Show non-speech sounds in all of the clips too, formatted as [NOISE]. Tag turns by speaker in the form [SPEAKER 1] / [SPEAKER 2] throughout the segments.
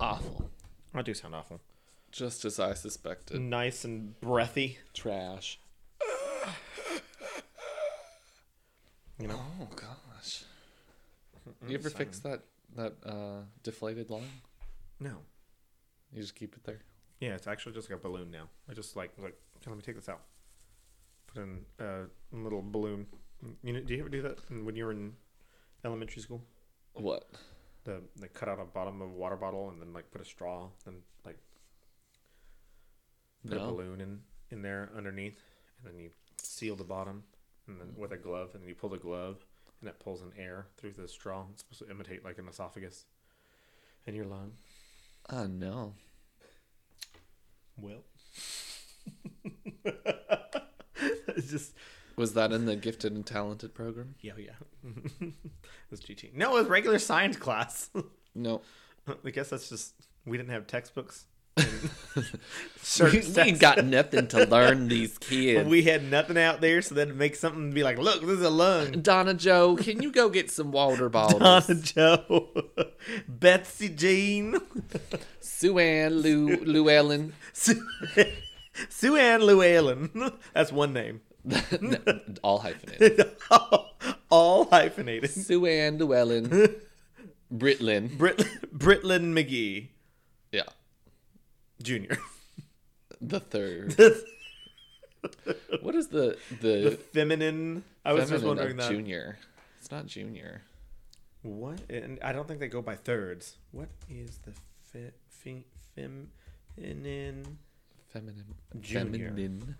[SPEAKER 1] awful.
[SPEAKER 2] I do sound awful.
[SPEAKER 1] Just as I suspected.
[SPEAKER 2] Nice and breathy.
[SPEAKER 1] Trash.
[SPEAKER 2] You know?
[SPEAKER 1] Oh gosh. You ever fix that that uh, deflated line?
[SPEAKER 2] No.
[SPEAKER 1] You just keep it there.
[SPEAKER 2] Yeah, it's actually just like a balloon now. I just like like okay, let me take this out. Put in a little balloon. You know, do you ever do that when you were in elementary school?
[SPEAKER 1] What?
[SPEAKER 2] The they cut out a bottom of a water bottle and then like put a straw and like put a
[SPEAKER 1] No.
[SPEAKER 2] balloon in in there underneath, and then you seal the bottom and then with a glove, and then you pull the glove, and it pulls in air through the straw. It's supposed to imitate like an esophagus in your lung.
[SPEAKER 1] Uh no.
[SPEAKER 2] Well, [LAUGHS] it's just
[SPEAKER 1] Was that in the gifted and talented program?
[SPEAKER 2] yeah, yeah. [LAUGHS] it's GT. No, it was regular science class. [LAUGHS]
[SPEAKER 1] No.
[SPEAKER 2] I guess that's just we didn't
[SPEAKER 1] [LAUGHS]
[SPEAKER 2] have textbooks.
[SPEAKER 1] We,
[SPEAKER 2] Certain
[SPEAKER 1] we
[SPEAKER 2] text-
[SPEAKER 1] got nothing to learn these kids.
[SPEAKER 2] [LAUGHS] We had nothing out there, so then make something and be like, "Look, this is a lung."
[SPEAKER 1] Donna Joe, can you go get some water bottles?
[SPEAKER 2] [LAUGHS] Donna Joe, Betsy Jean, [LAUGHS]
[SPEAKER 1] Sue Ann, Lou, Llewellyn. [LAUGHS]
[SPEAKER 2] Sue, [LAUGHS] Sue Ann Llewellyn. [LAUGHS] That's one name.
[SPEAKER 1] No, all hyphenated.
[SPEAKER 2] All hyphenated.
[SPEAKER 1] Sue Ann [LAUGHS] Llewellyn. Britlin.
[SPEAKER 2] Brit- Britlin McGee
[SPEAKER 1] Yeah.
[SPEAKER 2] [LAUGHS] Jr.
[SPEAKER 1] The third.
[SPEAKER 2] the
[SPEAKER 1] What is the the,
[SPEAKER 2] feminine. I was just
[SPEAKER 1] feminine
[SPEAKER 2] wondering
[SPEAKER 1] of
[SPEAKER 2] that.
[SPEAKER 1] junior? It's not junior.
[SPEAKER 2] What? And I don't think they go by thirds. What is the fe- fe- feminine?
[SPEAKER 1] Feminine.
[SPEAKER 2] Junior.
[SPEAKER 1] Feminine.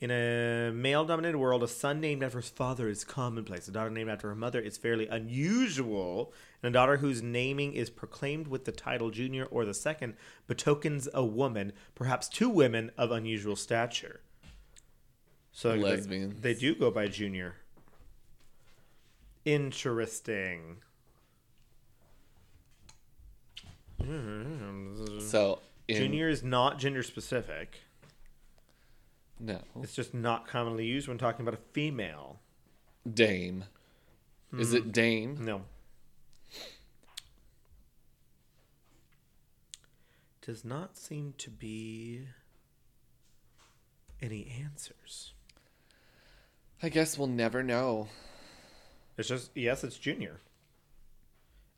[SPEAKER 2] In a male dominated world, a son named after his father is commonplace. A daughter named after her mother is fairly unusual. And a daughter whose naming is proclaimed with the title junior or the second betokens a woman, perhaps two women of unusual stature. So they-
[SPEAKER 1] Lesbians.
[SPEAKER 2] They, do go by junior. Interesting.
[SPEAKER 1] So in,
[SPEAKER 2] Mm. Junior is not gender specific.
[SPEAKER 1] No.
[SPEAKER 2] It's just not commonly used when talking about a female.
[SPEAKER 1] Dame. Is
[SPEAKER 2] Mm.
[SPEAKER 1] it Dame?
[SPEAKER 2] No. Does not seem to be any answers.
[SPEAKER 1] I guess we'll never know.
[SPEAKER 2] It's just yes, it's junior.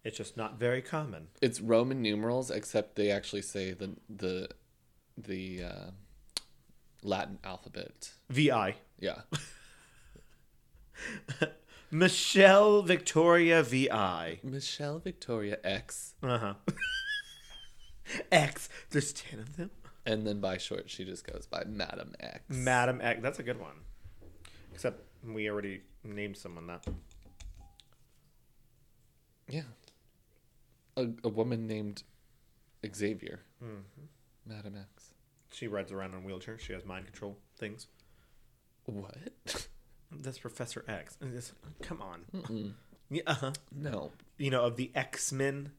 [SPEAKER 2] It's just not very common.
[SPEAKER 1] It's Roman numerals, except they actually say the the the uh, Latin alphabet.
[SPEAKER 2] VI.
[SPEAKER 1] Yeah.
[SPEAKER 2] [LAUGHS] Michelle Victoria VI.
[SPEAKER 1] Michelle Victoria X,
[SPEAKER 2] Uh-huh. [LAUGHS] X. There's 10 of them.
[SPEAKER 1] and then by short she just goes by Madam X.
[SPEAKER 2] Madam X. That's a good one. Except we already named someone that.
[SPEAKER 1] yeah. A, a woman named Xavier.
[SPEAKER 2] Mm-hmm.
[SPEAKER 1] Madam X.
[SPEAKER 2] She rides around in a wheelchair. She has mind control things.
[SPEAKER 1] What?
[SPEAKER 2] That's Professor X. And this- come on. [LAUGHS] Yeah, uh-huh.
[SPEAKER 1] [LAUGHS] No.
[SPEAKER 2] You know, of the X Men,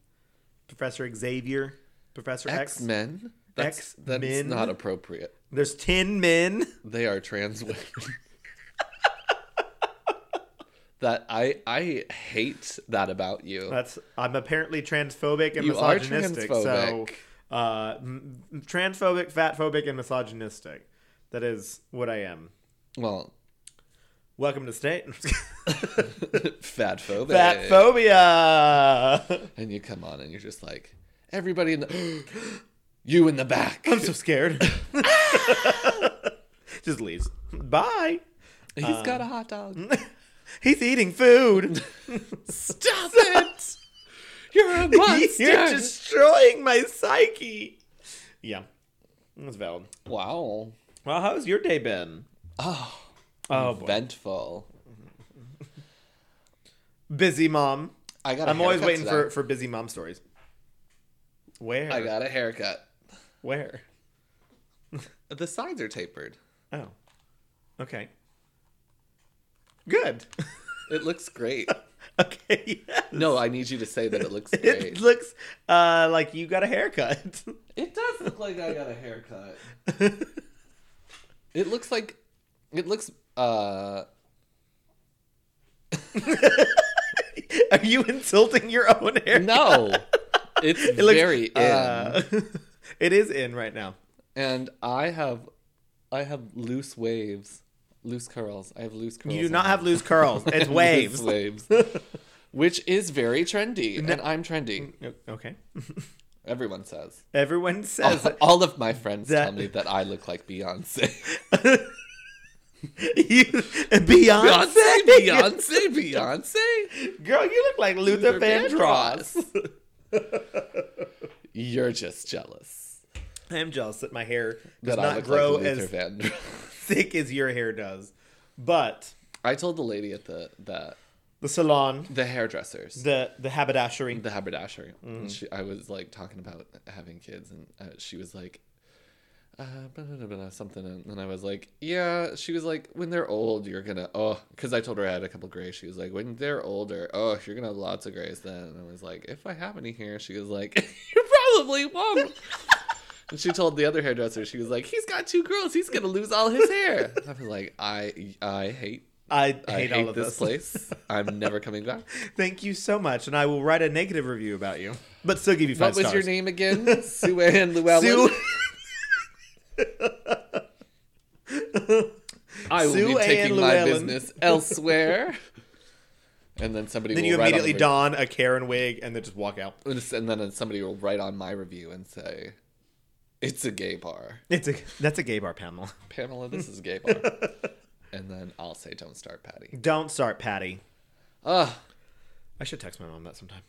[SPEAKER 2] Professor Xavier, Professor X.
[SPEAKER 1] X Men. That's that's
[SPEAKER 2] X-Men?
[SPEAKER 1] not appropriate.
[SPEAKER 2] There's 10 men.
[SPEAKER 1] They are trans women. [LAUGHS] that I I hate that about you.
[SPEAKER 2] That's I'm apparently transphobic and
[SPEAKER 1] You are
[SPEAKER 2] misogynistic.
[SPEAKER 1] transphobic.
[SPEAKER 2] So, uh, m- m- transphobic, fatphobic, and misogynistic. That is what I am.
[SPEAKER 1] Well, [LAUGHS]
[SPEAKER 2] Welcome to state. [LAUGHS]
[SPEAKER 1] fat phobic.
[SPEAKER 2] Fat phobia.
[SPEAKER 1] and you come on and you're just like everybody in the [GASPS] you in the back.
[SPEAKER 2] I'm so scared. [LAUGHS] Just leaves. Bye.
[SPEAKER 1] He's
[SPEAKER 2] Uh.
[SPEAKER 1] got a hot dog.
[SPEAKER 2] [LAUGHS] He's eating food.
[SPEAKER 1] [LAUGHS] Stop it! You're a monster.
[SPEAKER 2] [LAUGHS] You're destroying my psyche. Yeah, that's valid.
[SPEAKER 1] Wow.
[SPEAKER 2] Well, how's your day been?
[SPEAKER 1] Oh,
[SPEAKER 2] Oh, boy.
[SPEAKER 1] ventful.
[SPEAKER 2] busy mom.
[SPEAKER 1] I got. i
[SPEAKER 2] I'm always waiting for, for busy mom stories. Where?
[SPEAKER 1] I got a haircut.
[SPEAKER 2] Where?
[SPEAKER 1] The sides are tapered.
[SPEAKER 2] Oh, okay. Good. [LAUGHS]
[SPEAKER 1] It looks great.
[SPEAKER 2] okay. yes.
[SPEAKER 1] no, I need you to say that it looks
[SPEAKER 2] [LAUGHS] It
[SPEAKER 1] great.
[SPEAKER 2] looks uh, like you got a haircut. [LAUGHS]
[SPEAKER 1] It does look like I got a haircut. it looks like
[SPEAKER 2] [LAUGHS]
[SPEAKER 1] it looks uh
[SPEAKER 2] Are you insulting your own hair?
[SPEAKER 1] No, it's
[SPEAKER 2] It looks-
[SPEAKER 1] very in.
[SPEAKER 2] Uh, [LAUGHS] it is in right now.
[SPEAKER 1] and I have, I have loose waves, loose curls. I have loose curls.
[SPEAKER 2] You do
[SPEAKER 1] on
[SPEAKER 2] not
[SPEAKER 1] my- [LAUGHS]
[SPEAKER 2] have loose curls.
[SPEAKER 1] Loose
[SPEAKER 2] It's [LAUGHS] waves.
[SPEAKER 1] waves,
[SPEAKER 2] [LAUGHS]
[SPEAKER 1] which is very trendy, and I'm trendy.
[SPEAKER 2] Oh, okay.
[SPEAKER 1] Everyone says.
[SPEAKER 2] Everyone says [LAUGHS]
[SPEAKER 1] All, all of my friends
[SPEAKER 2] That-
[SPEAKER 1] tell me that I look like Beyonce.
[SPEAKER 2] you,
[SPEAKER 1] [LAUGHS]
[SPEAKER 2] Beyonce.
[SPEAKER 1] Beyonce, Beyonce, Beyonce.
[SPEAKER 2] Girl, you look like Luther,
[SPEAKER 1] Luther
[SPEAKER 2] Vandross. [LAUGHS]
[SPEAKER 1] You're just jealous
[SPEAKER 2] I am jealous that my hair does
[SPEAKER 1] that I
[SPEAKER 2] not
[SPEAKER 1] look
[SPEAKER 2] grow
[SPEAKER 1] like Luther
[SPEAKER 2] as
[SPEAKER 1] Vandross. [LAUGHS]
[SPEAKER 2] thick as your hair does. But
[SPEAKER 1] I told the lady at the the
[SPEAKER 2] the salon,
[SPEAKER 1] the hairdressers, the,
[SPEAKER 2] the the haberdashery.
[SPEAKER 1] haberdashery.
[SPEAKER 2] Mm-hmm.
[SPEAKER 1] and She, I was like talking about having kids, and uh, she was like. Uh, blah, blah, blah, blah, something and then I was like, yeah. She was like, when they're old, you're gonna oh, because I told her I had a couple grays. She was like, when they're older, oh, you're gonna have lots of grays then. And I was like, if I have any here, she was like, [LAUGHS] you probably won't. [LAUGHS] And she told the other hairdresser, she was like, he's got two girls, he's gonna lose all his hair. [LAUGHS] I was like, I I hate
[SPEAKER 2] I hate,
[SPEAKER 1] I hate,
[SPEAKER 2] all of
[SPEAKER 1] this,
[SPEAKER 2] this.
[SPEAKER 1] place. I'm never coming back.
[SPEAKER 2] [LAUGHS] Thank you so much, and I will write a negative review about you, but still give you
[SPEAKER 1] what
[SPEAKER 2] five
[SPEAKER 1] was
[SPEAKER 2] stars.
[SPEAKER 1] your name again?
[SPEAKER 2] [LAUGHS]
[SPEAKER 1] Sue Ann Llewellyn.
[SPEAKER 2] Sue,
[SPEAKER 1] I will
[SPEAKER 2] Sue
[SPEAKER 1] be
[SPEAKER 2] Ann
[SPEAKER 1] taking my
[SPEAKER 2] Llewellyn.
[SPEAKER 1] business elsewhere. And then somebody
[SPEAKER 2] then
[SPEAKER 1] will
[SPEAKER 2] you
[SPEAKER 1] write on
[SPEAKER 2] immediately
[SPEAKER 1] the-
[SPEAKER 2] don a Karen wig and then just walk out.
[SPEAKER 1] And then uh, somebody will write on my review and say, "It's a gay bar,
[SPEAKER 2] It's a that's a gay bar, Pamela.
[SPEAKER 1] Pamela. This is a gay
[SPEAKER 2] [LAUGHS]
[SPEAKER 1] bar." and then I'll say, "Don't start, Patty."
[SPEAKER 2] Don't start, Patty.
[SPEAKER 1] Ah,
[SPEAKER 2] I should text my mom that sometime.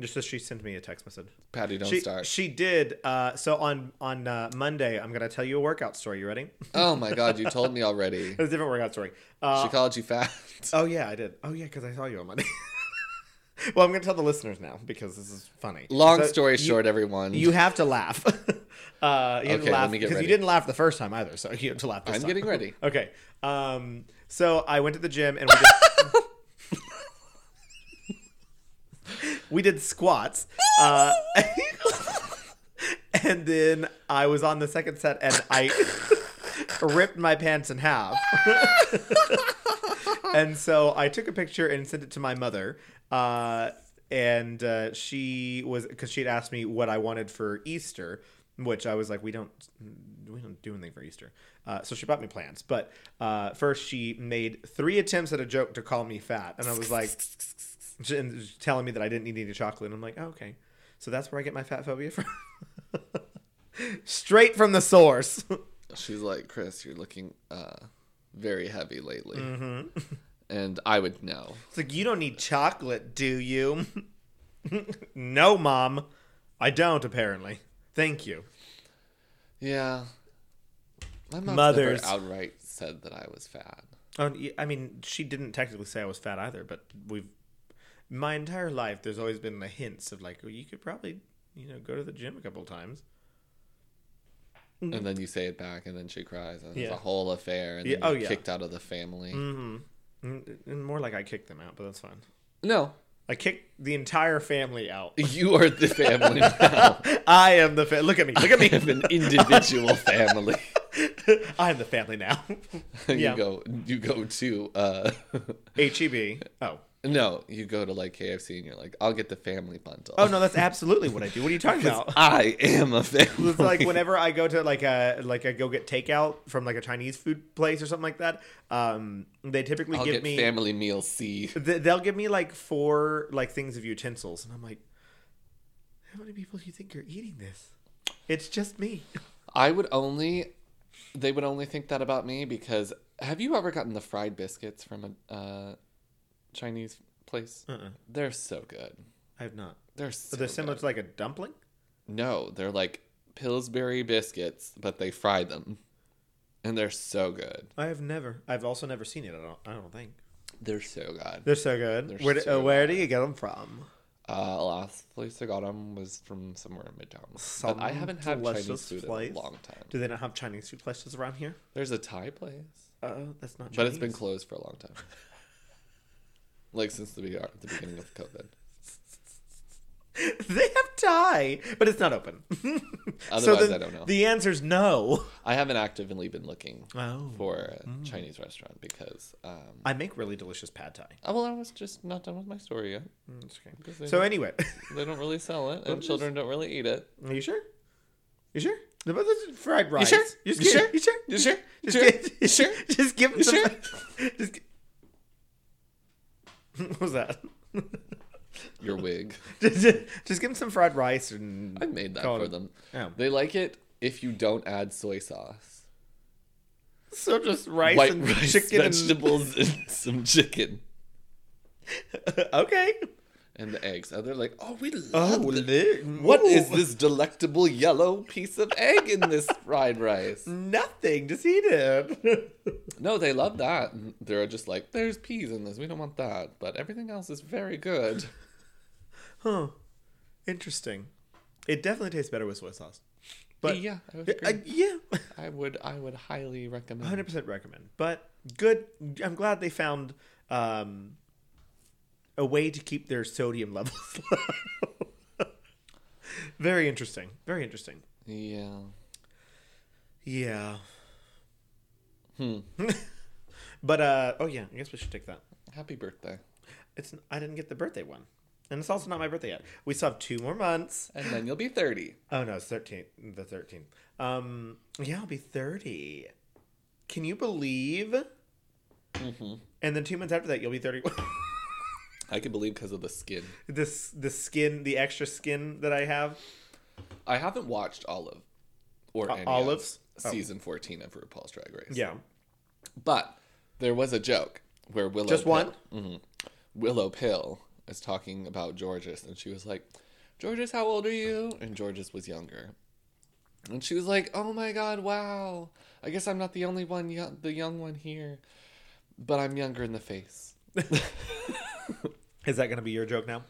[SPEAKER 2] Just as she sent me a text message.
[SPEAKER 1] Patty, don't
[SPEAKER 2] She,
[SPEAKER 1] start.
[SPEAKER 2] she did. Uh, so on on uh, Monday, I'm gonna tell you a workout story. You ready? [LAUGHS]
[SPEAKER 1] oh my God, you told me already.
[SPEAKER 2] It was a different workout story. Uh,
[SPEAKER 1] She called you fat.
[SPEAKER 2] oh yeah, I did. Oh yeah, because I saw you on Monday. [LAUGHS] well, I'm gonna tell the listeners now because this is funny.
[SPEAKER 1] Long
[SPEAKER 2] So
[SPEAKER 1] story
[SPEAKER 2] you-
[SPEAKER 1] short, everyone.
[SPEAKER 2] You have to laugh. [LAUGHS] uh, you have
[SPEAKER 1] Okay,
[SPEAKER 2] to
[SPEAKER 1] let
[SPEAKER 2] laugh
[SPEAKER 1] me get
[SPEAKER 2] because
[SPEAKER 1] ready.
[SPEAKER 2] you didn't laugh the first time either, so you have to laugh. This
[SPEAKER 1] I'm
[SPEAKER 2] time.
[SPEAKER 1] getting ready.
[SPEAKER 2] Okay. Um, so I went to the gym and we did, we did squats. Uh, [LAUGHS] and then I was on the second set and I ripped my pants in half. and so I took a picture and sent it to my mother. Uh, and uh, she was because she had asked me what I wanted for Easter, which I was like, we don't we don't do anything for Easter. Uh, so she bought me plants, but uh, first she made three attempts at a joke to call me fat, and I was like, and telling me that I didn't need any chocolate. And I'm like, oh, okay, so that's where I get my fat phobia from. [LAUGHS] Straight from the source.
[SPEAKER 1] She's like, Chris, you're looking uh, very heavy lately.
[SPEAKER 2] Mm-hmm. [LAUGHS]
[SPEAKER 1] and I would know.
[SPEAKER 2] It's like, you don't need chocolate, do you? [LAUGHS] no, mom. I don't, apparently. Thank you.
[SPEAKER 1] Yeah. My mom
[SPEAKER 2] Mothers.
[SPEAKER 1] never outright said that I was fat.
[SPEAKER 2] Oh, y- I mean, she didn't technically say I was fat either, but we've. My entire life, there's always been the hints of like, well, you could probably, you know, go to the gym a couple times.
[SPEAKER 1] And then you say it back, and then she cries, and it's
[SPEAKER 2] Mm-hmm. Yeah.
[SPEAKER 1] a whole affair, and
[SPEAKER 2] Yeah,
[SPEAKER 1] then you're
[SPEAKER 2] oh, yeah. Mm-hmm.
[SPEAKER 1] kicked out of the family.
[SPEAKER 2] And Mm, and more like I kicked them out, but that's fine.
[SPEAKER 1] No,
[SPEAKER 2] I kicked the entire family out. [LAUGHS]
[SPEAKER 1] you are the family now.
[SPEAKER 2] I am the fa- look at me, look at
[SPEAKER 1] I have
[SPEAKER 2] me. [LAUGHS]
[SPEAKER 1] an individual family.
[SPEAKER 2] I am the family now. [LAUGHS] Yeah.
[SPEAKER 1] You go, you go to, uh, [LAUGHS]
[SPEAKER 2] H E B. Oh,
[SPEAKER 1] no, you go to like KFC, and you're like, I'll get the family bundle. [LAUGHS]
[SPEAKER 2] oh no, that's absolutely what I do. What are you [LAUGHS] talking about?
[SPEAKER 1] I am a family. [LAUGHS]
[SPEAKER 2] It's like whenever I go to like a like I go get takeout from like a Chinese food place or something like that. Um, they typically
[SPEAKER 1] I'll
[SPEAKER 2] give
[SPEAKER 1] get
[SPEAKER 2] me
[SPEAKER 1] family meal C.
[SPEAKER 2] th- they'll give me like four like things of utensils, and I'm like, how many people do you think you're eating this? It's just me.
[SPEAKER 1] I would only, they would only think that about me because have you ever gotten the fried biscuits from a uh, Chinese place?
[SPEAKER 2] Uh-uh.
[SPEAKER 1] They're so good.
[SPEAKER 2] I have not.
[SPEAKER 1] They're so
[SPEAKER 2] So they're similar to like a dumpling.
[SPEAKER 1] good. No, they're like Pillsbury biscuits, but they fry them, and they're so good.
[SPEAKER 2] I have never. I've also never seen it. I don't. I don't think
[SPEAKER 1] They're so good.
[SPEAKER 2] they're so good.
[SPEAKER 1] They're
[SPEAKER 2] where do,
[SPEAKER 1] so
[SPEAKER 2] uh, where do you get them from?
[SPEAKER 1] Uh, last place I got them was from somewhere in Midtown. But I
[SPEAKER 2] Some
[SPEAKER 1] haven't had Chinese
[SPEAKER 2] delicious
[SPEAKER 1] food
[SPEAKER 2] place.
[SPEAKER 1] in a long time.
[SPEAKER 2] Do they not have Chinese food places around here?
[SPEAKER 1] There's a Thai place.
[SPEAKER 2] Oh, that's not. Chinese.
[SPEAKER 1] Uh, But it's been closed for a long time. like since the, be- the beginning of COVID.
[SPEAKER 2] [LAUGHS] they have hi, but it's not open. [LAUGHS]
[SPEAKER 1] Otherwise, I don't know.
[SPEAKER 2] The answer's no.
[SPEAKER 1] I haven't actively been looking
[SPEAKER 2] Oh.
[SPEAKER 1] for a Chinese restaurant because, um,
[SPEAKER 2] I make really delicious pad thai. Mm,
[SPEAKER 1] oh, well, I was just not done with my story yet. Because they,
[SPEAKER 2] So
[SPEAKER 1] don't,
[SPEAKER 2] anyway, [LAUGHS]
[SPEAKER 1] they don't really sell it, and children don't really eat it.
[SPEAKER 2] are you sure? You sure? The but this is fried rice.
[SPEAKER 1] sure?
[SPEAKER 2] You, just
[SPEAKER 1] You
[SPEAKER 2] give-
[SPEAKER 1] sure?
[SPEAKER 2] You sure?
[SPEAKER 1] You sure?
[SPEAKER 2] Just,
[SPEAKER 1] Sure?
[SPEAKER 2] give-
[SPEAKER 1] You sure?
[SPEAKER 2] [LAUGHS] Just give them
[SPEAKER 1] You
[SPEAKER 2] some.
[SPEAKER 1] sure?
[SPEAKER 2] [LAUGHS] Just gi- what was that? [LAUGHS]
[SPEAKER 1] Your wig.
[SPEAKER 2] just, just give them some fried rice and oh,
[SPEAKER 1] I made that
[SPEAKER 2] Call
[SPEAKER 1] for
[SPEAKER 2] it-
[SPEAKER 1] them.
[SPEAKER 2] yeah.
[SPEAKER 1] They like it if you don't add soy sauce.
[SPEAKER 2] so just rice
[SPEAKER 1] White
[SPEAKER 2] and
[SPEAKER 1] rice,
[SPEAKER 2] chicken
[SPEAKER 1] vegetables, and some chicken.
[SPEAKER 2] and [LAUGHS] okay.
[SPEAKER 1] Uh, And the eggs. And they're like, oh, we love the-
[SPEAKER 2] li-
[SPEAKER 1] What is
[SPEAKER 2] ooh.
[SPEAKER 1] this delectable yellow piece of egg in this fried rice?
[SPEAKER 2] Nothing. Just eat it.
[SPEAKER 1] No, they love that. And They're just like, there's peas in this. We don't want that. But everything else is very good.
[SPEAKER 2] huh. Interesting. It definitely tastes better with soy sauce. [LAUGHS] But
[SPEAKER 1] yeah, I would,
[SPEAKER 2] Uh,
[SPEAKER 1] agree.
[SPEAKER 2] yeah, [LAUGHS]
[SPEAKER 1] I would, I would highly recommend.
[SPEAKER 2] 100% recommend. But good. I'm glad they found um, a way to keep their sodium [LAUGHS] levels low. Very interesting. Very interesting.
[SPEAKER 1] Yeah.
[SPEAKER 2] Yeah.
[SPEAKER 1] Hmm.
[SPEAKER 2] [LAUGHS] But uh, oh yeah, I guess we should take that.
[SPEAKER 1] Happy birthday.
[SPEAKER 2] It's I didn't get the birthday one, and it's also not my birthday yet. We still have two more months.
[SPEAKER 1] And then you'll be 30.
[SPEAKER 2] Oh no, it's thirteen. The thirteen. Um, yeah, I'll be thirty. Can you believe?
[SPEAKER 1] Mhm.
[SPEAKER 2] And then two months after that, you'll be thirty.
[SPEAKER 1] I can believe because of the skin.
[SPEAKER 2] [LAUGHS] this the skin, the extra skin that I have,
[SPEAKER 1] I haven't watched Olive or any of
[SPEAKER 2] olives? Oh.
[SPEAKER 1] season 14 of RuPaul's Drag Race.
[SPEAKER 2] yeah,
[SPEAKER 1] But there was a joke where Willow
[SPEAKER 2] just
[SPEAKER 1] Pill- Mm-hmm.
[SPEAKER 2] one.
[SPEAKER 1] Willow Pill is talking about Georges, and she was like, "Georges, how old are you?" And Georges was younger, and she was like, "Oh my God, wow! I guess I'm not the only one, yo- the young one here, but I'm younger in the face."
[SPEAKER 2] Is that gonna be your joke now?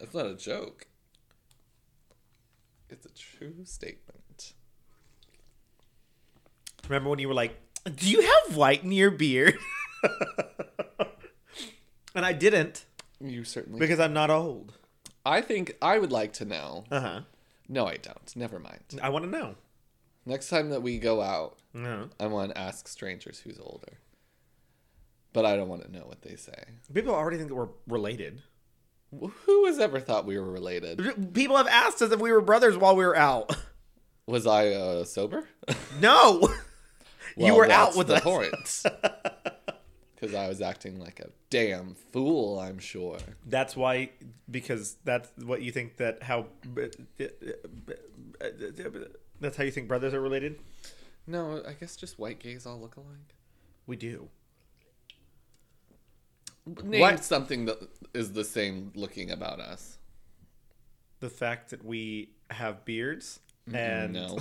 [SPEAKER 1] That's not a joke. It's a true statement.
[SPEAKER 2] Remember when you were like, "Do you have white in your beard?" [LAUGHS] and I didn't
[SPEAKER 1] You certainly.
[SPEAKER 2] because I'm not old.
[SPEAKER 1] I think I would like to know.
[SPEAKER 2] Uh huh.
[SPEAKER 1] No, I don't. Never mind.
[SPEAKER 2] I want to know.
[SPEAKER 1] Next time that we go out,
[SPEAKER 2] No.
[SPEAKER 1] I want to ask strangers who's older. But I don't want to know what they say.
[SPEAKER 2] People already think that we're related.
[SPEAKER 1] Who has ever thought we were related?
[SPEAKER 2] People have asked us if we were brothers while we were out.
[SPEAKER 1] Was I uh, [LAUGHS] sober?
[SPEAKER 2] No. [LAUGHS] you
[SPEAKER 1] Well,
[SPEAKER 2] were out
[SPEAKER 1] that's
[SPEAKER 2] with
[SPEAKER 1] the
[SPEAKER 2] us.
[SPEAKER 1] point. [LAUGHS] Because I was acting like a damn fool, I'm sure.
[SPEAKER 2] That's why, because that's what you think that how. That's how you think brothers are related?
[SPEAKER 1] No, I guess just white gays all look alike.
[SPEAKER 2] We do.
[SPEAKER 1] Name
[SPEAKER 2] What?
[SPEAKER 1] something that is the same looking about us.
[SPEAKER 2] The fact that we have beards
[SPEAKER 1] [LAUGHS]
[SPEAKER 2] and
[SPEAKER 1] no,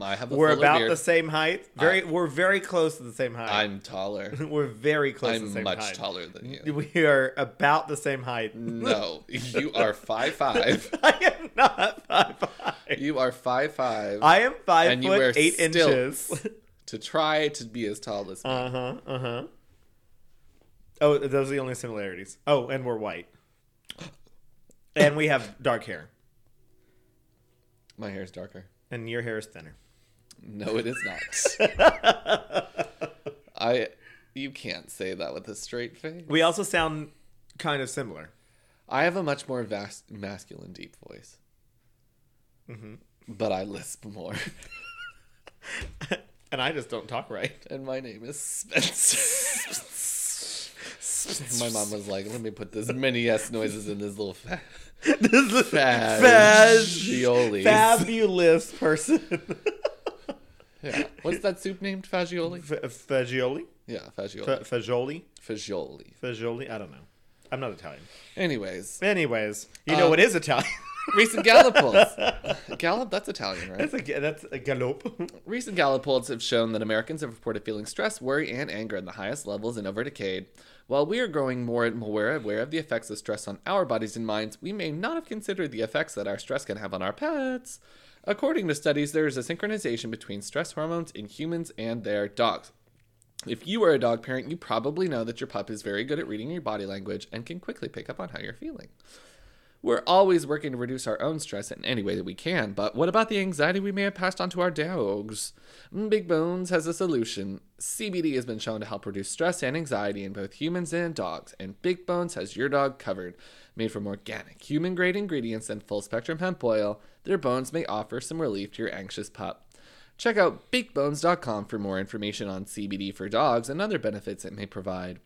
[SPEAKER 1] I have a
[SPEAKER 2] we're
[SPEAKER 1] fuller
[SPEAKER 2] about
[SPEAKER 1] beard.
[SPEAKER 2] the same height. Very, We're very close to the same height.
[SPEAKER 1] I'm [LAUGHS] taller.
[SPEAKER 2] [LAUGHS] we're very close to the
[SPEAKER 1] I'm
[SPEAKER 2] same
[SPEAKER 1] much
[SPEAKER 2] height.
[SPEAKER 1] taller than [LAUGHS] you.
[SPEAKER 2] We are about the same height. [LAUGHS]
[SPEAKER 1] No, you are five [LAUGHS] five.
[SPEAKER 2] I am not five five.
[SPEAKER 1] You are five five.
[SPEAKER 2] I am five
[SPEAKER 1] And you wear
[SPEAKER 2] foot eight
[SPEAKER 1] stilts.
[SPEAKER 2] inches. [LAUGHS]
[SPEAKER 1] to try to be as tall as me.
[SPEAKER 2] Uh huh. Uh huh. Oh, those are the only similarities. Oh, and we're white, and we have dark hair,
[SPEAKER 1] My hair is darker.
[SPEAKER 2] and your hair is thinner.
[SPEAKER 1] No, it is not. I, you can't say that with a straight face.
[SPEAKER 2] We also sound kind of similar.
[SPEAKER 1] I have a much more vast, masculine, deep voice, but I lisp more, [LAUGHS]
[SPEAKER 2] And I just don't talk right.
[SPEAKER 1] and my name is Spencer. my mom was like, "Let me put this many s noises in this little fa-
[SPEAKER 2] [LAUGHS] this is
[SPEAKER 1] fagioli."
[SPEAKER 2] fabulous person. [LAUGHS]
[SPEAKER 1] yeah. What's that soup named? Fagioli.
[SPEAKER 2] F- fagioli,
[SPEAKER 1] Yeah, fagioli.
[SPEAKER 2] F- fagioli,
[SPEAKER 1] fagioli.
[SPEAKER 2] fagioli. I don't know. I'm not Italian.
[SPEAKER 1] Anyways,
[SPEAKER 2] Anyways, you
[SPEAKER 1] Uh,
[SPEAKER 2] know what is Italian? [LAUGHS]
[SPEAKER 1] recent Gallup polls. Gallup, that's Italian, right?
[SPEAKER 2] that's a that's a gallop.
[SPEAKER 1] Recent Gallup polls have shown that Americans have reported feeling stress, worry, and anger in the highest levels in over a decade. While we are growing more and more aware of the effects of stress on our bodies and minds, we may not have considered the effects that our stress can have on our pets. According to studies, there is a synchronization between stress hormones in humans and their dogs. If you are a dog parent, you probably know that your pup is very good at reading your body language and can quickly pick up on how you're feeling. We're always working to reduce our own stress in any way that we can, but what about the anxiety we may have passed on to our dogs? Mm, Big Bones has a solution. CBD has been shown to help reduce stress and anxiety in both humans and dogs, and Big Bones has your dog covered. Made from organic, human grade ingredients and full spectrum hemp oil, their bones may offer some relief to your anxious pup. Check out bakebones.com for more information on CBD for dogs and other benefits it may provide.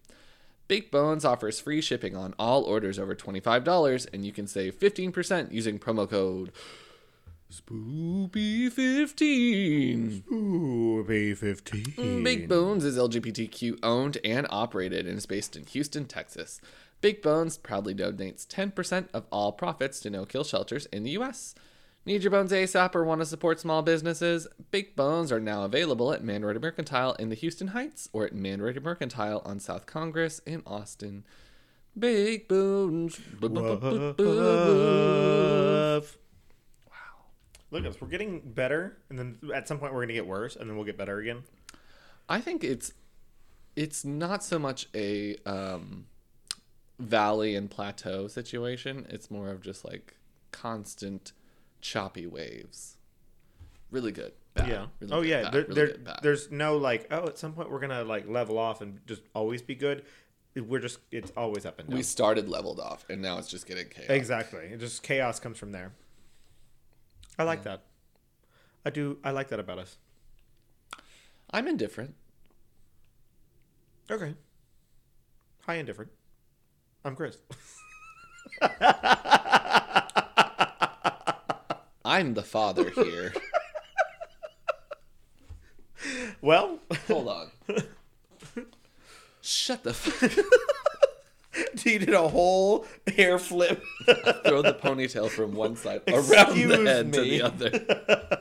[SPEAKER 1] Big Bones offers free shipping on all orders over $25, and you can save 15% using promo code SPOOPY15.
[SPEAKER 2] Ooh, B fifteen.
[SPEAKER 1] Mm, Big Bones is LGBTQ owned and operated and is based in Houston, Texas. Big Bones proudly donates 10% of all profits to no kill shelters in the U.S. Need your bones ASAP or want to support small businesses? Big Bones are now available at Manrota Mercantile in the Houston Heights or at Manrota Mercantile on South Congress in Austin. Big Bones.
[SPEAKER 2] Love. Look at us. We're getting better, and then at some point we're gonna get worse, and then we'll get better again.
[SPEAKER 1] I think it's it's not so much a um, valley and plateau situation. It's more of just like constant choppy waves. Really good. bad, really
[SPEAKER 2] oh
[SPEAKER 1] good,
[SPEAKER 2] yeah.
[SPEAKER 1] bad,
[SPEAKER 2] there,
[SPEAKER 1] really
[SPEAKER 2] there-
[SPEAKER 1] good, bad.
[SPEAKER 2] there's no like. Oh, at some point we're gonna like level off and just always be good. We're just. It's always up and down.
[SPEAKER 1] we started leveled off, and now it's just getting chaos.
[SPEAKER 2] Exactly. It just chaos comes from there. I like that. I do. I like that about us.
[SPEAKER 1] I'm indifferent.
[SPEAKER 2] Okay. High and different. I'm Chris. [LAUGHS]
[SPEAKER 1] I'm the father
[SPEAKER 2] [LAUGHS]
[SPEAKER 1] here.
[SPEAKER 2] Well, [LAUGHS]
[SPEAKER 1] Hold on. Shut the fuck.
[SPEAKER 2] he did [LAUGHS] a whole hair flip.
[SPEAKER 1] [LAUGHS] Throw the ponytail from one side around
[SPEAKER 2] [LAUGHS] Excuse
[SPEAKER 1] the head to
[SPEAKER 2] me.
[SPEAKER 1] the other.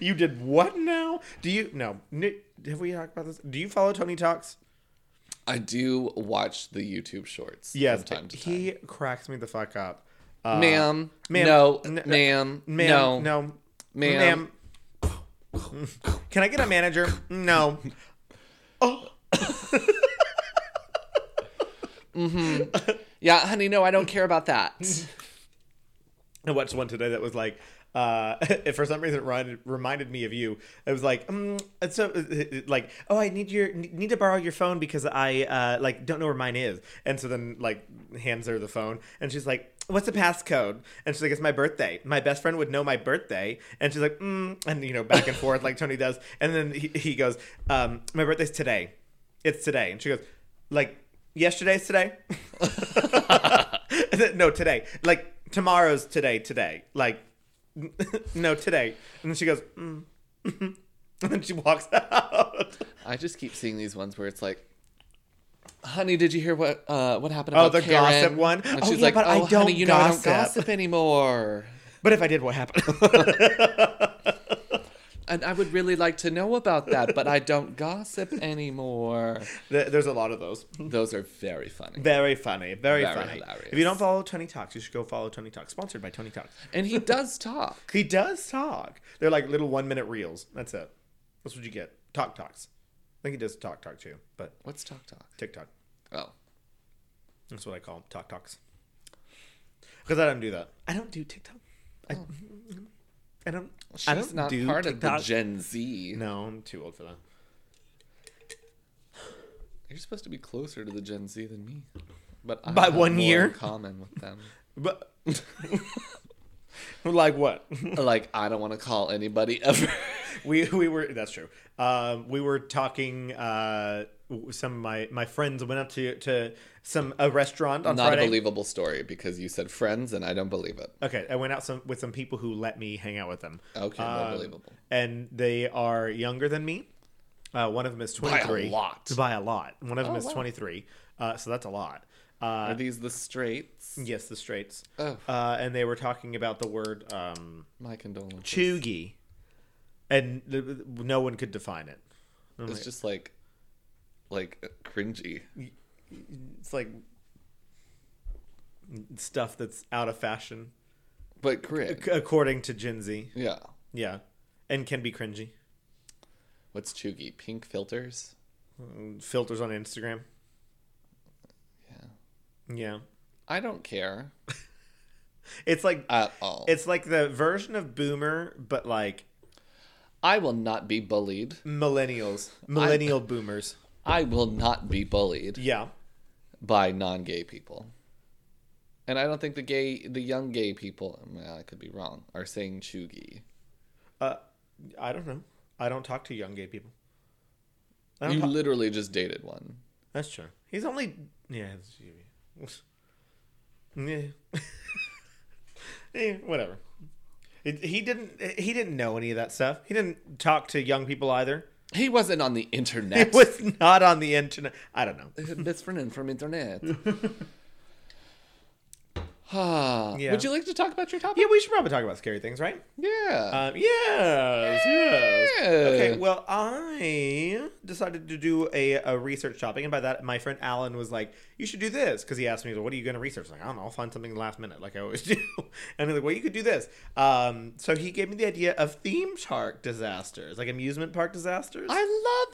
[SPEAKER 2] you did what now? Do you no? Ni- Have we talked about this? Do you follow Tony Talks?
[SPEAKER 1] I do watch the YouTube shorts.
[SPEAKER 2] Yes.
[SPEAKER 1] from time to time.
[SPEAKER 2] he cracks me the fuck up. Uh,
[SPEAKER 1] ma'am,
[SPEAKER 2] ma'am,
[SPEAKER 1] no,
[SPEAKER 2] n-
[SPEAKER 1] ma'am,
[SPEAKER 2] ma'am,
[SPEAKER 1] no, no,
[SPEAKER 2] no,
[SPEAKER 1] Ma'am.
[SPEAKER 2] ma'am. Can I get a manager? No.
[SPEAKER 1] yeah, honey, no, I
[SPEAKER 2] [LAUGHS]
[SPEAKER 1] don't care about that.
[SPEAKER 2] I watched one today that was like, uh, [LAUGHS] it for some reason it reminded, reminded me of you. It was like, um, it's so like, oh, I need your need to borrow your phone because I uh, like don't know where mine is. And so then like hands her the phone, and she's like, what's the passcode? And she's like, it's my birthday. My best friend would know my birthday. And she's like, mm, and you know back and forth like Tony does. And then he, he goes, um, my birthday's today. It's today. And she goes, like yesterday's today. [LAUGHS] no, today. Like tomorrow's today. Today. Like [LAUGHS] no, today. And then she goes, mm. [LAUGHS] and then she walks [LAUGHS] out.
[SPEAKER 1] I just keep seeing these ones where it's like, honey, did you hear what uh, what happened?
[SPEAKER 2] Oh,
[SPEAKER 1] About
[SPEAKER 2] the
[SPEAKER 1] Karen?
[SPEAKER 2] gossip one?
[SPEAKER 1] And
[SPEAKER 2] Oh,
[SPEAKER 1] she's
[SPEAKER 2] yeah,
[SPEAKER 1] like,
[SPEAKER 2] but I
[SPEAKER 1] oh,
[SPEAKER 2] don't
[SPEAKER 1] honey, you know I don't
[SPEAKER 2] gossip."
[SPEAKER 1] gossip anymore.
[SPEAKER 2] But if I did, what happened?
[SPEAKER 1] And I would really like to know about that, but I don't gossip anymore.
[SPEAKER 2] [LAUGHS] There- There's a lot of those.
[SPEAKER 1] Those are very funny.
[SPEAKER 2] Very funny. Very,
[SPEAKER 1] Very
[SPEAKER 2] funny.
[SPEAKER 1] hilarious.
[SPEAKER 2] If you don't follow Tony Talks, you should go follow Tony Talks. Sponsored by Tony Talks.
[SPEAKER 1] And he does talk.
[SPEAKER 2] He does talk. They're like little one minute reels. That's it. That's what you get. Talk Talks. I think he does Talk Talk too, but
[SPEAKER 1] What's talk talk?
[SPEAKER 2] TikTok.
[SPEAKER 1] Oh.
[SPEAKER 2] That's what I call 'em, Talk Talks. Because I don't do that. Oh. I don't do TikTok. I, I don't.
[SPEAKER 1] She's
[SPEAKER 2] I don't
[SPEAKER 1] not
[SPEAKER 2] do
[SPEAKER 1] part
[SPEAKER 2] TikTok.
[SPEAKER 1] of the Gen Z.
[SPEAKER 2] No, I'm too old for that.
[SPEAKER 1] You're supposed to be closer to the Gen Z than me. But I
[SPEAKER 2] By
[SPEAKER 1] have
[SPEAKER 2] one
[SPEAKER 1] more
[SPEAKER 2] year?
[SPEAKER 1] in common with them. [LAUGHS]
[SPEAKER 2] But [LAUGHS] like what?
[SPEAKER 1] like I don't want to call anybody ever. [LAUGHS]
[SPEAKER 2] We we were that's true. Um, we were talking. Uh, w- some of my my friends went up to to some a restaurant on
[SPEAKER 1] not
[SPEAKER 2] Friday.
[SPEAKER 1] a believable story because you said friends and I don't believe it.
[SPEAKER 2] Okay, I went out some with some people who let me hang out with them.
[SPEAKER 1] Okay,
[SPEAKER 2] Um,
[SPEAKER 1] not believable.
[SPEAKER 2] And they are younger than me. Uh, one of them is twenty three.
[SPEAKER 1] lot.
[SPEAKER 2] By a lot. One of them
[SPEAKER 1] Oh,
[SPEAKER 2] is
[SPEAKER 1] wow.
[SPEAKER 2] twenty three. Uh, so that's a lot.
[SPEAKER 1] Are
[SPEAKER 2] Uh,
[SPEAKER 1] these the straights?
[SPEAKER 2] yes, the straights.
[SPEAKER 1] Oh.
[SPEAKER 2] Uh, and they were talking about the word um,
[SPEAKER 1] My condolences.
[SPEAKER 2] chuggy, and th- th- no one could define it. I'm
[SPEAKER 1] It's
[SPEAKER 2] like-
[SPEAKER 1] just like, like cringy.
[SPEAKER 2] it's like stuff that's out of fashion,
[SPEAKER 1] But cringe.
[SPEAKER 2] ac- according to Gen Z.
[SPEAKER 1] Yeah.
[SPEAKER 2] Yeah, and can be cringy.
[SPEAKER 1] What's chuggy? Pink filters?
[SPEAKER 2] Filters on Instagram.
[SPEAKER 1] Yeah.
[SPEAKER 2] Yeah.
[SPEAKER 1] I don't care.
[SPEAKER 2] It's like
[SPEAKER 1] at all.
[SPEAKER 2] it's like the version of boomer, but like
[SPEAKER 1] I will not be bullied.
[SPEAKER 2] millennials, millennial boomers.
[SPEAKER 1] I will not be bullied
[SPEAKER 2] Yeah,
[SPEAKER 1] by non-gay people. And I don't think the gay, the young gay people, well, I could be wrong, are saying chuggy.
[SPEAKER 2] uh, I don't know. I don't talk to young gay people. I don't
[SPEAKER 1] You
[SPEAKER 2] talk-
[SPEAKER 1] literally just dated one.
[SPEAKER 2] That's true. He's only yeah. that's- [LAUGHS] Yeah. yeah. Whatever. It, he didn't. He didn't know any of that stuff. He didn't talk to young people either.
[SPEAKER 1] He wasn't on the
[SPEAKER 2] [LAUGHS] He
[SPEAKER 1] internet.
[SPEAKER 2] was not on the internet. I don't know.
[SPEAKER 1] Best friend from
[SPEAKER 2] [LAUGHS]
[SPEAKER 1] internet. [SIGHS] Ah,
[SPEAKER 2] Yeah.
[SPEAKER 1] Would you like to talk about your topic?
[SPEAKER 2] Yeah, we should probably talk about scary things, right?
[SPEAKER 1] Yeah.
[SPEAKER 2] Um, yes, yes. Okay,
[SPEAKER 1] Yeah.
[SPEAKER 2] well, I decided to do a, a research topic, and by that, my friend Alan was like, "You should do this," because he asked me, "What are you going to research?" I'm like, I don't know, I'll find something last minute, like I always [LAUGHS] do. And he's like, "Well, you could do this." Um, so he gave me the idea of theme park disasters, like amusement park disasters.
[SPEAKER 1] I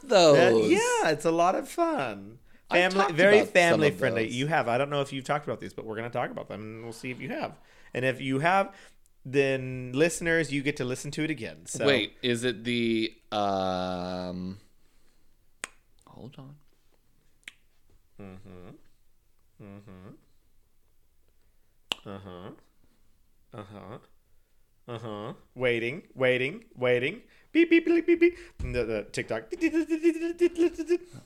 [SPEAKER 1] love
[SPEAKER 2] Uh,
[SPEAKER 1] those.
[SPEAKER 2] yeah, it's a lot of fun.
[SPEAKER 1] I've
[SPEAKER 2] Family,
[SPEAKER 1] talked
[SPEAKER 2] very
[SPEAKER 1] about some
[SPEAKER 2] family
[SPEAKER 1] of
[SPEAKER 2] friendly.
[SPEAKER 1] those.
[SPEAKER 2] You have. I don't know if you've talked about these, but we're going to talk about them, and we'll see if you have. And if you have, then listeners, you get to listen to it again. So
[SPEAKER 1] Wait, is it the um? Hold on.
[SPEAKER 2] Uh huh. Uh huh. Uh huh. Waiting, waiting, waiting. Beep beep beep beep beep. The, the TikTok.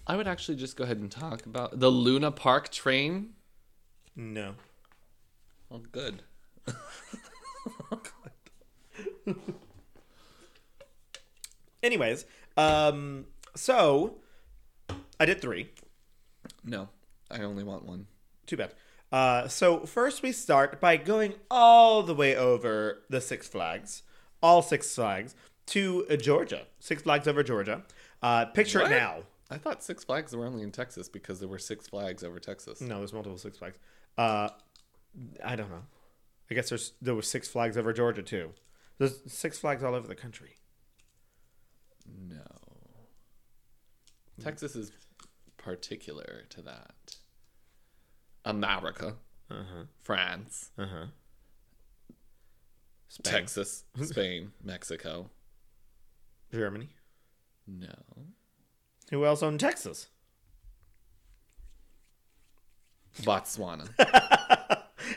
[SPEAKER 1] I would actually just go ahead and talk about the Luna Park train.
[SPEAKER 2] No.
[SPEAKER 1] Oh, good.
[SPEAKER 2] Anyways, um, so I did three.
[SPEAKER 1] No, I only want one.
[SPEAKER 2] Too bad. Uh, so first we start by going all the way over the Six Flags, all Six Flags, to uh, Georgia. Six Flags over Georgia. Uh, picture
[SPEAKER 1] What?
[SPEAKER 2] it now.
[SPEAKER 1] I thought Six Flags were only in Texas because there were Six Flags over Texas.
[SPEAKER 2] No, there's multiple Six Flags. Uh, I don't know. I guess there's there were Six Flags over Georgia too. There's Six Flags all over the country.
[SPEAKER 1] No. Texas is particular to that. America,
[SPEAKER 2] Uh-huh.
[SPEAKER 1] France,
[SPEAKER 2] Uh-huh. [LAUGHS]
[SPEAKER 1] Texas, Spain, Mexico.
[SPEAKER 2] Germany. [LAUGHS]
[SPEAKER 1] No.
[SPEAKER 2] Who else owned Texas?
[SPEAKER 1] Botswana.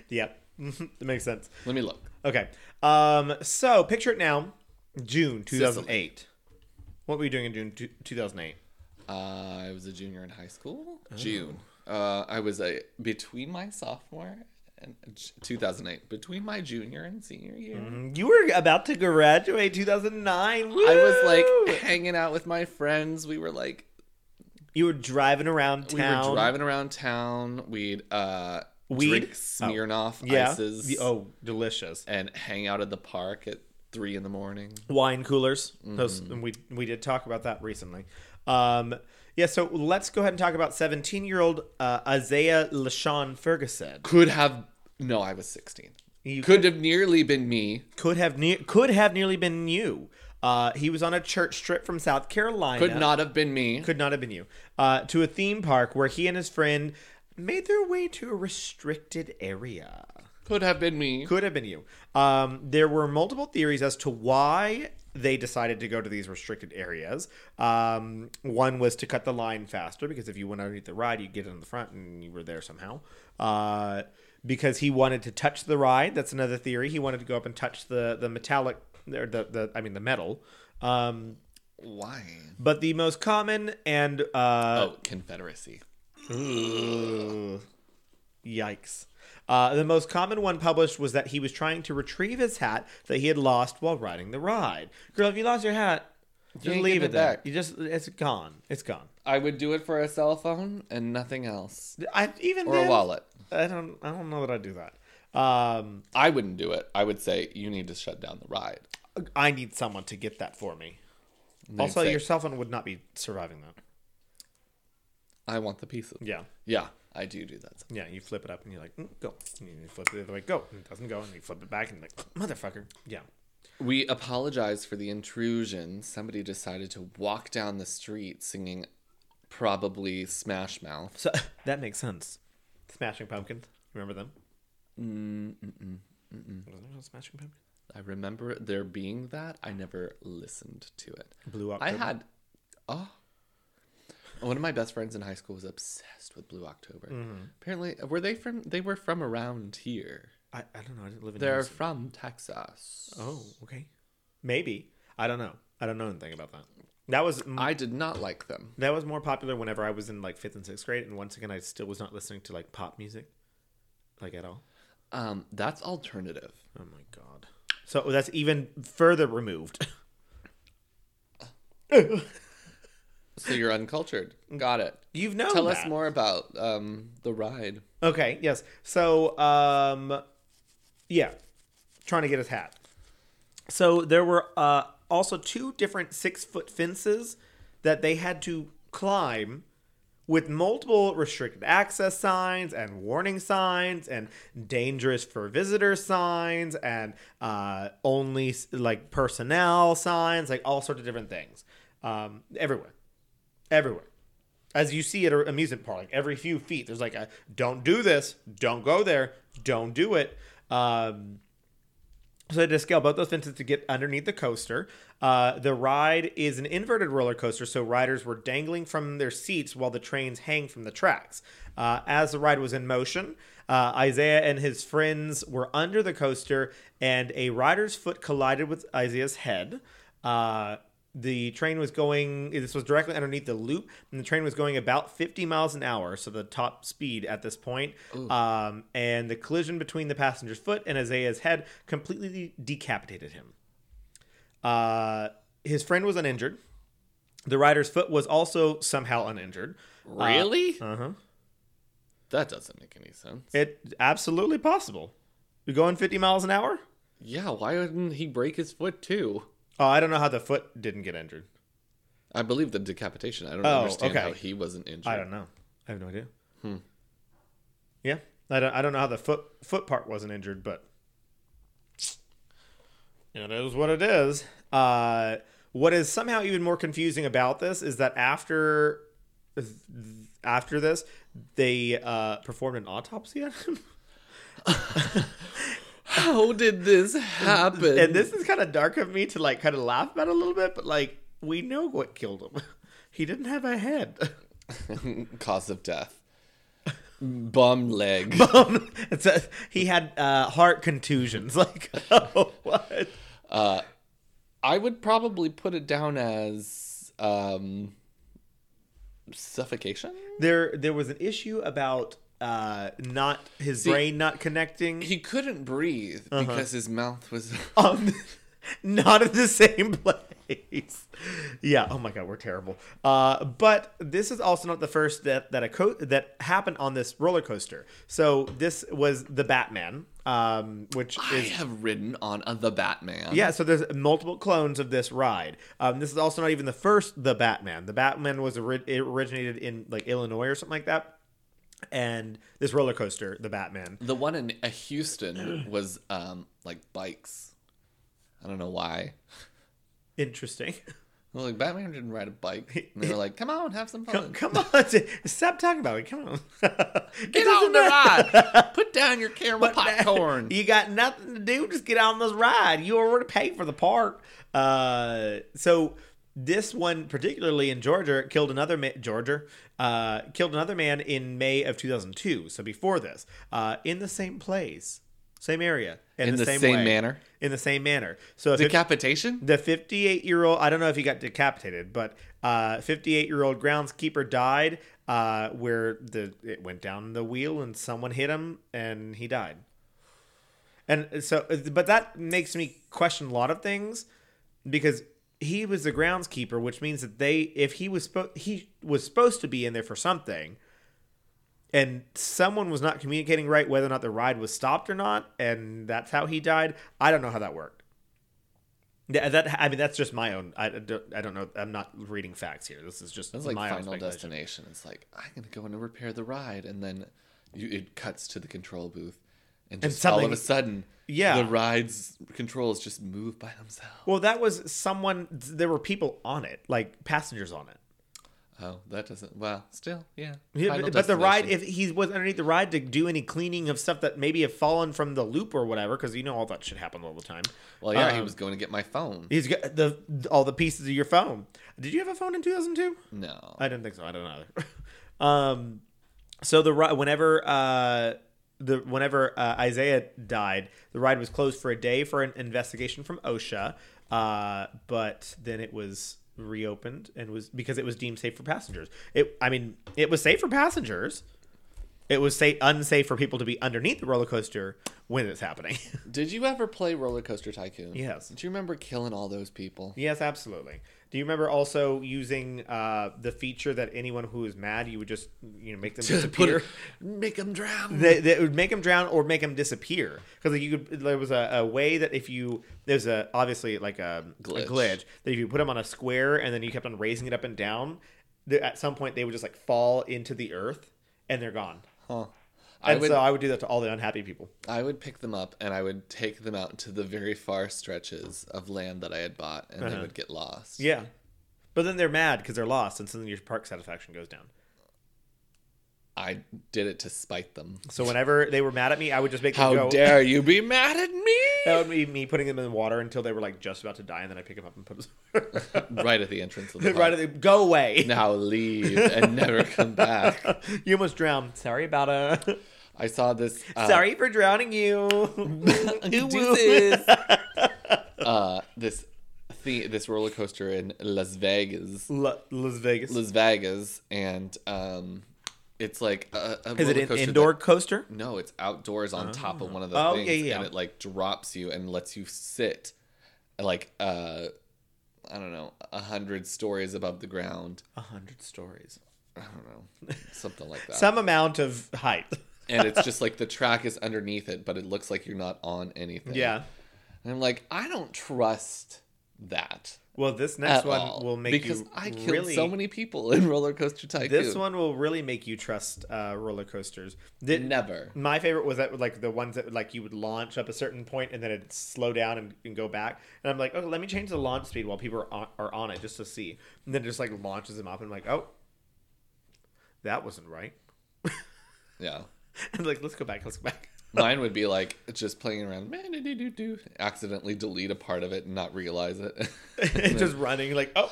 [SPEAKER 2] Yep. [LAUGHS] that makes sense.
[SPEAKER 1] Let me look.
[SPEAKER 2] Okay. Um so picture it now. June 2008. What were you doing in June two- 2008?
[SPEAKER 1] Uh, I was a junior in high school.
[SPEAKER 2] Oh.
[SPEAKER 1] June. Uh, I was a between my sophomore and 2008. Between my junior and senior year,
[SPEAKER 2] You were about to graduate 2009.
[SPEAKER 1] I was
[SPEAKER 2] Woo!
[SPEAKER 1] like hanging out with my friends. We were like
[SPEAKER 2] you were driving around
[SPEAKER 1] we were
[SPEAKER 2] town.
[SPEAKER 1] driving around town. We'd uh
[SPEAKER 2] Weed?
[SPEAKER 1] drink
[SPEAKER 2] Oh.
[SPEAKER 1] Smirnoff
[SPEAKER 2] yeah.
[SPEAKER 1] ices
[SPEAKER 2] The- oh, delicious.
[SPEAKER 1] and hang out at the park at three in the morning.
[SPEAKER 2] wine coolers. Those
[SPEAKER 1] Mm-hmm.
[SPEAKER 2] and we we did talk about that recently. Um, yeah, so let's go ahead and talk about 17 year old uh, Isaiah LaShawn Ferguson.
[SPEAKER 1] Could have no, I was sixteen.
[SPEAKER 2] You-
[SPEAKER 1] could have nearly been me.
[SPEAKER 2] Could have ne- could have nearly been you. Uh, he was on a church trip from South Carolina.
[SPEAKER 1] Could not have been me.
[SPEAKER 2] could not have been you. Uh, to a theme park where he and his friend made their way to a restricted area.
[SPEAKER 1] Could have been me.
[SPEAKER 2] Could have been you. Um, there were multiple theories as to why they decided to go to these restricted areas. Um, one was to cut the line faster because if you went underneath the ride, you'd get in the front and you were there somehow. Uh, because he wanted to touch the ride. That's another theory. He wanted to go up and touch the the metallic, or the, the I mean the metal. Um,
[SPEAKER 1] Why?
[SPEAKER 2] but the most common and uh,
[SPEAKER 1] Oh, Confederacy.
[SPEAKER 2] Ugh. Yikes. Uh, the most common one published was that he was trying to retrieve his hat that he had lost while riding the ride. Girl, if you lost your hat, just
[SPEAKER 1] ain't
[SPEAKER 2] leave
[SPEAKER 1] getting
[SPEAKER 2] it
[SPEAKER 1] it
[SPEAKER 2] there.
[SPEAKER 1] back.
[SPEAKER 2] You just it's gone. It's gone.
[SPEAKER 1] I would do it for a cell phone and nothing else,
[SPEAKER 2] I even
[SPEAKER 1] or a
[SPEAKER 2] then,
[SPEAKER 1] wallet.
[SPEAKER 2] I don't I don't know that I'd do that. Um,
[SPEAKER 1] I wouldn't do it. I would say you need to shut down the ride.
[SPEAKER 2] I need someone to get that for me.
[SPEAKER 1] And they'd
[SPEAKER 2] Also,
[SPEAKER 1] say,
[SPEAKER 2] your cell phone would not be surviving that.
[SPEAKER 1] I want the pieces.
[SPEAKER 2] Yeah.
[SPEAKER 1] Yeah, I do do that.
[SPEAKER 2] Yeah, you flip it up and you're like, mm, go. And you flip it the other way, go. And it doesn't go. And you flip it back and you're like, motherfucker. Yeah.
[SPEAKER 1] We apologize for the intrusion. Somebody decided to walk down the street singing probably Smash Mouth.
[SPEAKER 2] So [LAUGHS] that makes sense. Smashing Pumpkins. Remember them? on Smashing Pumpkins?
[SPEAKER 1] I remember there being that. I never listened to it.
[SPEAKER 2] Blue
[SPEAKER 1] I
[SPEAKER 2] October.
[SPEAKER 1] had, oh, one of my best friends in high school was obsessed with Blue October.
[SPEAKER 2] Mm-hmm.
[SPEAKER 1] Apparently, were they from? They were from around here.
[SPEAKER 2] I, I don't know. I didn't live in.
[SPEAKER 1] They're
[SPEAKER 2] Houston.
[SPEAKER 1] from Texas.
[SPEAKER 2] Oh, okay. Maybe. I don't know. I don't know anything about that. That was m-
[SPEAKER 1] I did not like them.
[SPEAKER 2] that was more popular whenever I was in like fifth and sixth grade, and once again, I still was not listening to like pop music, like at all.
[SPEAKER 1] Um, that's alternative.
[SPEAKER 2] Oh my god! So that's even further removed. [LAUGHS]
[SPEAKER 1] So you're uncultured. Got it.
[SPEAKER 2] You've known.
[SPEAKER 1] Tell us
[SPEAKER 2] that.
[SPEAKER 1] more about um the ride.
[SPEAKER 2] Okay. Yes. So, um, yeah, trying to get his hat. So there were uh, also two different six-foot fences that they had to climb with multiple restricted access signs and warning signs and dangerous for visitor signs and uh, only like personnel signs, like all sorts of different things, um, everywhere, everywhere as you see at an amusement park, like every few feet, there's like a "Don't do this," "Don't go there," "Don't do it." Um, so they had to scale both those fences to get underneath the coaster. Uh, the ride is an inverted roller coaster, so riders were dangling from their seats while the trains hang from the tracks. Uh, as the ride was in motion, uh, Isaiah and his friends were under the coaster, and a rider's foot collided with Isaiah's head. Uh, the train was going this was directly underneath the loop and the train was going about 50 miles an hour so the top speed at this point um, and the collision between the passenger's foot and isaiah's head completely decapitated him uh, his friend was uninjured the rider's foot was also somehow uninjured
[SPEAKER 1] Really?
[SPEAKER 2] uh-huh
[SPEAKER 1] that doesn't make any sense.
[SPEAKER 2] it absolutely possible you going 50 miles an hour
[SPEAKER 1] Yeah, why wouldn't he break his foot too?
[SPEAKER 2] oh i don't know how the foot didn't get injured
[SPEAKER 1] I believe the decapitation. I don't
[SPEAKER 2] Oh,
[SPEAKER 1] understand how
[SPEAKER 2] okay.
[SPEAKER 1] he wasn't injured.
[SPEAKER 2] I don't know. I have no idea. Yeah, I don't. I don't know how the foot foot part wasn't injured, but it is what it is. Uh, what is somehow even more confusing about this is that after after this, they uh, performed an autopsy on him. [LAUGHS]
[SPEAKER 1] How did this happen?
[SPEAKER 2] and this is kind of dark of me to like kind of laugh about a little bit, but like we know what killed him. [LAUGHS] He didn't have a head. [LAUGHS]
[SPEAKER 1] [LAUGHS] cause of death. Bum leg.
[SPEAKER 2] Um, [LAUGHS] it's a, he had uh, heart contusions. [LAUGHS] Like, oh, what?
[SPEAKER 1] I would probably put it down as um suffocation.
[SPEAKER 2] There, there was an issue about uh, not his brain not connecting.
[SPEAKER 1] He couldn't breathe
[SPEAKER 2] Uh-huh.
[SPEAKER 1] because his mouth was
[SPEAKER 2] um, [LAUGHS] not in the same [LAUGHS] place. Yeah. Oh my God, we're terrible. Uh, but this is also not the first that that a co- that happened on this roller coaster. So this was the Batman, um, which
[SPEAKER 1] I
[SPEAKER 2] is
[SPEAKER 1] have ridden on a, the Batman.
[SPEAKER 2] Yeah, so there's multiple clones of this ride. Um, this is also not even the first The Batman. The Batman was ori- it originated in like Illinois or something like that, and this roller coaster, The Batman.
[SPEAKER 1] The one in uh,
[SPEAKER 2] [CLEARS THROAT]
[SPEAKER 1] Houston was um like bikes. I don't know why.
[SPEAKER 2] Interesting. [LAUGHS]
[SPEAKER 1] Well, like Batman didn't ride a bike. [LAUGHS] And they were like, "Come on, have some fun.
[SPEAKER 2] [LAUGHS] Come on, t- stop talking about it. Come on, [LAUGHS]
[SPEAKER 1] Get on the ride. Put down your caramel
[SPEAKER 2] [LAUGHS]
[SPEAKER 1] popcorn."
[SPEAKER 2] You got nothing to do. Just get on this ride. You already paid for the park. Uh, so this one particularly in Georgia killed another ma- Georgia uh, killed another man in May of 2002. So before this, uh, in the same place, same area, and
[SPEAKER 1] In the same
[SPEAKER 2] way.
[SPEAKER 1] manner?
[SPEAKER 2] in the same manner. So if it-
[SPEAKER 1] Decapitation?
[SPEAKER 2] the 58 year old, I don't know if he got decapitated, but uh, 58 year old groundskeeper died uh, where the it went down the wheel and someone hit him and he died. And so, but that makes me question a lot of things because he was the groundskeeper, which means that they, if he was spo- he was supposed to be in there for something, and someone was not communicating right whether or not the ride was stopped or not, and that's how he died. I don't know how that worked. Yeah, that I mean that's just my own. I don't, I don't know. I'm not reading facts here. This is just
[SPEAKER 1] It's like
[SPEAKER 2] my own
[SPEAKER 1] Final
[SPEAKER 2] speculation.
[SPEAKER 1] Destination. It's like I'm gonna go in and repair the ride, and then you, it cuts to the control booth, and just all of a
[SPEAKER 2] suddenly-
[SPEAKER 1] sudden,
[SPEAKER 2] Yeah.
[SPEAKER 1] the ride's controls just move by themselves.
[SPEAKER 2] Well, that was someone. There were people on it, like passengers on it.
[SPEAKER 1] Oh, that doesn't. Well, still, yeah.
[SPEAKER 2] Yeah,
[SPEAKER 1] Final
[SPEAKER 2] but, but the ride,
[SPEAKER 1] Destination.
[SPEAKER 2] if he was underneath the ride to do any cleaning of stuff that maybe have fallen from the loop or whatever, because you know all that shit happens all the time.
[SPEAKER 1] well, yeah, he
[SPEAKER 2] um,
[SPEAKER 1] was going to get my phone.
[SPEAKER 2] He's got the all the pieces of your phone. Did you have a phone in 2002?
[SPEAKER 1] No,
[SPEAKER 2] I didn't think so. I don't know. Either. [LAUGHS] um, so the ri- whenever uh, the whenever uh, Isaiah died, the ride was closed for a day for an investigation from OSHA, uh, but then it was reopened and was because it was deemed safe for passengers. It, I mean, it was safe for passengers. It was safe, unsafe for people to be underneath the roller coaster when it's happening. [LAUGHS]
[SPEAKER 1] did you ever play Roller Coaster Tycoon?
[SPEAKER 2] Yes.
[SPEAKER 1] Do you remember killing all those people?
[SPEAKER 2] Yes, absolutely. Do you remember also using uh, the feature that anyone who is mad, you would [LAUGHS] just you know make
[SPEAKER 1] [LAUGHS]
[SPEAKER 2] them disappear?
[SPEAKER 1] make them drown.
[SPEAKER 2] They, they would make them drown or make them disappear because like you could. There was a, a way that if you there's a obviously like um, a glitch.
[SPEAKER 1] Glitch.
[SPEAKER 2] a glitch that if you put them on a square and then you kept on raising it up and down, that at some point they would just like fall into the earth and they're gone.
[SPEAKER 1] Huh. I
[SPEAKER 2] And
[SPEAKER 1] would
[SPEAKER 2] so I would do that to all the unhappy people.
[SPEAKER 1] I would pick them up and I would take them out to the very far stretches of land that I had bought and they would get lost.
[SPEAKER 2] Uh-huh. Yeah, but then they're mad because they're lost, and so then your park satisfaction goes down.
[SPEAKER 1] I did it to spite them.
[SPEAKER 2] So whenever they were mad at me, I would just make them
[SPEAKER 1] How
[SPEAKER 2] go.
[SPEAKER 1] dare you be mad at
[SPEAKER 2] [LAUGHS] That
[SPEAKER 1] me?
[SPEAKER 2] would be me putting them in the water until they were like just about to die, and then I pick them up and put
[SPEAKER 1] [LAUGHS]
[SPEAKER 2] them [LAUGHS]
[SPEAKER 1] right at the entrance of the
[SPEAKER 2] right.
[SPEAKER 1] right
[SPEAKER 2] at the- Go away!
[SPEAKER 1] now leave and never come back.
[SPEAKER 2] [LAUGHS] you almost drowned. Sorry about uh
[SPEAKER 1] I saw this uh,
[SPEAKER 2] [LAUGHS] Sorry for drowning [LAUGHS] you. Ooh, woo.
[SPEAKER 1] Deuces. [LAUGHS] uh this the this roller coaster in Las Vegas.
[SPEAKER 2] La- Las Vegas.
[SPEAKER 1] Las Vegas and um it's like a, a
[SPEAKER 2] Is it
[SPEAKER 1] roller coaster
[SPEAKER 2] an
[SPEAKER 1] that-
[SPEAKER 2] indoor coaster?
[SPEAKER 1] No, it's outdoors on top of one of the
[SPEAKER 2] Oh,
[SPEAKER 1] things,
[SPEAKER 2] yeah, yeah.
[SPEAKER 1] and it like drops you and lets you sit, like uh, I don't know, a hundred stories above the ground.
[SPEAKER 2] A hundred stories.
[SPEAKER 1] I don't know,
[SPEAKER 2] [LAUGHS]
[SPEAKER 1] something like that.
[SPEAKER 2] Some amount of [LAUGHS] height.
[SPEAKER 1] and it's just like the track is underneath it, but it looks like you're not on anything.
[SPEAKER 2] Yeah.
[SPEAKER 1] and I'm like, I don't trust that
[SPEAKER 2] Well, this next
[SPEAKER 1] at
[SPEAKER 2] one
[SPEAKER 1] all,
[SPEAKER 2] will make
[SPEAKER 1] because
[SPEAKER 2] you
[SPEAKER 1] I killed
[SPEAKER 2] really.
[SPEAKER 1] so many people in [LAUGHS] Roller Coaster Tycoon.
[SPEAKER 2] this one will really make you trust uh, roller coasters. Did,
[SPEAKER 1] never.
[SPEAKER 2] My favorite was that like the ones that like you would launch up a certain point and then it'd slow down and, and go back. And I'm like, oh, let me change the launch speed while people are on, are on it just to see. And then it just like launches them up. And I'm like, oh, that wasn't right. [LAUGHS]
[SPEAKER 1] Yeah.
[SPEAKER 2] And like, let's go back. Let's go back. [LAUGHS]
[SPEAKER 1] Mine would be like just playing around, man, do do do, accidentally delete a part of it and not realize it. [LAUGHS]
[SPEAKER 2] and just running like, [LAUGHS] oh.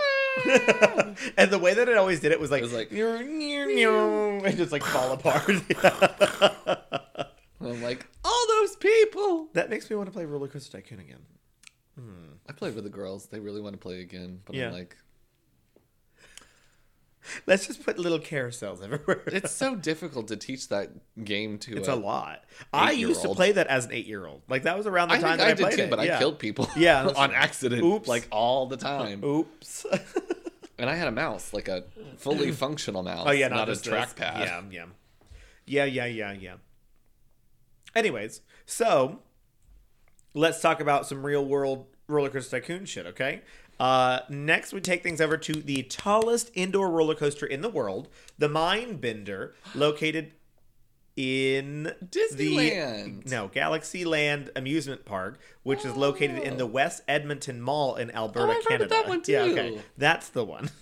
[SPEAKER 2] and the way that it always did it was like,
[SPEAKER 1] was like,
[SPEAKER 2] "Nyear, [LAUGHS] nyear, nyear," and just like fall apart. [LAUGHS]
[SPEAKER 1] And I'm like, all those people.
[SPEAKER 2] that makes me want to play Roller Coaster Tycoon again.
[SPEAKER 1] I played with the girls. They really want to play again, but
[SPEAKER 2] Yeah.
[SPEAKER 1] I'm like,
[SPEAKER 2] Let's just put little carousels everywhere.
[SPEAKER 1] it's so [LAUGHS] difficult to teach that game to.
[SPEAKER 2] It's a lot. I used to
[SPEAKER 1] eight-year-old.
[SPEAKER 2] play that as an eight-year-old. Like that was around the
[SPEAKER 1] I
[SPEAKER 2] time
[SPEAKER 1] think
[SPEAKER 2] that I,
[SPEAKER 1] I, did
[SPEAKER 2] played
[SPEAKER 1] too,
[SPEAKER 2] it.
[SPEAKER 1] but
[SPEAKER 2] yeah.
[SPEAKER 1] I killed people.
[SPEAKER 2] [LAUGHS]
[SPEAKER 1] [LAUGHS]
[SPEAKER 2] Yeah, that's
[SPEAKER 1] on
[SPEAKER 2] right.
[SPEAKER 1] accident.
[SPEAKER 2] Oops.
[SPEAKER 1] like all the time.
[SPEAKER 2] Oops. [LAUGHS]
[SPEAKER 1] And I had a mouse, like a fully
[SPEAKER 2] [CLEARS THROAT]
[SPEAKER 1] functional mouse.
[SPEAKER 2] oh yeah,
[SPEAKER 1] not,
[SPEAKER 2] not,
[SPEAKER 1] a
[SPEAKER 2] just this.
[SPEAKER 1] trackpad.
[SPEAKER 2] Yeah, yeah, yeah, yeah, yeah, yeah. Anyways, so let's talk about some real-world roller coaster tycoon shit. Okay. Uh, next, we take things over to the tallest indoor roller coaster in the world, the Mind Bender, located in the-
[SPEAKER 1] Disneyland.
[SPEAKER 2] no, Galaxy Land Amusement Park, which is located in the West Edmonton Mall in Alberta,
[SPEAKER 1] Oh. I've heard
[SPEAKER 2] Canada.
[SPEAKER 1] of that one,
[SPEAKER 2] Yeah,
[SPEAKER 1] too.
[SPEAKER 2] okay, that's the one. [LAUGHS]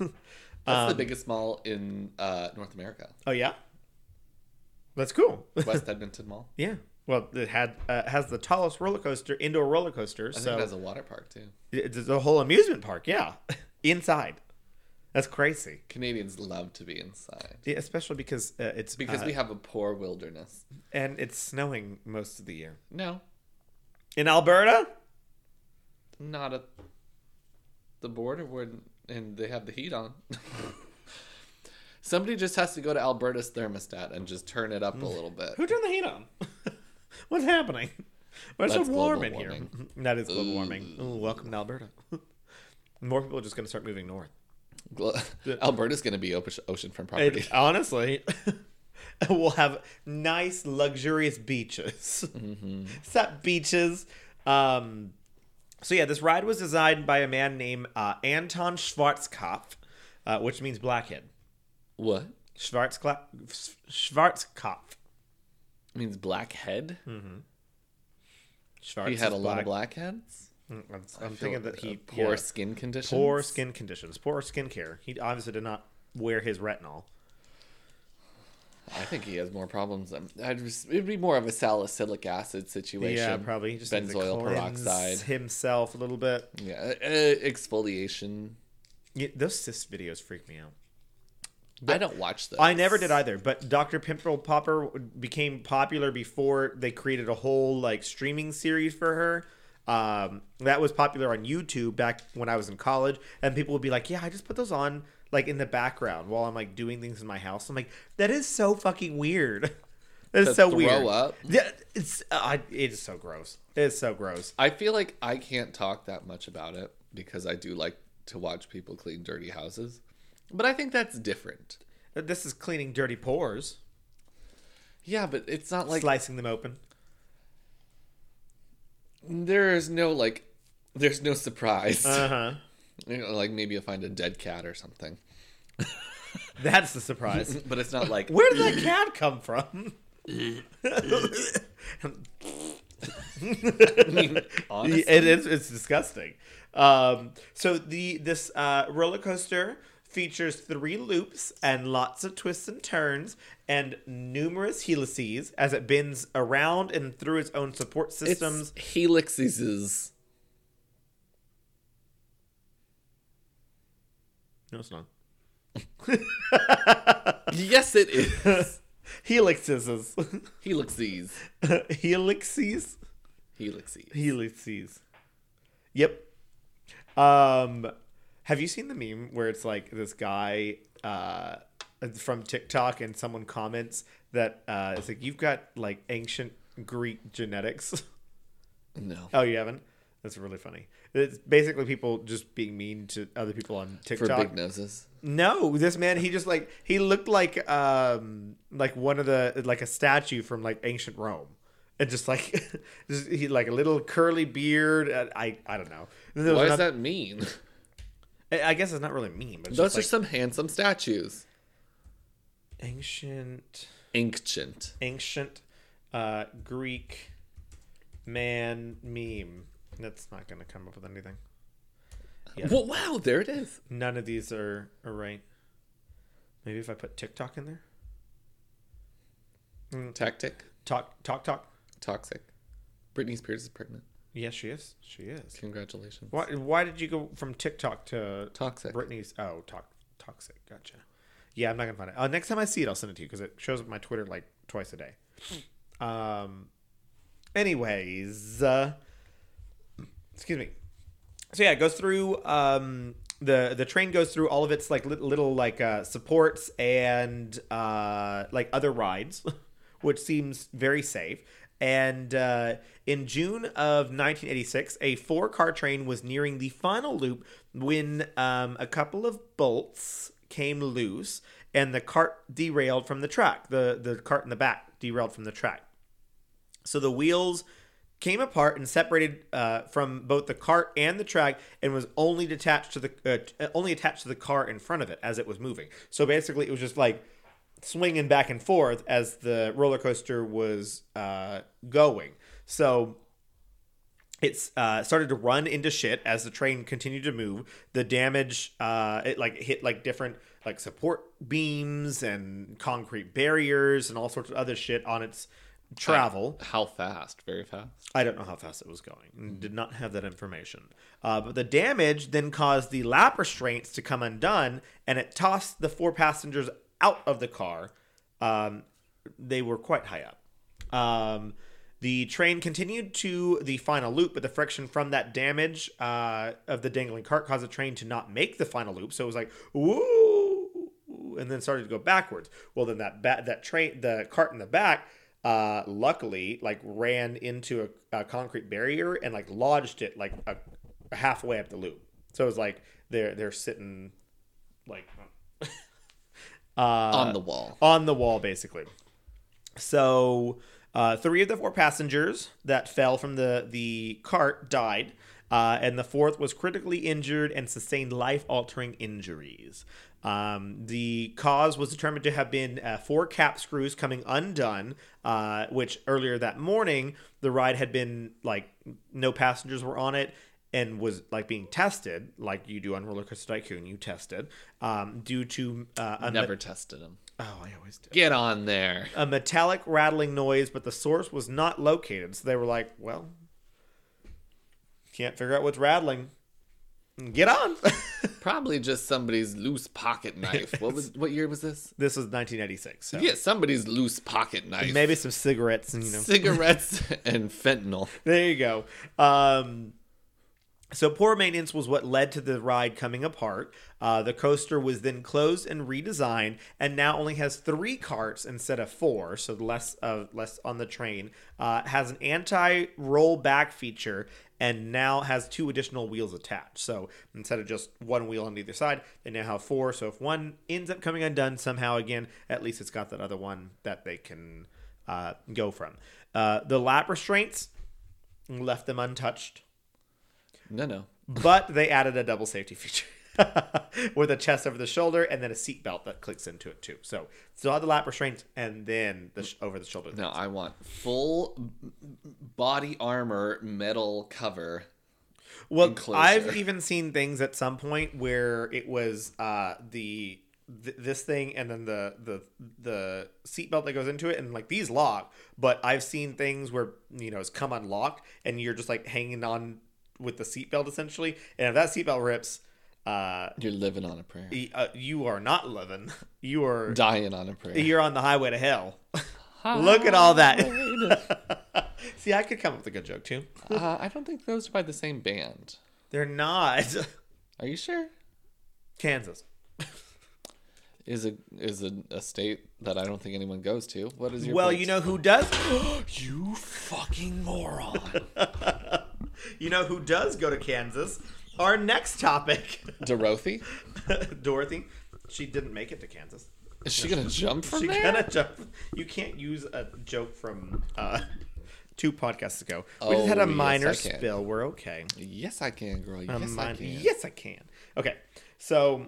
[SPEAKER 1] That's
[SPEAKER 2] Um,
[SPEAKER 1] the biggest mall in uh, North America,
[SPEAKER 2] oh yeah, that's cool.
[SPEAKER 1] [LAUGHS] West Edmonton Mall.
[SPEAKER 2] yeah. Well, it had uh, has the tallest roller coaster, indoor roller coaster.
[SPEAKER 1] I think
[SPEAKER 2] so
[SPEAKER 1] it has a water park too.
[SPEAKER 2] it's it's a whole amusement park. Yeah, [LAUGHS] inside. That's crazy,
[SPEAKER 1] Canadians love to be inside
[SPEAKER 2] yeah, especially because uh, it's
[SPEAKER 1] because
[SPEAKER 2] uh,
[SPEAKER 1] we have a poor wilderness.
[SPEAKER 2] and it's snowing most of the year
[SPEAKER 1] No,
[SPEAKER 2] in Alberta.
[SPEAKER 1] not at the border when and they have the heat on. [LAUGHS] Somebody just has to go to Alberta's thermostat and just turn it up a little bit.
[SPEAKER 2] Mm. Who turned the heat on? [LAUGHS] What's happening? Why is it
[SPEAKER 1] That's
[SPEAKER 2] so warm
[SPEAKER 1] global
[SPEAKER 2] in here?
[SPEAKER 1] warming.
[SPEAKER 2] [LAUGHS] That is global warming. Ooh, welcome to Alberta. [LAUGHS] More people are just going to start moving north.
[SPEAKER 1] [LAUGHS] Glo- [LAUGHS] Alberta's going to be ocean oceanfront property. [LAUGHS]
[SPEAKER 2] It- honestly, [LAUGHS] we'll have nice, luxurious beaches.
[SPEAKER 1] Mm-hmm.
[SPEAKER 2] Sup, beaches. Um, so, yeah, this ride was designed by a man named uh, Anton Schwarzkopf, uh, which means blackhead.
[SPEAKER 1] what
[SPEAKER 2] Schwarzkopf. Schwarzkopf.
[SPEAKER 1] it means blackhead?
[SPEAKER 2] Schwarz
[SPEAKER 1] He had
[SPEAKER 2] is
[SPEAKER 1] a lot
[SPEAKER 2] Hmm. black.
[SPEAKER 1] of blackheads.
[SPEAKER 2] Mm, I'm, I'm thinking that he
[SPEAKER 1] poor
[SPEAKER 2] yeah.
[SPEAKER 1] skin conditions.
[SPEAKER 2] poor skin conditions, poor skincare. He obviously did not wear his retinol.
[SPEAKER 1] I think he has more problems than I'd, res- it'd be more of a salicylic acid situation.
[SPEAKER 2] Yeah, probably. He Just needs to
[SPEAKER 1] benzoyl
[SPEAKER 2] cleanse [LAUGHS]
[SPEAKER 1] peroxide.
[SPEAKER 2] himself a little bit.
[SPEAKER 1] Yeah, uh, exfoliation.
[SPEAKER 2] Yeah, those cyst videos freak me out.
[SPEAKER 1] I don't watch those.
[SPEAKER 2] I never did either, but Dr. Pimple Popper became popular before they created a whole like streaming series for her. Um, that was popular on YouTube back when I was in college, and people would be like, "Yeah, I just put those on like in the background while I'm like doing things in my house." I'm like, "That is so fucking weird. [LAUGHS] That is
[SPEAKER 1] To
[SPEAKER 2] so
[SPEAKER 1] throw
[SPEAKER 2] weird."
[SPEAKER 1] up?
[SPEAKER 2] Yeah, it's uh, it is so gross. It's so gross.
[SPEAKER 1] I feel like I can't talk that much about it because I do like to watch people clean dirty houses. But I think that's different.
[SPEAKER 2] This is cleaning dirty pores,
[SPEAKER 1] Yeah, but it's not like
[SPEAKER 2] slicing them open.
[SPEAKER 1] there is no like there's no surprise.
[SPEAKER 2] Uh huh.
[SPEAKER 1] [LAUGHS] You know, like maybe you'll find a dead cat or
[SPEAKER 2] [LAUGHS]
[SPEAKER 1] something.
[SPEAKER 2] That's the surprise.
[SPEAKER 1] But it's not like
[SPEAKER 2] Where did that cat come from? [LAUGHS]
[SPEAKER 1] [LAUGHS] honestly.
[SPEAKER 2] It is. It's disgusting. Um, so the this uh, roller coaster features three loops and lots of twists and turns and numerous helices as it bends around and through its own support
[SPEAKER 1] It's
[SPEAKER 2] systems.
[SPEAKER 1] helixes.
[SPEAKER 2] No, it's not.
[SPEAKER 1] Yes, it is.
[SPEAKER 2] [LAUGHS] Helixes.
[SPEAKER 1] helixes.
[SPEAKER 2] Helixes.
[SPEAKER 1] Helixes.
[SPEAKER 2] Helixes. Yep. Um, have you seen the meme where it's like this guy uh, from TikTok and someone comments that uh, it's like you've got like ancient Greek genetics? [LAUGHS]
[SPEAKER 1] No.
[SPEAKER 2] oh, you haven't? That's really funny. It's basically people just being mean to other people on
[SPEAKER 1] For
[SPEAKER 2] TikTok.
[SPEAKER 1] big noses.
[SPEAKER 2] No, this man he just like he looked like um like one of the like a statue from like ancient Rome. And just like [LAUGHS] just, he like a little curly beard. uh, I I don't know. And there was
[SPEAKER 1] Why does
[SPEAKER 2] another-
[SPEAKER 1] that mean?
[SPEAKER 2] I I guess it's not really mean, but
[SPEAKER 1] [LAUGHS]
[SPEAKER 2] it's
[SPEAKER 1] Those
[SPEAKER 2] just
[SPEAKER 1] are
[SPEAKER 2] like
[SPEAKER 1] some handsome statues.
[SPEAKER 2] ancient
[SPEAKER 1] Ancient.
[SPEAKER 2] ancient uh Greek man meme. That's not gonna come up with anything. Yeah.
[SPEAKER 1] Well, wow, there it is.
[SPEAKER 2] None of these are, are right. Maybe if I put TikTok in there? Hmm.
[SPEAKER 1] Tactic.
[SPEAKER 2] Talk talk talk.
[SPEAKER 1] Toxic. Britney Spears is pregnant.
[SPEAKER 2] Yes, she is. She is.
[SPEAKER 1] Congratulations.
[SPEAKER 2] Why, why did you go from TikTok to
[SPEAKER 1] Toxic.
[SPEAKER 2] Britney's? Oh, to- toxic. Gotcha. Yeah, I'm not gonna find it. Uh, next time I see it, I'll send it to you because it shows up my Twitter like twice a day. Um. Anyways, uh, excuse me. So yeah, it goes through. Um, the the train goes through all of its like little, little like uh, supports and uh, like other rides, [LAUGHS] which seems very safe. And uh, in June of 1986, a four car train was nearing the final loop when um, a couple of bolts came loose and the cart derailed from the track. The the cart in the back derailed from the track. So the wheels came apart and separated uh, from both the cart and the track, and was only detached to the uh, t- uh, only attached to the car in front of it as it was moving. So basically, it was just like swinging back and forth as the roller coaster was uh, going. So it's uh, started to run into shit as the train continued to move. The damage, uh, it like hit like different like support beams and concrete barriers and all sorts of other shit on its travel.
[SPEAKER 1] How fast? Very fast.
[SPEAKER 2] I don't know how fast it was going. and Did not have that information. Uh, but the damage then caused the lap restraints to come undone, and it tossed the four passengers out of the car. Um, they were quite high up. Um, the train continued to the final loop, but the friction from that damage uh, of the dangling cart caused the train to not make the final loop. So it was like, woo, and then started to go backwards. Well, then that ba- that train, the cart in the back, uh, luckily like ran into a, a concrete barrier and like lodged it like a, halfway up the loop. So it was like they're they're sitting like Uh,
[SPEAKER 1] On the wall.
[SPEAKER 2] on the wall basically so uh, three of the four passengers that fell from the the cart died uh, and the fourth was critically injured and sustained life altering injuries um, the cause was determined to have been uh, four cap screws coming undone uh, which earlier that morning the ride had been like no passengers were on it and was like being tested, like you do on Roller Coaster Tycoon, you tested um, due to uh, a me-
[SPEAKER 1] Never tested him.
[SPEAKER 2] oh, I always do
[SPEAKER 1] Get on there.
[SPEAKER 2] a metallic rattling noise, but the source was not located. So they were like, well, can't figure out what's rattling. Get on. [LAUGHS]
[SPEAKER 1] Probably just somebody's loose pocket knife. What was what year was this?
[SPEAKER 2] this was 1986. So
[SPEAKER 1] Yeah, somebody's loose pocket knife.
[SPEAKER 2] Maybe some cigarettes and, you know.
[SPEAKER 1] cigarettes [LAUGHS] and fentanyl.
[SPEAKER 2] There you go. Um, so poor maintenance was what led to the ride coming apart. Uh, the coaster was then closed and redesigned, and now only has three carts instead of four, so less uh, less on the train. Uh, has an anti-roll back feature, and now has two additional wheels attached. So instead of just one wheel on either side, they now have four. So if one ends up coming undone somehow again, at least it's got that other one that they can uh, go from. Uh, the lap restraints left them untouched,
[SPEAKER 1] No, no.
[SPEAKER 2] but they added a double safety feature [LAUGHS] with a chest over the shoulder and then a seat belt that clicks into it too. So still had the lap restraints and then the sh- over the shoulder.
[SPEAKER 1] No, I want full b- body armor metal cover.
[SPEAKER 2] well,
[SPEAKER 1] enclosure.
[SPEAKER 2] I've even seen things at some point where it was uh, the th- this thing and then the the the seat belt that goes into it and like these lock. But I've seen things where you know it's come unlocked and you're just like hanging on with the seat belt essentially. And if that seat belt rips. Uh,
[SPEAKER 1] You're living on a prayer.
[SPEAKER 2] Y- uh, you are not living. [LAUGHS] You are
[SPEAKER 1] Dying on a prayer.
[SPEAKER 2] you're on the highway to hell.
[SPEAKER 1] Oh,
[SPEAKER 2] [LAUGHS] Look at all that. [LAUGHS] See, I could come up with a good joke too.
[SPEAKER 1] [LAUGHS] uh, I don't think those are by the same band.
[SPEAKER 2] They're not [LAUGHS]
[SPEAKER 1] Are you sure?
[SPEAKER 2] Kansas.
[SPEAKER 1] Is a is a, a state that I don't think anyone goes to. What is your
[SPEAKER 2] Well,
[SPEAKER 1] point?
[SPEAKER 2] you know who does. [GASPS]
[SPEAKER 1] you fucking moron.
[SPEAKER 2] You know who does go to Kansas. Our next topic,
[SPEAKER 1] [LAUGHS]
[SPEAKER 2] [LAUGHS]
[SPEAKER 1] Dorothy?
[SPEAKER 2] Dorothy. She didn't make it to Kansas.
[SPEAKER 1] Is she gonna jump from
[SPEAKER 2] She
[SPEAKER 1] there?
[SPEAKER 2] kind of jumped. You can't use a joke from uh, two podcasts ago. We just had
[SPEAKER 1] Oh,
[SPEAKER 2] a
[SPEAKER 1] yes,
[SPEAKER 2] minor
[SPEAKER 1] I can.
[SPEAKER 2] spill. We're okay.
[SPEAKER 1] Yes, I can, girl. Yes,
[SPEAKER 2] Um,
[SPEAKER 1] I
[SPEAKER 2] mine-
[SPEAKER 1] can.
[SPEAKER 2] Yes, I can. Okay. So,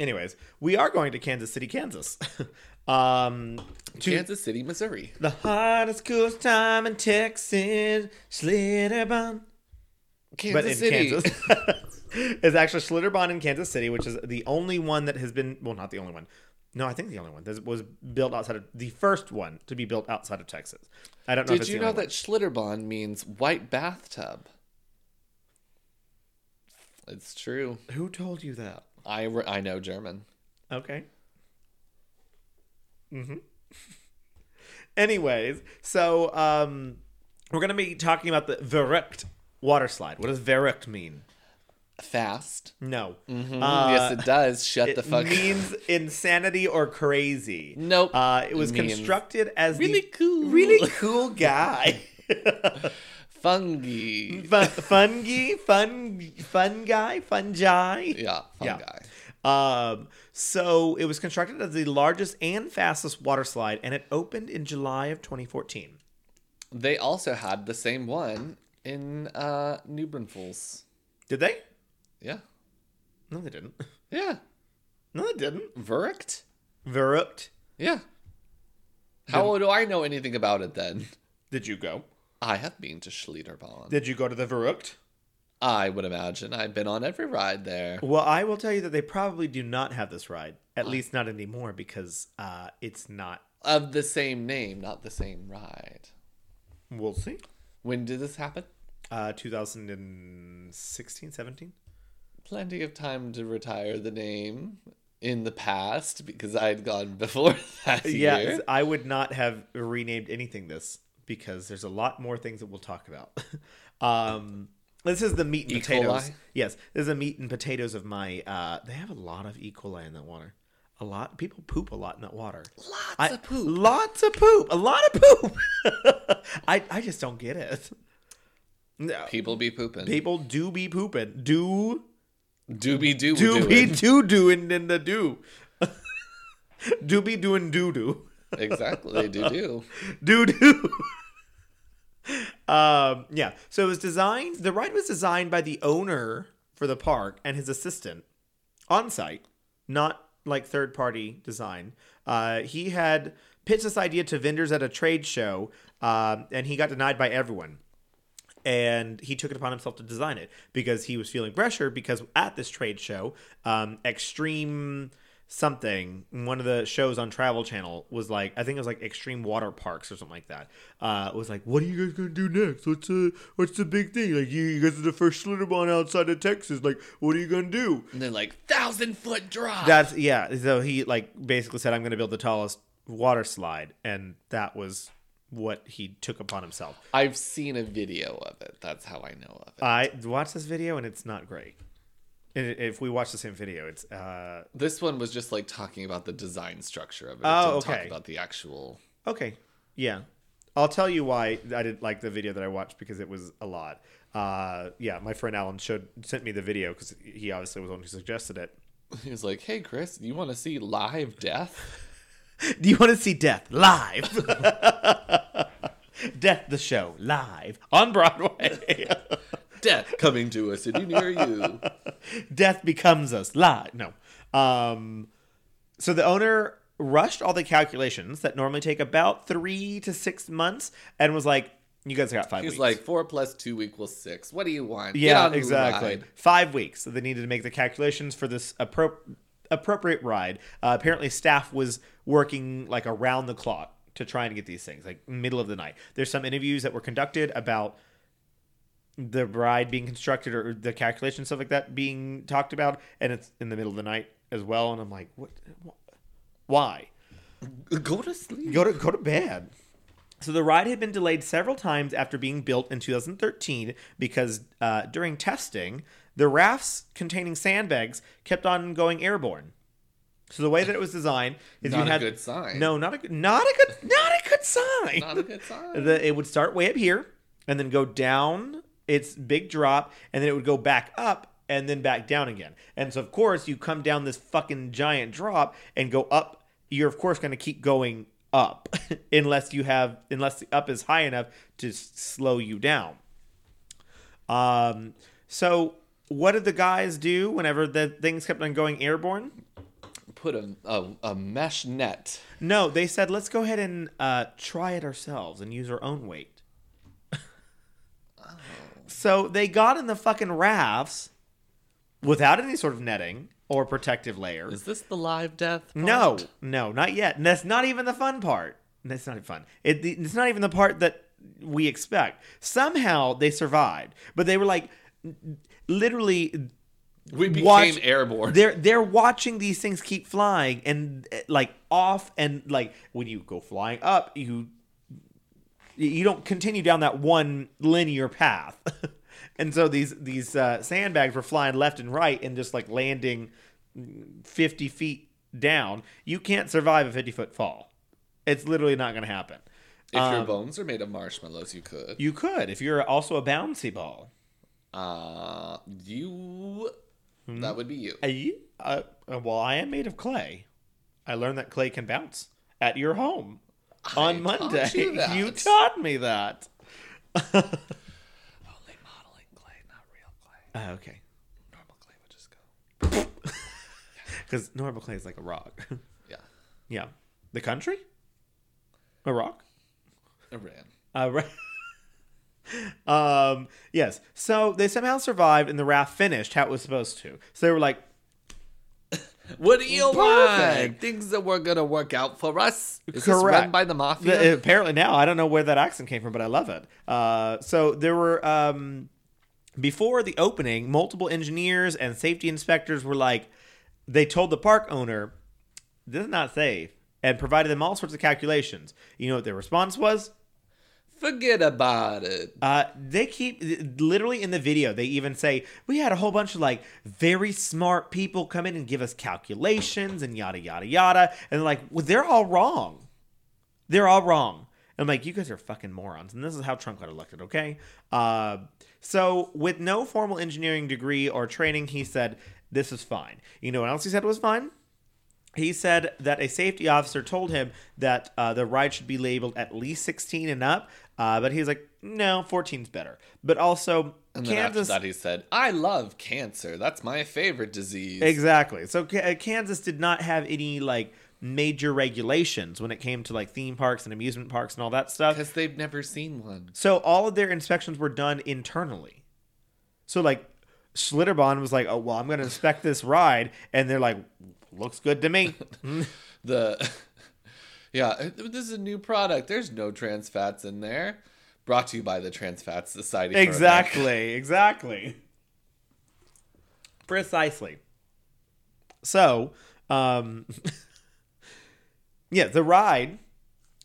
[SPEAKER 2] anyways, we are going to Kansas City, Kansas. [LAUGHS] um, to
[SPEAKER 1] Kansas City, Missouri.
[SPEAKER 2] the hottest, coolest time in Texas, Schlitterbahn.
[SPEAKER 1] Kansas
[SPEAKER 2] But in
[SPEAKER 1] City. [LAUGHS]
[SPEAKER 2] Kansas. [LAUGHS] it's actually Schlitterbahn in Kansas City, which is the only one that has been, well, not the only one. No, I think the only one that was built outside of the first one to be built outside of Texas. I don't know. if
[SPEAKER 1] Did
[SPEAKER 2] it's
[SPEAKER 1] you
[SPEAKER 2] the
[SPEAKER 1] know
[SPEAKER 2] only
[SPEAKER 1] that Schlitterbahn means white bathtub? It's true.
[SPEAKER 2] One. Who told you that?
[SPEAKER 1] I, re- I know German.
[SPEAKER 2] Okay. Mm-hmm. [LAUGHS] Anyways, so um, we're gonna be talking about the Verrückt water slide. What does Verrückt mean?
[SPEAKER 1] Fast.
[SPEAKER 2] No.
[SPEAKER 1] Mhm,
[SPEAKER 2] Uh,
[SPEAKER 1] yes, it does. Shut the
[SPEAKER 2] it
[SPEAKER 1] fuck up. [LAUGHS]
[SPEAKER 2] means insanity or crazy.
[SPEAKER 1] Nope.
[SPEAKER 2] Uh, it was
[SPEAKER 1] Means
[SPEAKER 2] constructed as the
[SPEAKER 1] really cool. [LAUGHS]
[SPEAKER 2] really cool guy. [LAUGHS]
[SPEAKER 1] fungi.
[SPEAKER 2] fun, fungi, fun, fun guy, fungi.
[SPEAKER 1] Yeah,
[SPEAKER 2] Yeah.
[SPEAKER 1] fungi.
[SPEAKER 2] Um, so it was constructed as the largest and fastest water slide, and it opened in July of 2014.
[SPEAKER 1] They also had the same one in uh, New Braunfels.
[SPEAKER 2] Did they?
[SPEAKER 1] Yeah.
[SPEAKER 2] No, they didn't. [LAUGHS]
[SPEAKER 1] Yeah.
[SPEAKER 2] No, they didn't.
[SPEAKER 1] Verrückt?
[SPEAKER 2] Verrupt.
[SPEAKER 1] Yeah. How do I know anything about it then?
[SPEAKER 2] Did you go?
[SPEAKER 1] I have been to Schlitterbahn.
[SPEAKER 2] Did you go to the Verrucht?
[SPEAKER 1] I would imagine I've been on every ride there.
[SPEAKER 2] Well, I will tell you that they probably do not have this ride, at least not anymore, because uh, it's not.
[SPEAKER 1] Of the same name, not the same ride.
[SPEAKER 2] We'll see.
[SPEAKER 1] When did this happen?
[SPEAKER 2] Uh, 2016, 17.
[SPEAKER 1] Plenty of time to retire the name in the past because I had gone [LAUGHS] before that
[SPEAKER 2] Yeah,
[SPEAKER 1] year.
[SPEAKER 2] I would not have renamed anything this because there's a lot more things that we'll talk about. [LAUGHS] um, this is the meat and potatoes.
[SPEAKER 1] coli?
[SPEAKER 2] Yes, this is the meat and potatoes of my. Uh, they have a lot of E. coli in that water. A lot. People poop a lot in that water.
[SPEAKER 1] Lots
[SPEAKER 2] I-
[SPEAKER 1] of poop.
[SPEAKER 2] Lots of poop. A lot of poop. [LAUGHS] I I just don't get it. No.
[SPEAKER 1] People be pooping.
[SPEAKER 2] People do be pooping. Do
[SPEAKER 1] Doobie doo
[SPEAKER 2] do be
[SPEAKER 1] doo.
[SPEAKER 2] do doing in the do. [LAUGHS] do be doing doo doo.
[SPEAKER 1] Exactly. Doo
[SPEAKER 2] [LAUGHS]
[SPEAKER 1] doo.
[SPEAKER 2] doo doo. [LAUGHS] um, yeah. So it was designed. The ride was designed by the owner for the park and his assistant on site, not like third party design. Uh, he had pitched this idea to vendors at a trade show, um, and he got denied by everyone. and he took it upon himself to design it because he was feeling pressure because at this trade show um extreme something one of the shows on travel channel was like i think it was like extreme water parks or something like that uh was like what are you guys gonna do next what's the what's the big thing like you, you guys are the first schlitterbahn outside of texas like what are you gonna do
[SPEAKER 1] And they're like, thousand foot drop.
[SPEAKER 2] that's yeah. So he like basically said, "I'm going to build the tallest water slide," and that was what he took upon himself.
[SPEAKER 1] I've seen a video of it. That's how I know of it.
[SPEAKER 2] I watched this video and it's not great. And i- If we watch the same video, it's uh
[SPEAKER 1] This one was just like talking about the design structure of it. It
[SPEAKER 2] Oh,
[SPEAKER 1] didn't
[SPEAKER 2] okay.
[SPEAKER 1] talk about the actual. [LAUGHS]
[SPEAKER 2] okay. Yeah, I'll tell you why I didn't like the video that I watched because it was a lot. Uh, yeah, my friend Alan showed sent me the video because he obviously was the one who suggested it. [LAUGHS]
[SPEAKER 1] He was like, "Hey, Chris, you want to see live death?"
[SPEAKER 2] Do you want to see Death live? [LAUGHS] Death the show live on Broadway. [LAUGHS]
[SPEAKER 1] death coming to a city near you.
[SPEAKER 2] death becomes us lie no um so the owner rushed all the calculations that normally take about three to six months and was like you guys got five
[SPEAKER 1] He's
[SPEAKER 2] weeks
[SPEAKER 1] like, four plus two equals six. What do you want? Get
[SPEAKER 2] yeah
[SPEAKER 1] on the
[SPEAKER 2] exactly
[SPEAKER 1] ride."
[SPEAKER 2] five weeks so they needed to make the calculations for this appro- appropriate ride uh, apparently staff was working like around the clock to try and get these things like middle of the night there's some interviews that were conducted about the ride being constructed or the calculation stuff like that being talked about and it's in the middle of the night as well and i'm like what wh- why
[SPEAKER 1] Go to sleep.
[SPEAKER 2] Go to go to bed. So the ride had been delayed several times after being built in 2013 because uh, during testing, the rafts containing sandbags kept on going airborne. So the way that it was designed is
[SPEAKER 1] Not
[SPEAKER 2] you
[SPEAKER 1] a
[SPEAKER 2] had
[SPEAKER 1] good sign.
[SPEAKER 2] No, not a good, not a good, not a good sign.
[SPEAKER 1] Not a good sign.
[SPEAKER 2] The, it would start way up here and then go down its big drop and then it would go back up and then back down again. And so, of course, you come down this fucking giant drop and go up. You're, of course, going to keep going up [LAUGHS] unless you have, unless the up is high enough to s- slow you down. Um, so, what did the guys do whenever the things kept on going airborne?
[SPEAKER 1] Put a, a a mesh net.
[SPEAKER 2] No, they said, let's go ahead and uh, try it ourselves and use our own weight.
[SPEAKER 1] Oh.
[SPEAKER 2] So they got in the fucking rafts without any sort of netting or protective layer.
[SPEAKER 1] Is this the live death?
[SPEAKER 2] No,
[SPEAKER 1] part?
[SPEAKER 2] no, not yet. And that's not even the fun part. That's not even fun. It, it's not even the part that we expect. Somehow they survived, but they were like literally
[SPEAKER 1] We became
[SPEAKER 2] Watch-
[SPEAKER 1] airborne.
[SPEAKER 2] they're they're watching these things keep flying and eh, like off and like when you go flying up you you don't continue down that one linear path [LAUGHS] and so these these uh, sandbags were flying left and right and just like landing 50 feet down you can't survive a 50 foot fall it's literally not going to happen
[SPEAKER 1] if
[SPEAKER 2] um,
[SPEAKER 1] your bones are made of marshmallows, you could.
[SPEAKER 2] you could if you're also a bouncy ball
[SPEAKER 1] Uh, you.
[SPEAKER 2] Hmm?
[SPEAKER 1] That would be you.
[SPEAKER 2] Are you- uh, uh, well, I am made of clay. I learned that clay can bounce at your home on
[SPEAKER 1] taught
[SPEAKER 2] Monday.
[SPEAKER 1] you that.
[SPEAKER 2] [LAUGHS] you taught me that.
[SPEAKER 1] Only modeling clay, not real clay.
[SPEAKER 2] Oh, okay.
[SPEAKER 1] Normal clay would just go.
[SPEAKER 2] Because normal clay is like a rock. [LAUGHS]
[SPEAKER 1] Yeah.
[SPEAKER 2] yeah. The country? A rock?
[SPEAKER 1] Iran.
[SPEAKER 2] Uh, [LAUGHS] right. um, yes. So they somehow survived and the raft finished how it was supposed to. So they were like,
[SPEAKER 1] What do you
[SPEAKER 2] Perfect.
[SPEAKER 1] want? Things that were gonna work out for us. Is This
[SPEAKER 2] Correct.
[SPEAKER 1] run by the mafia.
[SPEAKER 2] Th- apparently now I don't know where that accent came from, but I love it. Uh, so there were um, before the opening, multiple engineers and safety inspectors were like, they told the park owner, "This is not safe," and provided them all sorts of calculations. You know what their response was?
[SPEAKER 1] Forget about it.
[SPEAKER 2] Uh, they keep literally in the video. They even say we had a whole bunch of like very smart people come in and give us calculations and yada yada yada, and they're like, well, they're all wrong. They're all wrong. And I'm like, you guys are fucking morons, and this is how Trump got elected, okay? Uh, so with no formal engineering degree or training, he said this is fine. You know what else he said was fine? He said that a safety officer told him that uh, the ride should be labeled at least 16 and up, uh, but he was like, no, 14's better. But also,
[SPEAKER 1] And then
[SPEAKER 2] Kansas.
[SPEAKER 1] after that, he said, "I love cancer. That's my favorite disease."
[SPEAKER 2] Exactly. So K- uh, Kansas did not have any like major regulations when it came to like theme parks and amusement parks and all that stuff.
[SPEAKER 1] because they've never seen one.
[SPEAKER 2] So all of their inspections were done internally. So like Schlitterbahn was like, "Oh well, I'm going to inspect this ride," and they're like, "Looks good to me."
[SPEAKER 1] The [LAUGHS] yeah, it- this is a new product. There's no trans fats in there. Brought to you by the Trans Fats Society. for America.
[SPEAKER 2] exactly, exactly. Precisely. So, um, [LAUGHS] yeah, the ride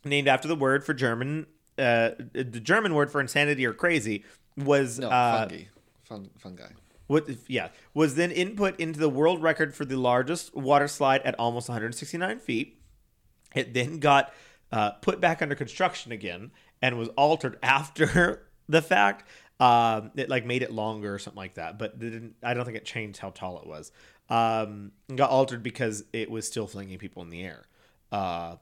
[SPEAKER 2] named after the word for German, uh, the German word for insanity or crazy was
[SPEAKER 1] No,
[SPEAKER 2] uh,
[SPEAKER 1] fungi, Fun, fungi.
[SPEAKER 2] What? Yeah, was then input into the world record for the largest water slide at almost 169 feet. It then got uh, put back under construction again and was altered [LAUGHS] after the fact. Um, it like made it longer or something like that, but they didn't. I don't think it changed how tall it was. Um, it got altered because it was still flinging people in the air. Uh,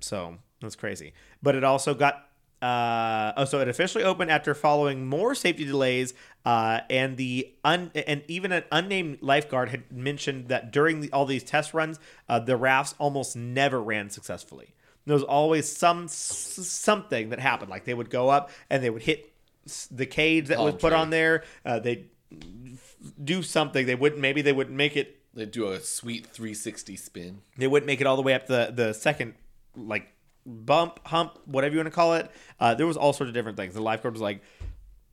[SPEAKER 2] so that's crazy. But it also got uh, oh, so it officially opened after following more safety delays, uh, and the un- and even an unnamed lifeguard had mentioned that during the, all these test runs, uh, the rafts almost never ran successfully. There was always some s- something that happened, like they would go up and they would hit s- the cage that was
[SPEAKER 1] Palm
[SPEAKER 2] put
[SPEAKER 1] tree.
[SPEAKER 2] on there. Uh, they do something. They wouldn't. Maybe they wouldn't make it
[SPEAKER 1] They do a sweet 360 spin.
[SPEAKER 2] they wouldn't make it all the way up the the second like bump hump whatever you want to call it uh, there was all sorts of different things the lifeguard was like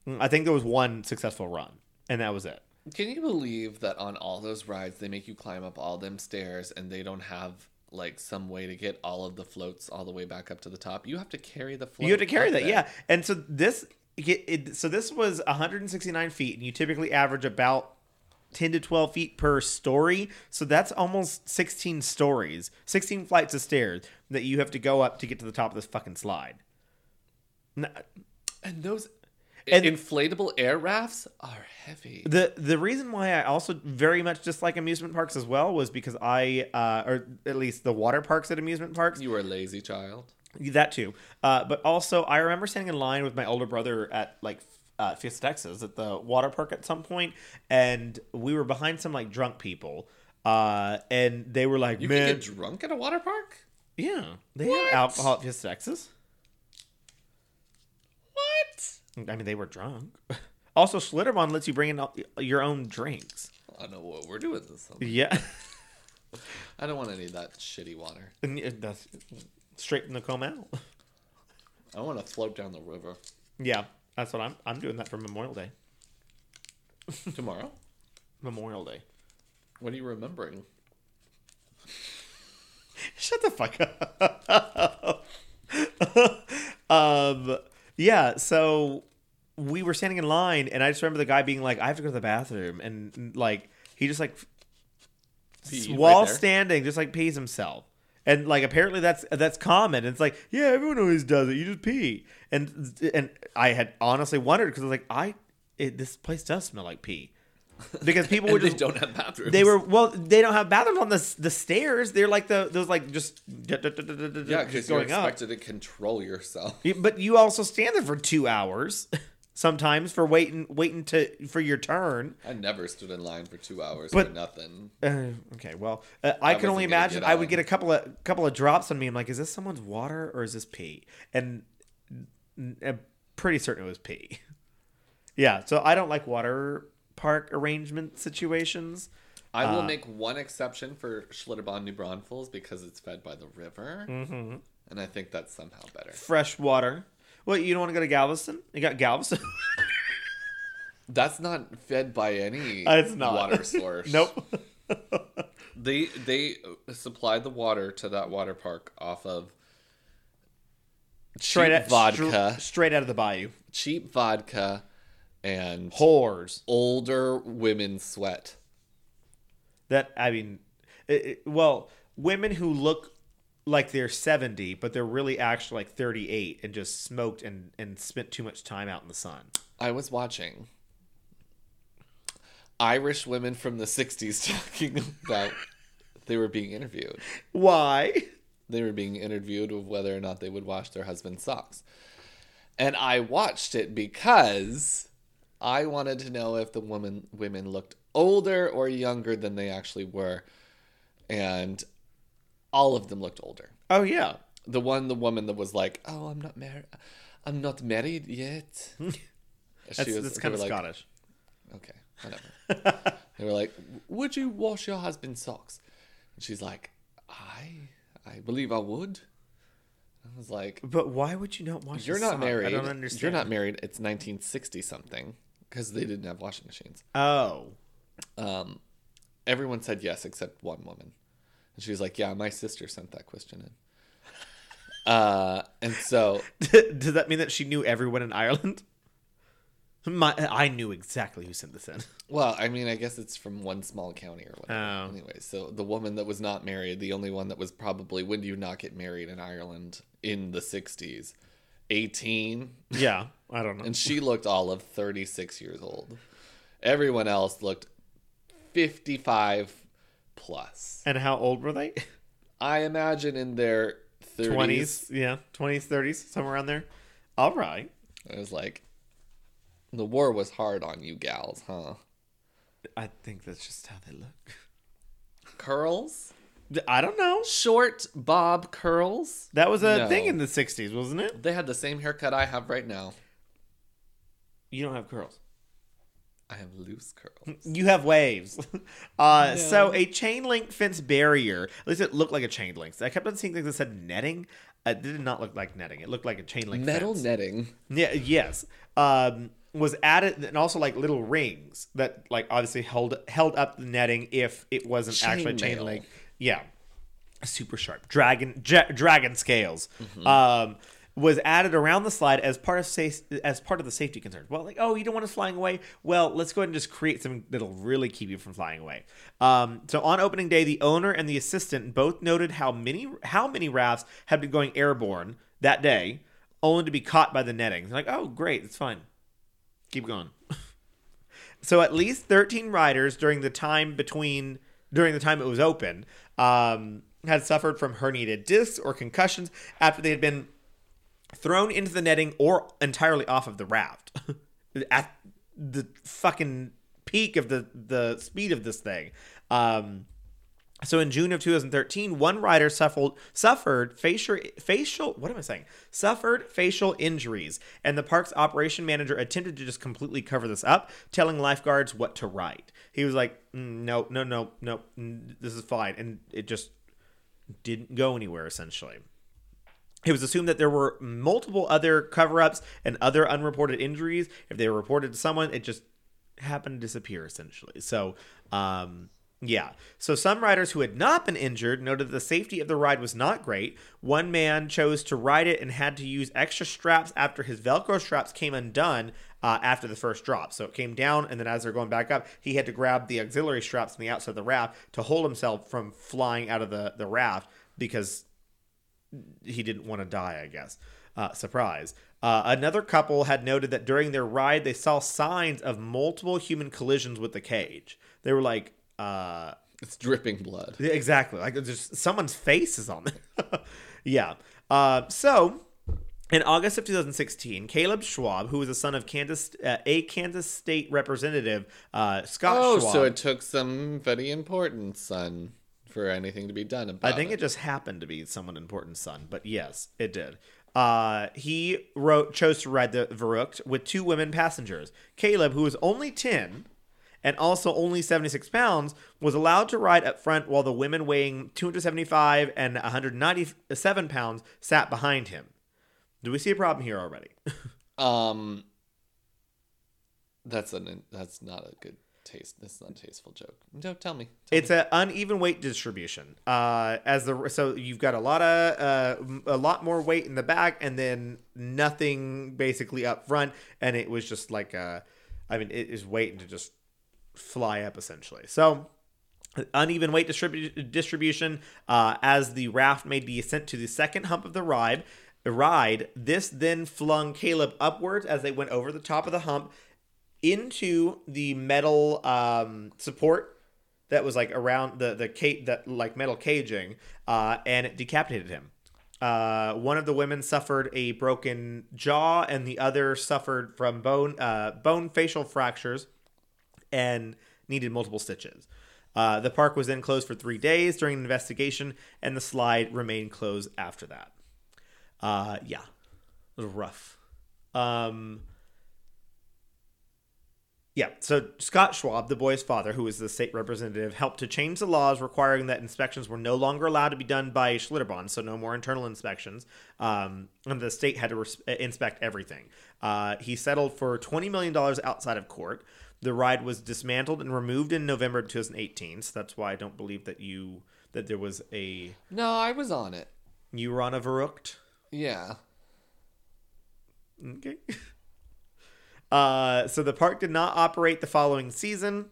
[SPEAKER 2] mm, i think there was one successful run and that was it
[SPEAKER 1] Can you believe that on all those rides they make you climb up all them stairs and they don't have like some way to get all of the floats all the way back up to the top? You have to carry the float.
[SPEAKER 2] you had to carry
[SPEAKER 1] up
[SPEAKER 2] that
[SPEAKER 1] there.
[SPEAKER 2] yeah and so this it, it- so this was 169 feet and you typically average about 10 to 12 feet per story so that's almost 16 stories 16 flights of stairs that you have to go up to get to the top of this fucking slide N-
[SPEAKER 1] And those
[SPEAKER 2] And-
[SPEAKER 1] inflatable air rafts are heavy.
[SPEAKER 2] The the reason why I also very much dislike amusement parks as well was because I uh, or at least the water parks at amusement parks
[SPEAKER 1] You were a lazy child.
[SPEAKER 2] that too. Uh, but also I remember standing in line with my older brother at like uh, Fiesta Texas at the water park at some point, and we were behind some like drunk people, uh, and they were like,
[SPEAKER 1] You
[SPEAKER 2] "Man,
[SPEAKER 1] can get drunk at a water park?
[SPEAKER 2] yeah, they
[SPEAKER 1] What?
[SPEAKER 2] have alcohol at Fiesta Texas."
[SPEAKER 1] What?
[SPEAKER 2] I mean, they were drunk. [LAUGHS] Also, Schlitterbahn lets you bring in all- your own drinks.
[SPEAKER 1] I don't know what we're doing this summer.
[SPEAKER 2] Yeah. [LAUGHS]
[SPEAKER 1] I don't want any of that shitty water.
[SPEAKER 2] And it- that's straight from the Comal.
[SPEAKER 1] I want to float down the river
[SPEAKER 2] Yeah, that's what I'm. I'm doing that for Memorial Day.
[SPEAKER 1] tomorrow.
[SPEAKER 2] Memorial Day.
[SPEAKER 1] What are you remembering?
[SPEAKER 2] [LAUGHS] Shut the fuck up. [LAUGHS] um. Yeah. So we were standing in line, and I just remember the guy being like, "I have to go to the bathroom," and like he just like
[SPEAKER 1] Pee right
[SPEAKER 2] while
[SPEAKER 1] there.
[SPEAKER 2] standing, just like pees himself. And like apparently that's that's common. It's like yeah, everyone always does it. You just pee. And and I had honestly wondered because I was like, I it, this place does smell
[SPEAKER 1] [LAUGHS]
[SPEAKER 2] like pee because people
[SPEAKER 1] And
[SPEAKER 2] would
[SPEAKER 1] they
[SPEAKER 2] just
[SPEAKER 1] don't have bathrooms.
[SPEAKER 2] They were well. They don't have bathrooms on the s- the stairs. They're like the those like just d- d- d- d- d- d-
[SPEAKER 1] yeah,
[SPEAKER 2] just
[SPEAKER 1] because you're expected to control yourself. [LAUGHS]
[SPEAKER 2] Yeah, But you also stand there for two hours [LAUGHS] sometimes for waiting waiting to for your turn. [SIGHS]
[SPEAKER 1] I never stood in line for two hours
[SPEAKER 2] But-
[SPEAKER 1] for nothing.
[SPEAKER 2] Uh, okay, well, uh, I, can
[SPEAKER 1] wasn't
[SPEAKER 2] only
[SPEAKER 1] gonna
[SPEAKER 2] imagine.
[SPEAKER 1] get
[SPEAKER 2] I would
[SPEAKER 1] on.
[SPEAKER 2] get a couple of couple of drops on me. I'm like, is this someone's water or is this pee? And n- I'm pretty certain it was pee. [LAUGHS] Yeah, so I don't like water park arrangement situations.
[SPEAKER 1] I
[SPEAKER 2] Uh,
[SPEAKER 1] will make one exception for Schlitterbahn New Braunfels because it's fed by the river, mm-hmm. and I think that's somehow better.
[SPEAKER 2] Fresh water. Well, you don't want to go to Galveston? You got Galveston. [LAUGHS]
[SPEAKER 1] That's not fed by any
[SPEAKER 2] Uh, It's not. [LAUGHS]
[SPEAKER 1] water source.
[SPEAKER 2] nope.
[SPEAKER 1] They they supply the water to that water park off of
[SPEAKER 2] Straight
[SPEAKER 1] cheap
[SPEAKER 2] out
[SPEAKER 1] vodka,
[SPEAKER 2] str- straight out of the bayou.
[SPEAKER 1] cheap vodka, and
[SPEAKER 2] Whores.
[SPEAKER 1] older women sweat.
[SPEAKER 2] That I mean, it, it- well, women who look like they're 70 but they're really actually like 38 and just smoked and and spent too much time out in the sun.
[SPEAKER 1] I was watching Irish women from the 60s [LAUGHS] talking about they were being interviewed.
[SPEAKER 2] Why?
[SPEAKER 1] They were being interviewed of whether or not they would wash their husband's socks. And I watched it because I wanted to know if the woman women looked older or younger than they actually were. And all of them looked older.
[SPEAKER 2] Oh yeah.
[SPEAKER 1] The one, the woman that was like, "Oh, I'm not married. I'm not married yet."
[SPEAKER 2] Hmm. That's, that's
[SPEAKER 1] they
[SPEAKER 2] kind of
[SPEAKER 1] were like,
[SPEAKER 2] Scottish.
[SPEAKER 1] Okay, whatever. [LAUGHS] they were like, "Would you wash your husband's socks?" And she's like, "I, I believe I would." I was like,
[SPEAKER 2] But why would you not wash?
[SPEAKER 1] "You're
[SPEAKER 2] the
[SPEAKER 1] not
[SPEAKER 2] sock?
[SPEAKER 1] married.
[SPEAKER 2] I don't understand.
[SPEAKER 1] You're not married. It's 1960 something because they didn't have washing machines."
[SPEAKER 2] Oh. [LAUGHS]
[SPEAKER 1] Um, everyone said yes except one woman, and she was like, "Yeah, my sister sent that question in." [LAUGHS] Uh, and so
[SPEAKER 2] Does that mean that she knew everyone in Ireland? [LAUGHS] My, I knew exactly who sent this in. [LAUGHS]
[SPEAKER 1] Well, I mean, I guess it's from one small county or whatever.
[SPEAKER 2] Oh.
[SPEAKER 1] Anyway, so the woman that was not married, the only one that was probably when do you not get married in Ireland in the 60s? 18.
[SPEAKER 2] Yeah, I don't know.
[SPEAKER 1] And
[SPEAKER 2] [LAUGHS]
[SPEAKER 1] she looked all of 36 years old. Everyone else looked 55 plus.
[SPEAKER 2] And how old were they?
[SPEAKER 1] I imagine in their 30s.
[SPEAKER 2] Twenties, yeah, twenties, thirties, somewhere around there. All right.
[SPEAKER 1] It was like, the war was hard on you gals, huh?
[SPEAKER 2] I think that's just how they look.
[SPEAKER 1] Curls?
[SPEAKER 2] I don't know.
[SPEAKER 1] Short bob curls?
[SPEAKER 2] That was a
[SPEAKER 1] No.
[SPEAKER 2] thing in the '60s, wasn't it?
[SPEAKER 1] They had the same haircut I have right now.
[SPEAKER 2] You don't have curls.
[SPEAKER 1] I have loose
[SPEAKER 2] [LAUGHS]
[SPEAKER 1] curls.
[SPEAKER 2] You have waves. Uh, So a chain link fence barrier. At least it looked like a chain link. I kept on seeing things that said netting. Uh, It did not look like netting. It looked like a chain link.
[SPEAKER 1] Metal
[SPEAKER 2] Fence.
[SPEAKER 1] netting.
[SPEAKER 2] Yeah. Yes. Um, was added and also like little rings that like obviously held held up the netting if it wasn't actually a chain
[SPEAKER 1] Chainmail.
[SPEAKER 2] link. Yeah. Super sharp dragon ja dragon scales. Um, was added around the slide as part of safe, as part of the safety concerns. Well, like oh, you don't want us flying away. Well, let's go ahead and just create something that'll really keep you from flying away. Um, so on opening day, the owner and the assistant both noted how many how many rafts had been going airborne that day, only to be caught by the netting. They're like, oh, great, it's fine. Keep going. So at least 13 riders during the time between during the time it was open um, had suffered from herniated discs or concussions after they had been thrown into the netting or entirely off of the raft [LAUGHS] at the fucking peak of the the speed of this thing. Um, so in June of 2013, one rider suffered suffered facial facial what am I saying? Suffered facial injuries, and the park's operation manager attempted to just completely cover this up, telling lifeguards what to write. He was like, "Mm, "No, no, no, no, mm, this is fine," and it just didn't go anywhere. Essentially, it was assumed that there were multiple other cover ups and other unreported injuries. If they were reported to someone, it just happened to disappear essentially. So, um, yeah. So some riders who had not been injured noted that the safety of the ride was not great. One man chose to ride it and had to use extra straps after his Velcro straps came undone uh, after the first drop. So it came down, and then as they're going back up, he had to grab the auxiliary straps on the outside of the raft to hold himself from flying out of the, the raft because he didn't want to die, I guess. Uh, surprise. Uh, another couple had noted that during their ride, they saw signs of multiple human collisions with the cage. They were like, uh,
[SPEAKER 1] It's dripping blood.
[SPEAKER 2] yeah, Exactly. Like there's someone's face is on there. [LAUGHS] yeah. Uh, so in August of 2016, Caleb Schwab, who was the son of Kansas, uh, a Kansas state representative, uh, Scott
[SPEAKER 1] Oh,
[SPEAKER 2] Schwab.
[SPEAKER 1] so it took somebody important, son, for anything to be done about
[SPEAKER 2] I think it just happened to be someone important, son. But yes, it did. Uh, he wrote chose to ride the Verrucht with two women passengers. Caleb, who was only ten and also only 76 pounds, was allowed to ride up front while the women weighing 275 and 197 pounds sat behind him. Do we see a problem here already?
[SPEAKER 1] Um, that's an that's not a good taste. That's not a tasteful joke. No, tell me. Tell
[SPEAKER 2] It's an uneven weight distribution. Uh, as the so you've got a lot of uh, m- a lot more weight in the back, and then nothing basically up front. And it was just like uh, I mean, it is waiting to just fly up essentially. So uneven weight distribu- distribution uh, as the raft made the ascent to the second hump of the ride ride this then flung caleb upwards as they went over the top of the hump into the metal um, support that was like around the the ca- that like metal caging uh, and it decapitated him uh, one of the women suffered a broken jaw and the other suffered from bone uh, bone facial fractures and needed multiple stitches. Uh, the park was then closed for three days during an investigation, and the slide remained closed after that. Uh, yeah, it was rough. Um, yeah, so Scott Schwab, the boy's father, who was the state representative, helped to change the laws requiring that inspections were no longer allowed to be done by Schlitterbahn, so no more internal inspections. Um, and the state had to res- uh, inspect everything. Uh, he settled for $20 million outside of court. The ride was dismantled and removed in November 2018, so that's why I don't believe that you that there was a
[SPEAKER 1] No, I was on it.
[SPEAKER 2] you were on a verrucht.
[SPEAKER 1] Yeah.
[SPEAKER 2] Okay. [LAUGHS] Uh, so the park did not operate the following season,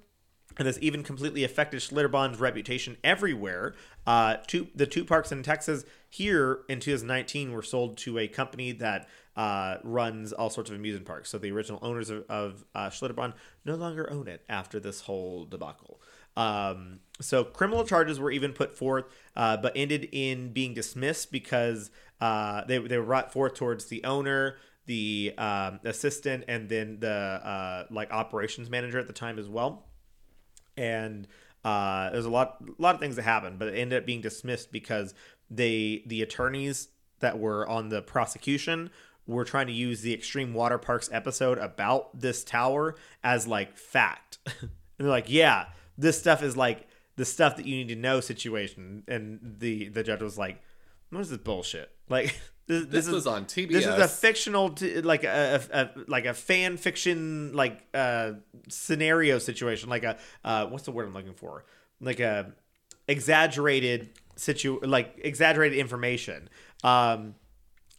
[SPEAKER 2] and this even completely affected Schlitterbahn's reputation everywhere. Uh, two, the two parks in Texas here in 2019 were sold to a company that uh, runs all sorts of amusement parks. So the original owners of, of uh, Schlitterbahn no longer own it after this whole debacle. Um, so criminal charges were even put forth, uh, but ended in being dismissed because uh, they, they were brought forth towards the owner, the um, assistant, and then the uh, like operations manager at the time as well. And uh, there's a lot a lot of things that happened, but it ended up being dismissed because they the attorneys that were on the prosecution were trying to use the extreme water parks episode about this tower as like fact. [LAUGHS] and they're like, yeah, this stuff is like the stuff that you need to know situation. And the the judge was like, what is this bullshit? Like [LAUGHS] this,
[SPEAKER 1] This,
[SPEAKER 2] this is
[SPEAKER 1] was on TBS.
[SPEAKER 2] this is a fictional t- like a, a, a like a fan fiction like uh scenario situation like a uh what's the word i'm looking for like a exaggerated situ like exaggerated information um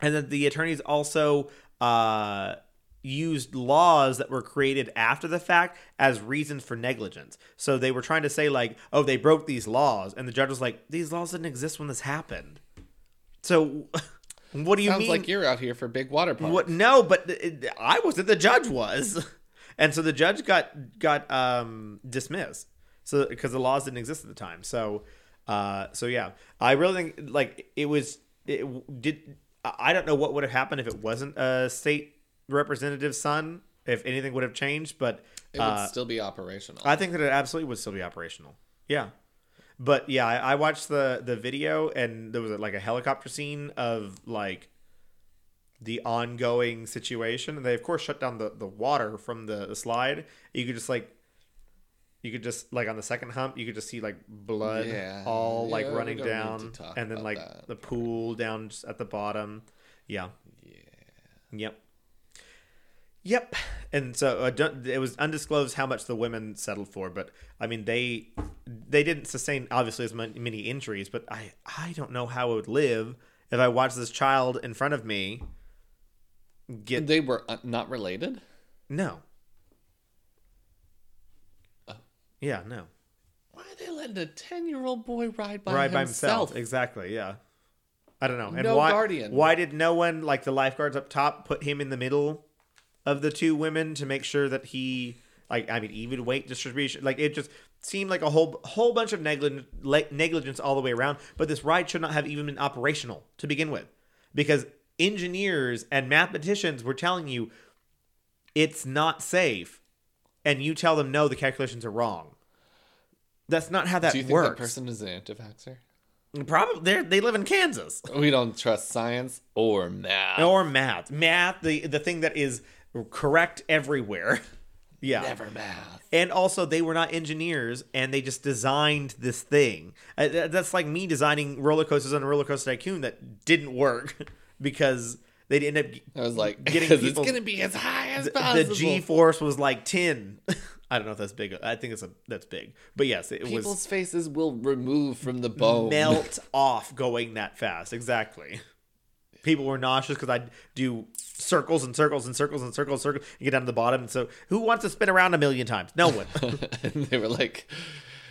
[SPEAKER 2] and then the attorneys also uh used laws that were created after the fact as reasons for negligence so they were trying to say like oh they broke these laws and the judge was like these laws didn't exist when this happened so [LAUGHS] what do you
[SPEAKER 1] Sounds
[SPEAKER 2] mean
[SPEAKER 1] like you're out here for big water park.
[SPEAKER 2] what? No, but it, I wasn't. The judge was, [LAUGHS] and so the judge got got um, dismissed. So because the laws didn't exist at the time. So, uh, so yeah, I really think like it was. It did. I I don't know what would have happened if it wasn't a state representative's son. If anything would have changed, but uh,
[SPEAKER 1] It would still be operational.
[SPEAKER 2] I think that it absolutely would still be operational. Yeah. But yeah, I, I watched the the video and there was like a helicopter scene of like the ongoing situation and they of course shut down the, the water from the, the slide. You could just like you could just like on the second hump, you could just see like blood
[SPEAKER 1] Yeah.
[SPEAKER 2] all like
[SPEAKER 1] Yeah, we
[SPEAKER 2] running
[SPEAKER 1] don't need
[SPEAKER 2] down
[SPEAKER 1] to talk
[SPEAKER 2] and then
[SPEAKER 1] about
[SPEAKER 2] like
[SPEAKER 1] that
[SPEAKER 2] the pool down just at the bottom. Yeah. Yep. Yep. And so uh, don't- it was undisclosed how much the women settled for, but I mean they they didn't sustain obviously as mon- many injuries, but I I don't know how I would live if I watched this child in front of me get
[SPEAKER 1] they were uh, not related.
[SPEAKER 2] no.
[SPEAKER 1] Oh.
[SPEAKER 2] Yeah, no.
[SPEAKER 1] Why are they letting a ten-year-old boy ride by
[SPEAKER 2] right by
[SPEAKER 1] himself?
[SPEAKER 2] himself. Exactly. Yeah. I don't know. And
[SPEAKER 1] No
[SPEAKER 2] why,
[SPEAKER 1] guardian.
[SPEAKER 2] Why did no one, like the lifeguards up top, put him in the middle of the two women to make sure that he, like, I mean, even weight distribution, like it just seemed like a whole whole bunch of neglig- le- negligence all the way around. But this ride should not have even been operational to begin with, because engineers and mathematicians were telling you it's not safe, and you tell them no, the calculations are wrong. That's not how that
[SPEAKER 1] Do you think
[SPEAKER 2] works.
[SPEAKER 1] that person is an anti-vaxxer?
[SPEAKER 2] Probably they they live in Kansas
[SPEAKER 1] We don't trust science or math.
[SPEAKER 2] or math. Math the the thing that is correct everywhere. [LAUGHS] yeah.
[SPEAKER 1] Never math.
[SPEAKER 2] And also they were not engineers and they just designed this thing. Uh, th- That's like me designing roller coasters on a roller coaster tycoon that didn't work [LAUGHS] because they'd end up
[SPEAKER 1] I was like, [LAUGHS]
[SPEAKER 2] Getting
[SPEAKER 1] because it's
[SPEAKER 2] people-
[SPEAKER 1] gonna be as high as
[SPEAKER 2] the
[SPEAKER 1] possible.
[SPEAKER 2] G force was like 10. [LAUGHS] I don't know if that's big. I think it's a that's big. But yes, it
[SPEAKER 1] People's
[SPEAKER 2] was
[SPEAKER 1] faces will remove from the bone.
[SPEAKER 2] melt [LAUGHS] off going that fast. Exactly. People were nauseous because I'd do circles and circles and circles and circles, circles, and get down to the bottom. And so, who wants to spin around a million times? No one.
[SPEAKER 1] [LAUGHS] and they were like,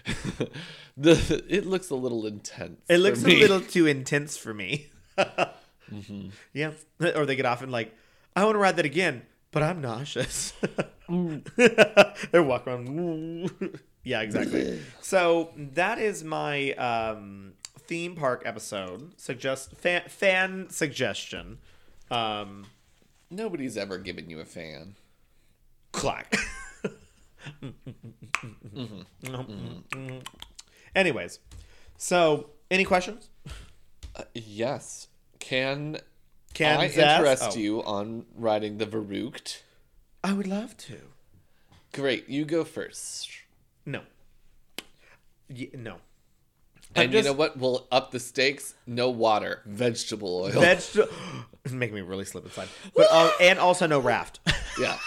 [SPEAKER 1] [LAUGHS] the, it looks a little intense.
[SPEAKER 2] It
[SPEAKER 1] for
[SPEAKER 2] looks a
[SPEAKER 1] me. [LAUGHS] Mm-hmm.
[SPEAKER 2] little too intense for me. Yeah. Or they get off and like, I want to ride that again, but I'm nauseous.
[SPEAKER 1] Mm.
[SPEAKER 2] [LAUGHS] They're walking around. [LAUGHS] yeah, exactly. so that is my um, theme park episode. Suggest fan, fan suggestion. Um,
[SPEAKER 1] Nobody's ever given you a fan.
[SPEAKER 2] clack.
[SPEAKER 1] Mm-hmm.
[SPEAKER 2] [LAUGHS] Anyways, so any questions?
[SPEAKER 1] Yes. Can
[SPEAKER 2] Can
[SPEAKER 1] I
[SPEAKER 2] Zaz-
[SPEAKER 1] interest
[SPEAKER 2] oh.
[SPEAKER 1] you on riding the Verrucht?
[SPEAKER 2] I would love to.
[SPEAKER 1] Great, you go first.
[SPEAKER 2] No. Ye- no. I'm
[SPEAKER 1] And
[SPEAKER 2] just-
[SPEAKER 1] you know what? We'll up the stakes. No water, vegetable oil.
[SPEAKER 2] [GASPS] Vegetable. making me really slip and slide. But uh, and also no raft. [LAUGHS]
[SPEAKER 1] yeah.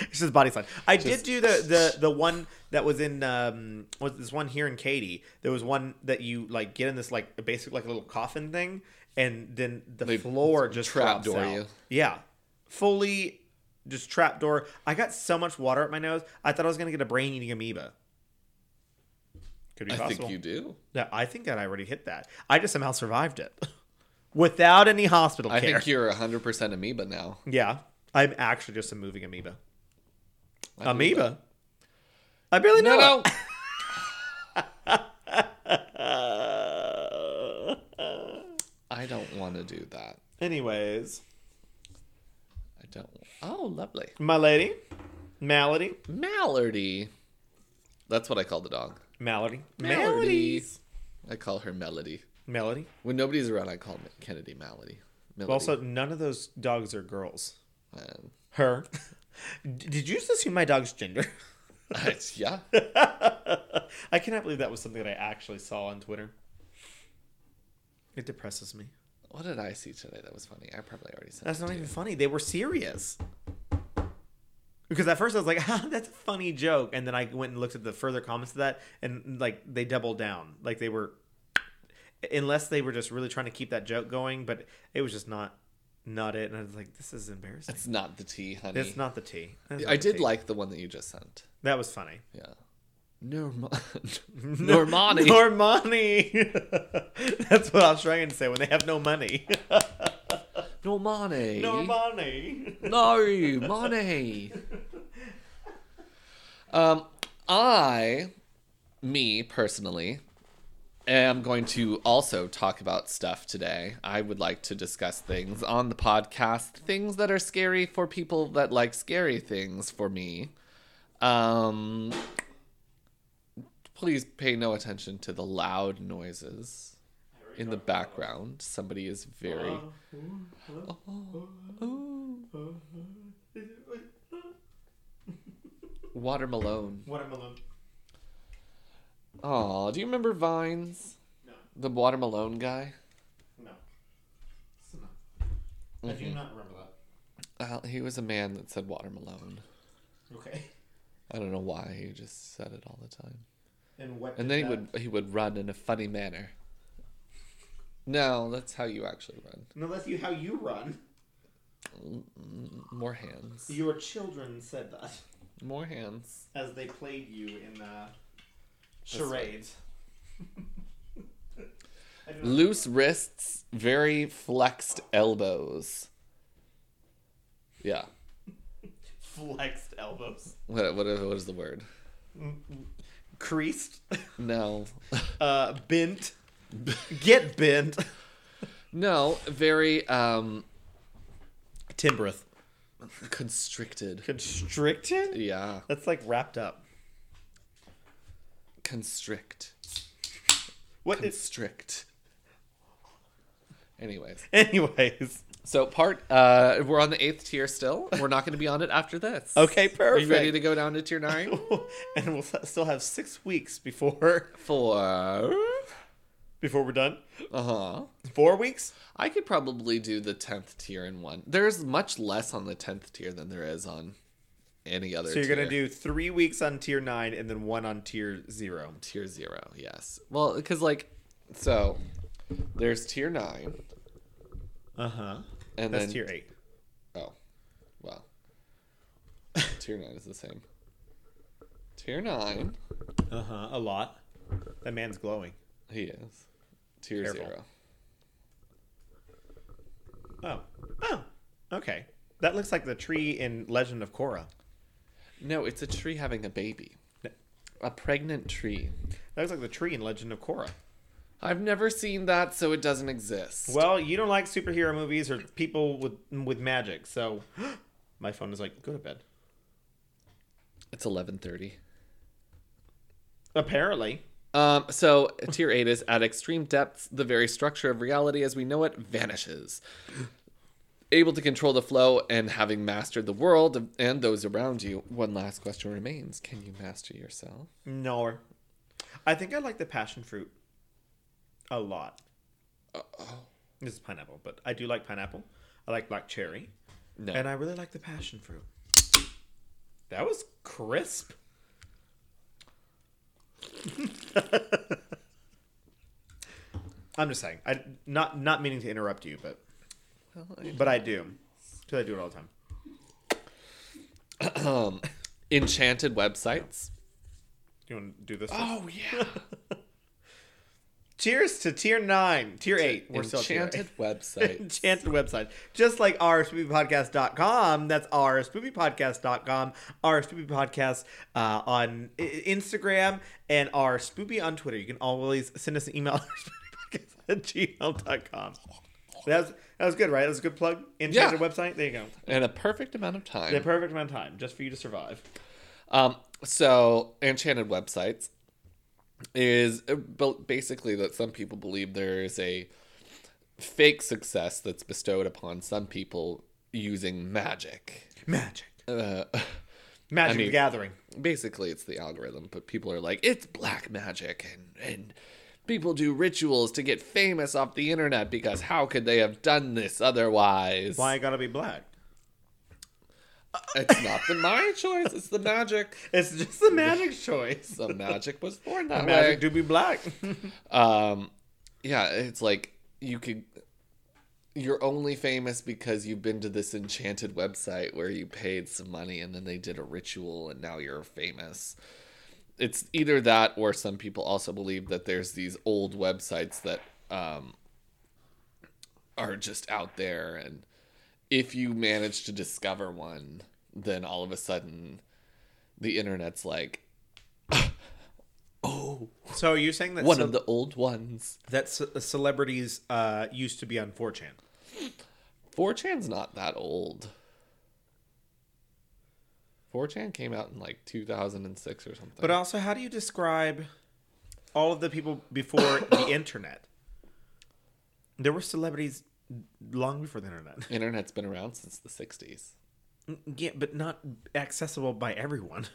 [SPEAKER 2] it's just body slide. I did do the
[SPEAKER 1] [LAUGHS]
[SPEAKER 2] the the one that was in um was this one here in Katy. There was one that you like get in this like basic like little coffin thing, and then the
[SPEAKER 1] They
[SPEAKER 2] floor just
[SPEAKER 1] trapdoor
[SPEAKER 2] drops out.
[SPEAKER 1] you.
[SPEAKER 2] Yeah, fully just trapdoor. I got so much water up my nose. I thought I was gonna get a brain eating amoeba. Could be
[SPEAKER 1] I
[SPEAKER 2] possible.
[SPEAKER 1] think you do.
[SPEAKER 2] Yeah, I think that I already hit that. I just somehow survived it [LAUGHS] without any hospital
[SPEAKER 1] I
[SPEAKER 2] care.
[SPEAKER 1] think you're 100% amoeba now.
[SPEAKER 2] Yeah, I'm actually just a moving amoeba.
[SPEAKER 1] I believe
[SPEAKER 2] amoeba. I barely
[SPEAKER 1] it.
[SPEAKER 2] know.
[SPEAKER 1] No, no.
[SPEAKER 2] Uh,
[SPEAKER 1] I don't want to do that.
[SPEAKER 2] Anyways,
[SPEAKER 1] I don't. Oh, lovely.
[SPEAKER 2] my lady, malady,
[SPEAKER 1] Malady. That's what I call the dog.
[SPEAKER 2] malady,
[SPEAKER 1] Malady. I call her Melody.
[SPEAKER 2] melody.
[SPEAKER 1] When nobody's around, I call Kennedy Malady. Melody.
[SPEAKER 2] Also, none of those dogs are girls.
[SPEAKER 1] Um,
[SPEAKER 2] Her. [LAUGHS] D- Did you just assume my dog's gender?
[SPEAKER 1] it's- yeah.
[SPEAKER 2] [LAUGHS] I cannot believe that was something that I actually saw on Twitter. It depresses me.
[SPEAKER 1] What did I see today that was funny? I probably already said.
[SPEAKER 2] That's
[SPEAKER 1] it
[SPEAKER 2] not
[SPEAKER 1] to
[SPEAKER 2] even
[SPEAKER 1] you.
[SPEAKER 2] funny. They were serious. Because at first I was like, [LAUGHS] ah, that's a funny joke. And then I went and looked at the further comments of that and like they doubled down. Like they were unless they were just really trying to keep that joke going, but it was just not not it. And I was like, this is embarrassing.
[SPEAKER 1] It's not the tea, honey.
[SPEAKER 2] It's not the tea. That's not
[SPEAKER 1] I
[SPEAKER 2] the
[SPEAKER 1] did
[SPEAKER 2] tea.
[SPEAKER 1] like the one that you just sent.
[SPEAKER 2] that was funny.
[SPEAKER 1] Yeah. Norma- [LAUGHS]
[SPEAKER 2] [LAUGHS]
[SPEAKER 1] Normani.
[SPEAKER 2] Normani. [LAUGHS] that's what Australians say when they have no money. [LAUGHS]
[SPEAKER 1] Normani.
[SPEAKER 2] Normani.
[SPEAKER 1] No, money. um, I, me personally, am going to also talk about stuff today. I would like to discuss things on the podcast, things that are scary for people that like scary things for me. Um, please pay no attention to the loud noises in the background. Somebody is very. Oh, Watermelon.
[SPEAKER 2] Watermelon.
[SPEAKER 1] Oh, do you remember Vines?
[SPEAKER 2] No.
[SPEAKER 1] The watermelon guy?
[SPEAKER 2] No. It's not. I do not remember that.
[SPEAKER 1] Uh, he was a man that said watermelon.
[SPEAKER 2] Okay.
[SPEAKER 1] I don't know why he just said it all the time.
[SPEAKER 2] And what?
[SPEAKER 1] And
[SPEAKER 2] did
[SPEAKER 1] then he
[SPEAKER 2] that-
[SPEAKER 1] would he would run in a funny manner. No, that's how you actually run.
[SPEAKER 2] No, that's you. How you run?
[SPEAKER 1] More hands.
[SPEAKER 2] Your children said that
[SPEAKER 1] More hands.
[SPEAKER 2] as they played you in the charades. I don't know.
[SPEAKER 1] Loose wrists, very flexed elbows. Yeah.
[SPEAKER 2] Flexed elbows,
[SPEAKER 1] What what is, what is the word?
[SPEAKER 2] creased,
[SPEAKER 1] No.
[SPEAKER 2] [LAUGHS]
[SPEAKER 1] [LAUGHS]
[SPEAKER 2] uh, bent. Get bent.
[SPEAKER 1] no, very um
[SPEAKER 2] Timbreth.
[SPEAKER 1] constricted.
[SPEAKER 2] Constricted.
[SPEAKER 1] Yeah.
[SPEAKER 2] That's like wrapped up.
[SPEAKER 1] Constrict.
[SPEAKER 2] What is?
[SPEAKER 1] Constrict. Anyways,
[SPEAKER 2] [LAUGHS] Anyways.
[SPEAKER 1] so part uh we're on the eighth tier still. We're not going to be on it after this.
[SPEAKER 2] Okay.
[SPEAKER 1] Are
[SPEAKER 2] Perfect.
[SPEAKER 1] you ready to go down to tier
[SPEAKER 2] [LAUGHS]
[SPEAKER 1] nine?
[SPEAKER 2] and we'll still have six weeks before [LAUGHS]
[SPEAKER 1] Four.
[SPEAKER 2] before we're done.
[SPEAKER 1] Uh huh.
[SPEAKER 2] Four weeks.
[SPEAKER 1] I could probably do the tenth tier in one. There's much less on the tenth tier than there is on any other.
[SPEAKER 2] So you're gonna
[SPEAKER 1] tier.
[SPEAKER 2] do three weeks on tier nine and then one on tier zero.
[SPEAKER 1] tier zero? Yes. Well, because like, so there's tier nine,
[SPEAKER 2] Uh huh.
[SPEAKER 1] and
[SPEAKER 2] That's
[SPEAKER 1] then
[SPEAKER 2] tier eight.
[SPEAKER 1] Oh, wow. Tier nine is the same. Tier nine,
[SPEAKER 2] Uh huh. A lot. That man's glowing.
[SPEAKER 1] he is. Tier
[SPEAKER 2] Careful.
[SPEAKER 1] zero.
[SPEAKER 2] Oh. Oh. Okay. That looks like the tree in Legend of Korra.
[SPEAKER 1] No, it's a tree having a baby.
[SPEAKER 2] No.
[SPEAKER 1] A pregnant tree.
[SPEAKER 2] That looks like the tree in Legend of Korra.
[SPEAKER 1] I've never seen that, so it doesn't exist.
[SPEAKER 2] Well, you don't like superhero movies or [GASPS] people with with magic, so my phone is like, go to bed.
[SPEAKER 1] It's eleven thirty.
[SPEAKER 2] Apparently.
[SPEAKER 1] Um, so tier eight is at extreme depths, the very structure of reality as we know it vanishes. Able to control the flow and having mastered the world and those around you, one last question remains: Can you master yourself?
[SPEAKER 2] No. I think I like the passion fruit a lot. This is pineapple, but I do like pineapple. I like black cherry.
[SPEAKER 1] No.
[SPEAKER 2] And I really like the passion fruit. That was crisp. I'm just saying. I not not meaning to interrupt you, but but I do. Cuz I do it all the time.
[SPEAKER 1] um, enchanted websites.
[SPEAKER 2] Do you want to do this?
[SPEAKER 1] Oh
[SPEAKER 2] [LAUGHS]
[SPEAKER 1] yeah.
[SPEAKER 2] Cheers to tier 9, tier 8. We're still tier
[SPEAKER 1] enchanted
[SPEAKER 2] 8.
[SPEAKER 1] website.
[SPEAKER 2] [LAUGHS] Enchanted website. Just like our spoopypodcast.com, that's our spoopypodcast.com, our spoopy podcast uh, on I- Instagram, and our spoopy on Twitter. You can always send us an email [LAUGHS] at gmail.com. That was, that was good, right? That was a good plug. Enchanted
[SPEAKER 1] Yeah.
[SPEAKER 2] website. There you go.
[SPEAKER 1] and a perfect amount of time.
[SPEAKER 2] The perfect amount of time just for you to survive.
[SPEAKER 1] Um, so enchanted websites is uh, bu- basically that some people believe there is a fake success that's bestowed upon some people using magic.
[SPEAKER 2] Magic.
[SPEAKER 1] Uh, [LAUGHS]
[SPEAKER 2] Magic
[SPEAKER 1] I mean-
[SPEAKER 2] the Gathering.
[SPEAKER 1] basically, it's the algorithm, but people are like, it's black magic, and and people do rituals to get famous off the internet because how could they have done this otherwise?
[SPEAKER 2] Why I gotta be black?
[SPEAKER 1] It's not the my choice. It's the magic.
[SPEAKER 2] [LAUGHS] It's just the magic choice.
[SPEAKER 1] The magic was born that way.
[SPEAKER 2] [LAUGHS] Magic do be black. [LAUGHS]
[SPEAKER 1] Um, yeah, it's like you could. You're only famous because you've been to this enchanted website where you paid some money and then they did a ritual and now you're famous. It's either that or some people also believe that there's these old websites that um, are just out there and if you manage to discover one, then all of a sudden the internet's like
[SPEAKER 2] so are you saying that
[SPEAKER 1] one
[SPEAKER 2] some-
[SPEAKER 1] of the old ones.
[SPEAKER 2] that ce- celebrities uh, used to be on 4chan.
[SPEAKER 1] 4chan's not that old. 4chan came out in like 2006 or something.
[SPEAKER 2] But also, how do you describe all of the people before
[SPEAKER 1] [COUGHS]
[SPEAKER 2] the internet? There were celebrities long before the internet. [LAUGHS]
[SPEAKER 1] Internet's been around since the 60s.
[SPEAKER 2] Yeah, but not accessible by everyone.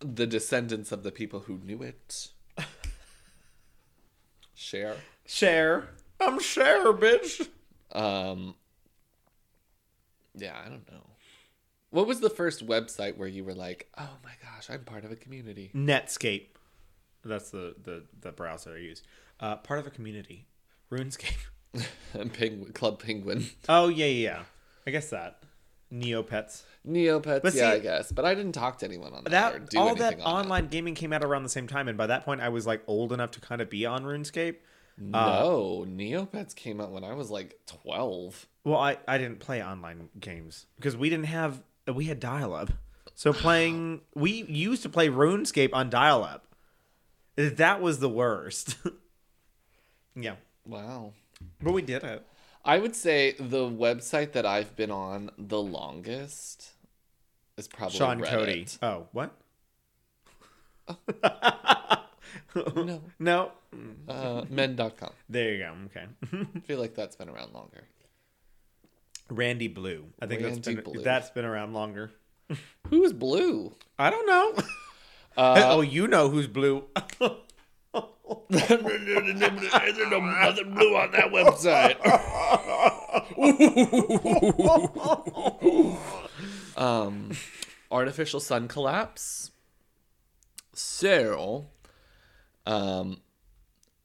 [SPEAKER 1] The descendants of the people who knew it. Share.
[SPEAKER 2] [LAUGHS] Share. I'm share, bitch.
[SPEAKER 1] Um, yeah, I don't know. What was the first website where you were like, oh my gosh, I'm part of a community? [LAUGHS]
[SPEAKER 2] Netscape. That's the, the, the browser I use. Uh, part of a community. RuneScape.
[SPEAKER 1] Penguin, Club Penguin. [LAUGHS]
[SPEAKER 2] Oh, yeah, yeah, yeah. I guess that. Neopets.
[SPEAKER 1] Neopets,
[SPEAKER 2] But
[SPEAKER 1] yeah,
[SPEAKER 2] see-
[SPEAKER 1] I guess. But I didn't talk to anyone on that. or
[SPEAKER 2] that
[SPEAKER 1] do
[SPEAKER 2] all that
[SPEAKER 1] anything on that.
[SPEAKER 2] online gaming came out around the same time, and by that point, I was like old enough to kind of be on RuneScape.
[SPEAKER 1] No,
[SPEAKER 2] Uh,
[SPEAKER 1] Neopets came out when I was like 12.
[SPEAKER 2] Well, I I didn't play online games because we didn't have we had dial up, so playing we used to play RuneScape on dial up. That was the worst. [LAUGHS] yeah,
[SPEAKER 1] Wow.
[SPEAKER 2] but we did it.
[SPEAKER 1] I would say the website that I've been on the longest is probably
[SPEAKER 2] Sean
[SPEAKER 1] Reddit.
[SPEAKER 2] Cody. Oh, what?
[SPEAKER 1] No,
[SPEAKER 2] No,
[SPEAKER 1] uh, [LAUGHS] men.com.
[SPEAKER 2] there you go. Okay, [LAUGHS]
[SPEAKER 1] I feel like that's been around longer.
[SPEAKER 2] Randy Blue. I think that's
[SPEAKER 1] Randy
[SPEAKER 2] been
[SPEAKER 1] Blue.
[SPEAKER 2] that's been around longer.
[SPEAKER 1] Who's [LAUGHS] blue?
[SPEAKER 2] I don't know. [LAUGHS]
[SPEAKER 1] Uh,
[SPEAKER 2] oh, you know who's blue.
[SPEAKER 1] I don't know nothing blue on that website. um, artificial sun collapse. So, um,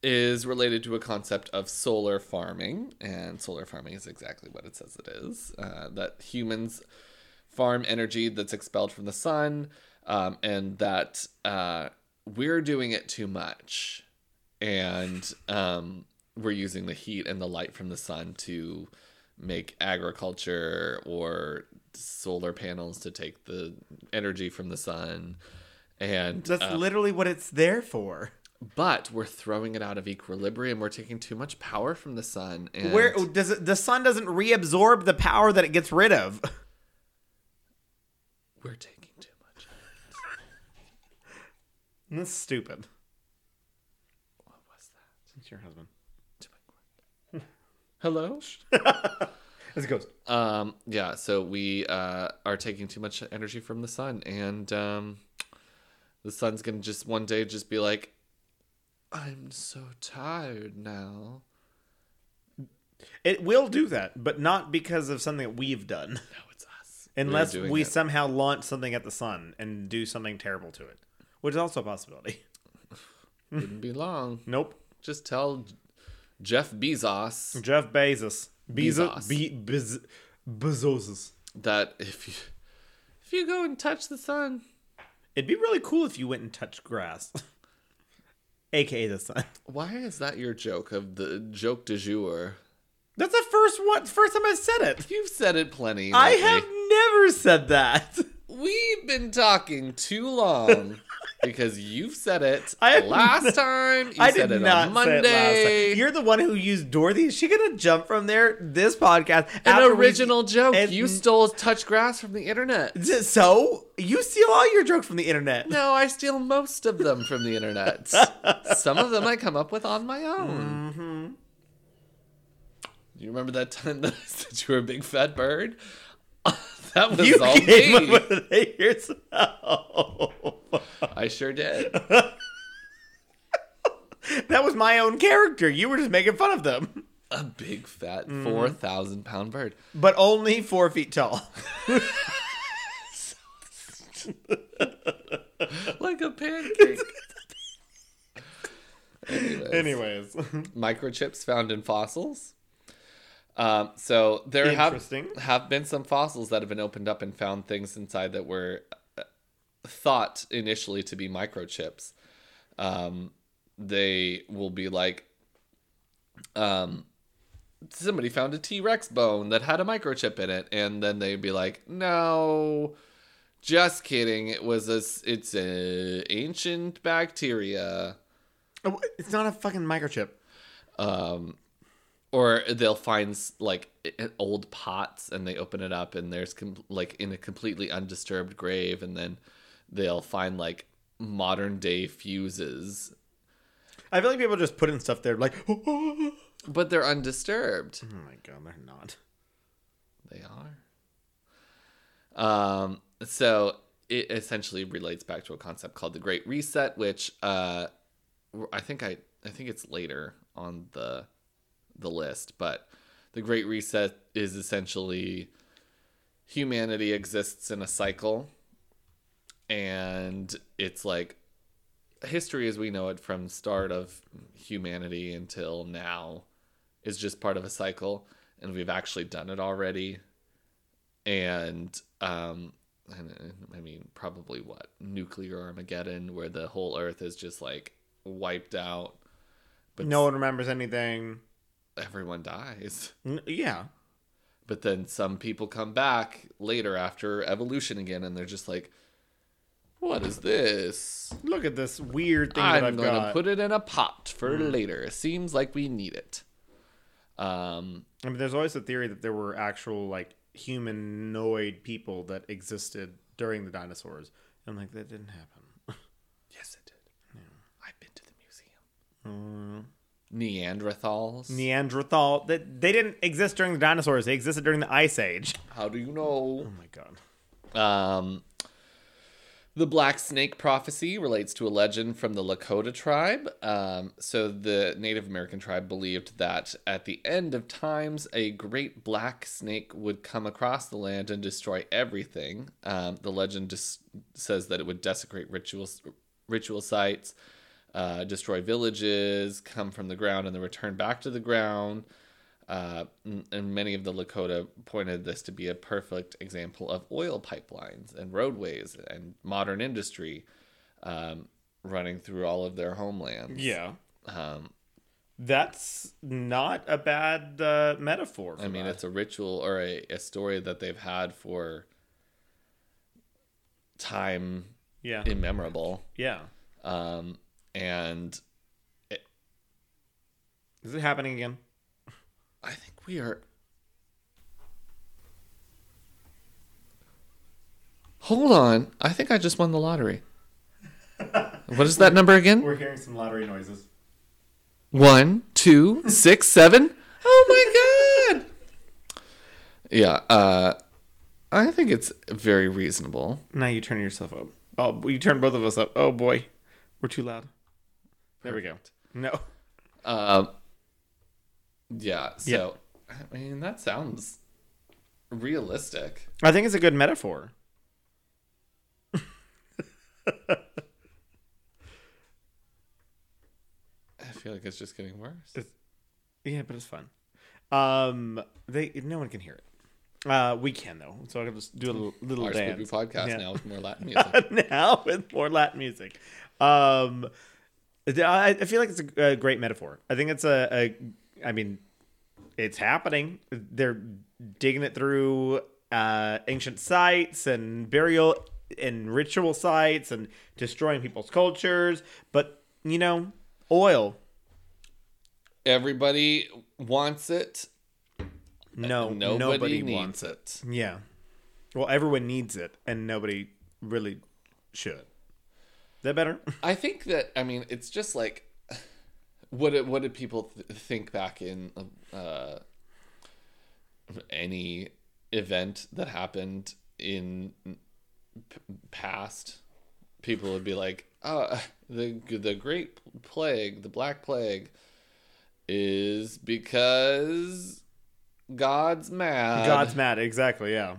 [SPEAKER 1] is related to a concept of solar farming, and solar farming is exactly what it says it is. Uh, that humans farm energy that's expelled from the sun, um, and that uh, we're doing it too much, and um, we're using the heat and the light from the sun to make agriculture or solar panels to take the energy from the sun, and
[SPEAKER 2] [LAUGHS] That's literally what it's there for.
[SPEAKER 1] but we're throwing it out of equilibrium. We're taking too much power from the sun, and
[SPEAKER 2] Where does it, the sun doesn't reabsorb the power that it gets rid of?
[SPEAKER 1] We're taking too much.
[SPEAKER 2] [LAUGHS] That's stupid.
[SPEAKER 1] What was that?
[SPEAKER 2] It's your husband.
[SPEAKER 1] Too much. Hello?
[SPEAKER 2] As it goes.
[SPEAKER 1] [LAUGHS] Um, yeah, so we uh, are taking too much energy from the sun, and um, the sun's gonna just one day just be like, I'm so tired now.
[SPEAKER 2] It will do that, but not because of something that we've done.
[SPEAKER 1] No, it's us.
[SPEAKER 2] Unless
[SPEAKER 1] doing
[SPEAKER 2] we
[SPEAKER 1] it.
[SPEAKER 2] somehow launch something at the sun and do something terrible to it, which is also a possibility. [LAUGHS]
[SPEAKER 1] Wouldn't be long.
[SPEAKER 2] Nope.
[SPEAKER 1] Just tell J- Jeff Bezos
[SPEAKER 2] Jeff Bezos. Bezos.
[SPEAKER 1] Bezos.
[SPEAKER 2] Be- Bez- Bezos.
[SPEAKER 1] that if you if you go and touch the sun,
[SPEAKER 2] It'd be really cool if you went and touched grass, [LAUGHS] aka the sun.
[SPEAKER 1] why is that your joke of the joke du jour?
[SPEAKER 2] That's the first one. First time I said it.
[SPEAKER 1] You've said it plenty.
[SPEAKER 2] I
[SPEAKER 1] lately.
[SPEAKER 2] have never said that.
[SPEAKER 1] We've been talking too
[SPEAKER 2] [LAUGHS]
[SPEAKER 1] long because you've said it
[SPEAKER 2] I have
[SPEAKER 1] last
[SPEAKER 2] not-
[SPEAKER 1] time. You
[SPEAKER 2] I
[SPEAKER 1] said
[SPEAKER 2] did
[SPEAKER 1] it
[SPEAKER 2] not
[SPEAKER 1] on
[SPEAKER 2] say it
[SPEAKER 1] Monday.
[SPEAKER 2] last time. You're the one who used Dorothy. Is she gonna jump from there? This podcast,
[SPEAKER 1] An
[SPEAKER 2] after we-
[SPEAKER 1] original
[SPEAKER 2] [LAUGHS]
[SPEAKER 1] joke.
[SPEAKER 2] and-
[SPEAKER 1] you stole touch grass from the internet.
[SPEAKER 2] So you steal all your jokes from the internet.
[SPEAKER 1] No, I steal most of them from the
[SPEAKER 2] [LAUGHS]
[SPEAKER 1] internet. Some of them I come up with on my own.
[SPEAKER 2] Mm-hmm.
[SPEAKER 1] You remember that time [LAUGHS] that I said you were a big fat bird? [LAUGHS] that was
[SPEAKER 2] You
[SPEAKER 1] all
[SPEAKER 2] came
[SPEAKER 1] me.
[SPEAKER 2] up with it yourself.
[SPEAKER 1] I sure did.
[SPEAKER 2] [LAUGHS] that was my own character. You were just making fun of them,
[SPEAKER 1] A big fat four thousand pound bird.
[SPEAKER 2] but only four feet tall.
[SPEAKER 1] Like a pancake. Anyways.
[SPEAKER 2] [LAUGHS] Anyways,
[SPEAKER 1] microchips found in fossils. Um, so there have,
[SPEAKER 2] Interesting.
[SPEAKER 1] have been some fossils that have been opened up and found things inside that were uh, thought initially to be microchips. Um, they will be like, um, somebody found a T Rex bone that had a microchip in it, and then they'd be like, no. Just kidding. It was a. s- It's a ancient bacteria.
[SPEAKER 2] Oh, it's not a fucking microchip.
[SPEAKER 1] or they'll find s- like i- old pots and they open it up and there's com- like in a completely undisturbed grave and then they'll find like modern day fuses
[SPEAKER 2] I feel like people just put in stuff there, like, [GASPS] oh
[SPEAKER 1] but they're undisturbed
[SPEAKER 2] my god, they're not.
[SPEAKER 1] they are um so it essentially relates back to a concept called the great reset which uh I think I I think it's later on the the list, but the Great Reset is essentially humanity exists in a cycle and it's like history as we know it from start of humanity until now is just part of a cycle and we've actually done it already and um and, and, I mean probably what nuclear Armageddon where the whole earth is just like wiped out but
[SPEAKER 2] no one remembers anything.
[SPEAKER 1] everyone dies
[SPEAKER 2] N- yeah,
[SPEAKER 1] but then some people come back later after evolution again and they're just like what is this
[SPEAKER 2] look at this weird thing that
[SPEAKER 1] i'm
[SPEAKER 2] I've
[SPEAKER 1] going to
[SPEAKER 2] got. Mm-hmm.
[SPEAKER 1] put it in a pot for later it seems like we need it um
[SPEAKER 2] I mean, there's always a theory that there were actual like humanoid people that existed during the dinosaurs. I'm like, that didn't happen.
[SPEAKER 1] yes it did i've been to the museum neanderthals
[SPEAKER 2] Neanderthal, that they didn't exist during the dinosaurs. They existed during the Ice Age.
[SPEAKER 1] how do you know
[SPEAKER 2] Oh my god.
[SPEAKER 1] Um, the Black Snake prophecy relates to a legend from the Lakota tribe. Um, so the Native American tribe believed that at the end of times, a great black snake would come across the land and destroy everything. Um, the legend dis- says that it would desecrate rituals, ritual sites, uh, destroy villages, come from the ground, and then return back to the ground. Uh, n- and many of the Lakota pointed this to be a perfect example of oil pipelines and roadways and modern industry um, running through all of their homelands.
[SPEAKER 2] Yeah. Um, that's not a bad uh, metaphor. For
[SPEAKER 1] I mean,
[SPEAKER 2] that.
[SPEAKER 1] it's a ritual or a, a story that they've had for time
[SPEAKER 2] yeah,
[SPEAKER 1] immemorable.
[SPEAKER 2] yeah.
[SPEAKER 1] Um, and
[SPEAKER 2] Is it happening again?
[SPEAKER 1] I think we are. Hold on. I think I just won the
[SPEAKER 2] [LAUGHS]
[SPEAKER 1] lottery. What is that number again?
[SPEAKER 2] We're hearing some lottery noises.
[SPEAKER 1] One, two, six, seven. Oh my god. Yeah, uh I think it's very reasonable.
[SPEAKER 2] Now you turn yourself up. Oh, you turn both of us up. Oh boy, we're too loud. There we go. No.
[SPEAKER 1] Um Yeah, so
[SPEAKER 2] Yeah.
[SPEAKER 1] I mean that sounds realistic.
[SPEAKER 2] I think it's a good metaphor.
[SPEAKER 1] I feel like it's just getting worse.
[SPEAKER 2] Yeah, but it's fun. Um, they no one can hear it. Uh, we can though, so I can just do a little, little
[SPEAKER 1] Our
[SPEAKER 2] dance.
[SPEAKER 1] spoopy podcast
[SPEAKER 2] Yeah.
[SPEAKER 1] now with more
[SPEAKER 2] [LAUGHS]
[SPEAKER 1] Latin music.
[SPEAKER 2] now with more Latin music. Um, I, I feel like it's a, a great metaphor. I think it's a, a, I mean, it's happening. They're digging it through uh, ancient sites and burial and ritual sites and destroying people's cultures. But you know, oil.
[SPEAKER 1] Everybody wants it.
[SPEAKER 2] No,
[SPEAKER 1] Nobody,
[SPEAKER 2] nobody
[SPEAKER 1] needs
[SPEAKER 2] wants.
[SPEAKER 1] it.
[SPEAKER 2] Yeah. Well, everyone needs it, and nobody really should. Is that better?
[SPEAKER 1] I think that I mean it's just like what did, what did people th- think back in uh, any event that happened in p- past people would be like uh the the great plague the black plague is because God's mad
[SPEAKER 2] God's mad. Exactly. Yeah.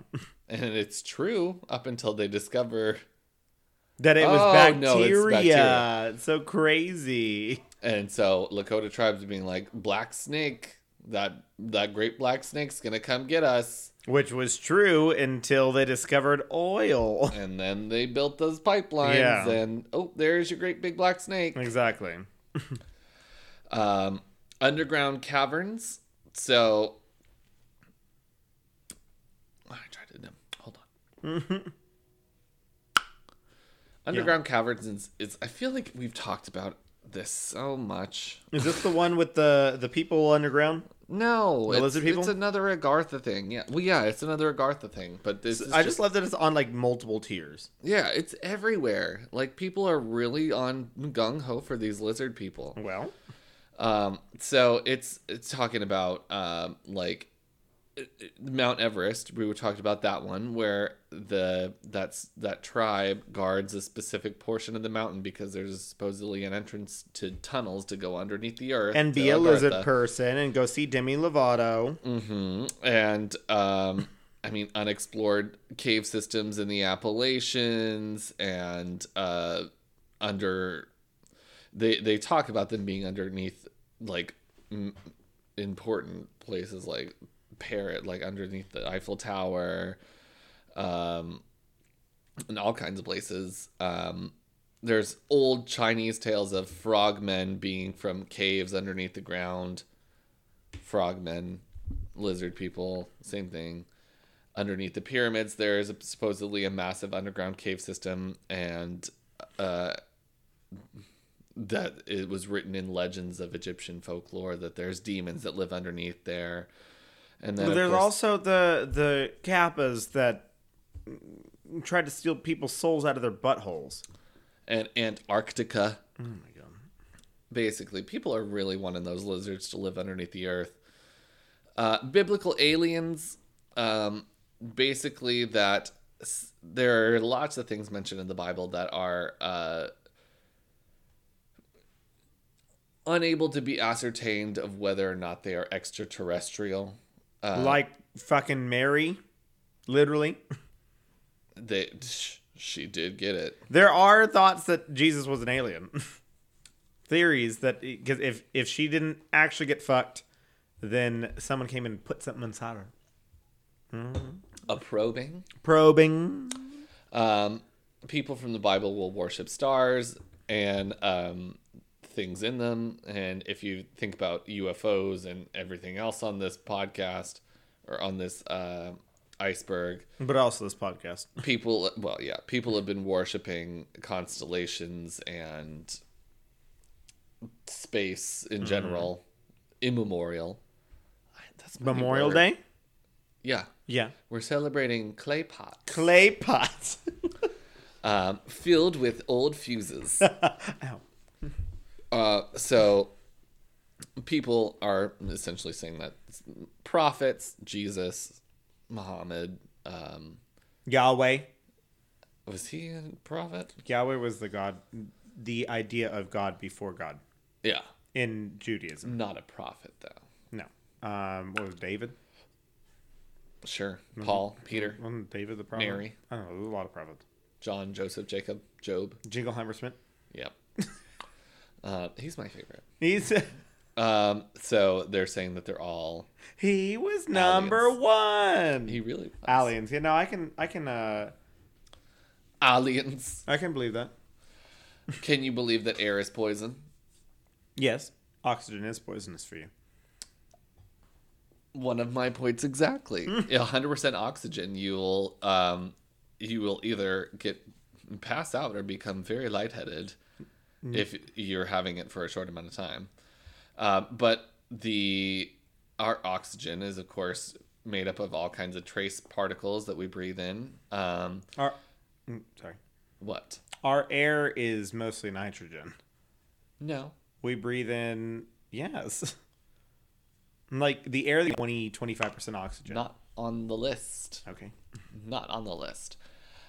[SPEAKER 1] and it's true up until they discover
[SPEAKER 2] That it was
[SPEAKER 1] Oh, no, it's
[SPEAKER 2] bacteria.
[SPEAKER 1] bacteria.
[SPEAKER 2] It's so crazy.
[SPEAKER 1] And so Lakota tribes being like, Black Snake, that that great black snake's gonna come get us.
[SPEAKER 2] Which was true until they discovered oil. [LAUGHS]
[SPEAKER 1] And then they built those pipelines
[SPEAKER 2] Yeah.
[SPEAKER 1] and oh, there's your great big black snake.
[SPEAKER 2] Exactly.
[SPEAKER 1] Um underground caverns. So I tried to no, hold on. Underground caverns is, is I feel like we've talked about this so much.
[SPEAKER 2] Is this the one with the the people underground?
[SPEAKER 1] No, it's,
[SPEAKER 2] lizard people?
[SPEAKER 1] it's another Agartha thing. Yeah, well, yeah, it's another Agartha thing. But this, is
[SPEAKER 2] I just love that it's on like multiple tiers.
[SPEAKER 1] yeah, it's everywhere. Like people are really on gung ho for these lizard people.
[SPEAKER 2] Well,
[SPEAKER 1] Um, so it's it's talking about um like it- it- Mount Everest. We were talking about that one where the that's that tribe guards a specific portion of the mountain because there's supposedly an entrance to tunnels to go underneath the earth
[SPEAKER 2] and
[SPEAKER 1] to
[SPEAKER 2] be a lizard
[SPEAKER 1] Agartha.
[SPEAKER 2] person and go see Demi Lovato.
[SPEAKER 1] hmm And um, I mean, unexplored cave systems in the Appalachians and uh, under. They they talk about them being underneath like m- important places like Paris, like underneath the Eiffel Tower, um, and all kinds of places. Um, there's old Chinese tales of frogmen being from caves underneath the ground frogmen, lizard people, same thing. Underneath the pyramids, there is supposedly a massive underground cave system, and uh, that it was written in legends of Egyptian folklore that there's demons that live underneath there. And then of
[SPEAKER 2] There's
[SPEAKER 1] course-
[SPEAKER 2] also the the kappas that tried to steal people's souls out of their buttholes.
[SPEAKER 1] and Antarctica.
[SPEAKER 2] Oh my god.
[SPEAKER 1] basically. People are really wanting those lizards to live underneath the earth. Uh, biblical aliens, um, basically, that s- there are lots of things mentioned in the Bible that are uh, unable to be ascertained of whether or not they are extraterrestrial. Uh.
[SPEAKER 2] like fucking Mary, literally.
[SPEAKER 1] They, she did get it.
[SPEAKER 2] There are thoughts that Jesus was an alien. [LAUGHS] Theories that because if if she didn't actually get fucked, then someone came and put something inside her.
[SPEAKER 1] A probing.
[SPEAKER 2] Probing.
[SPEAKER 1] um, people from the Bible will worship stars and um, things in them. And if you think about UFOs and everything else on this podcast or on this uh, iceberg,
[SPEAKER 2] But also this podcast.
[SPEAKER 1] people, well, yeah, people have been worshiping constellations and space in general, immemorial. I- That's my new
[SPEAKER 2] Memorial
[SPEAKER 1] word.
[SPEAKER 2] Day?
[SPEAKER 1] Yeah.
[SPEAKER 2] Yeah.
[SPEAKER 1] We're celebrating clay pots.
[SPEAKER 2] Clay pots.
[SPEAKER 1] um, filled with old fuses.
[SPEAKER 2] Ow.
[SPEAKER 1] Uh, so people are essentially saying that prophets, Jesus, Muhammad, um,
[SPEAKER 2] Yahweh.
[SPEAKER 1] was he a prophet?
[SPEAKER 2] Yahweh was the god, the idea of God before God
[SPEAKER 1] Yeah,
[SPEAKER 2] in Judaism.
[SPEAKER 1] not a prophet though.
[SPEAKER 2] No. Um, what was David?
[SPEAKER 1] Sure, Paul, Peter,
[SPEAKER 2] Wasn't David the prophet?
[SPEAKER 1] Mary.
[SPEAKER 2] I don't know. There's a lot of prophets.
[SPEAKER 1] John, Joseph, Jacob, Job.
[SPEAKER 2] Jingleheimer Smith.
[SPEAKER 1] Yep, uh, he's my favorite.
[SPEAKER 2] He's [LAUGHS]
[SPEAKER 1] Um, so they're saying that they're all
[SPEAKER 2] he was number
[SPEAKER 1] Aliens.
[SPEAKER 2] one.
[SPEAKER 1] he really was.
[SPEAKER 2] Aliens. Yeah, no, I can, I can, uh,
[SPEAKER 1] aliens.
[SPEAKER 2] I can believe that.
[SPEAKER 1] Can you believe that air is poison?
[SPEAKER 2] Yes, oxygen is poisonous for you.
[SPEAKER 1] One of my points exactly. A hundred percent oxygen, you'll um, you will either get pass out or become very lightheaded if you're having it for a short amount of time. Uh, but the our oxygen is of course made up of all kinds of trace particles that we breathe in. Um,
[SPEAKER 2] Our, mm, sorry,
[SPEAKER 1] what?
[SPEAKER 2] our air is mostly nitrogen.
[SPEAKER 1] No.
[SPEAKER 2] We breathe in. Yes. [LAUGHS] Like the air, the 20, 25% oxygen.
[SPEAKER 1] Not on the list.
[SPEAKER 2] okay.
[SPEAKER 1] not on the list.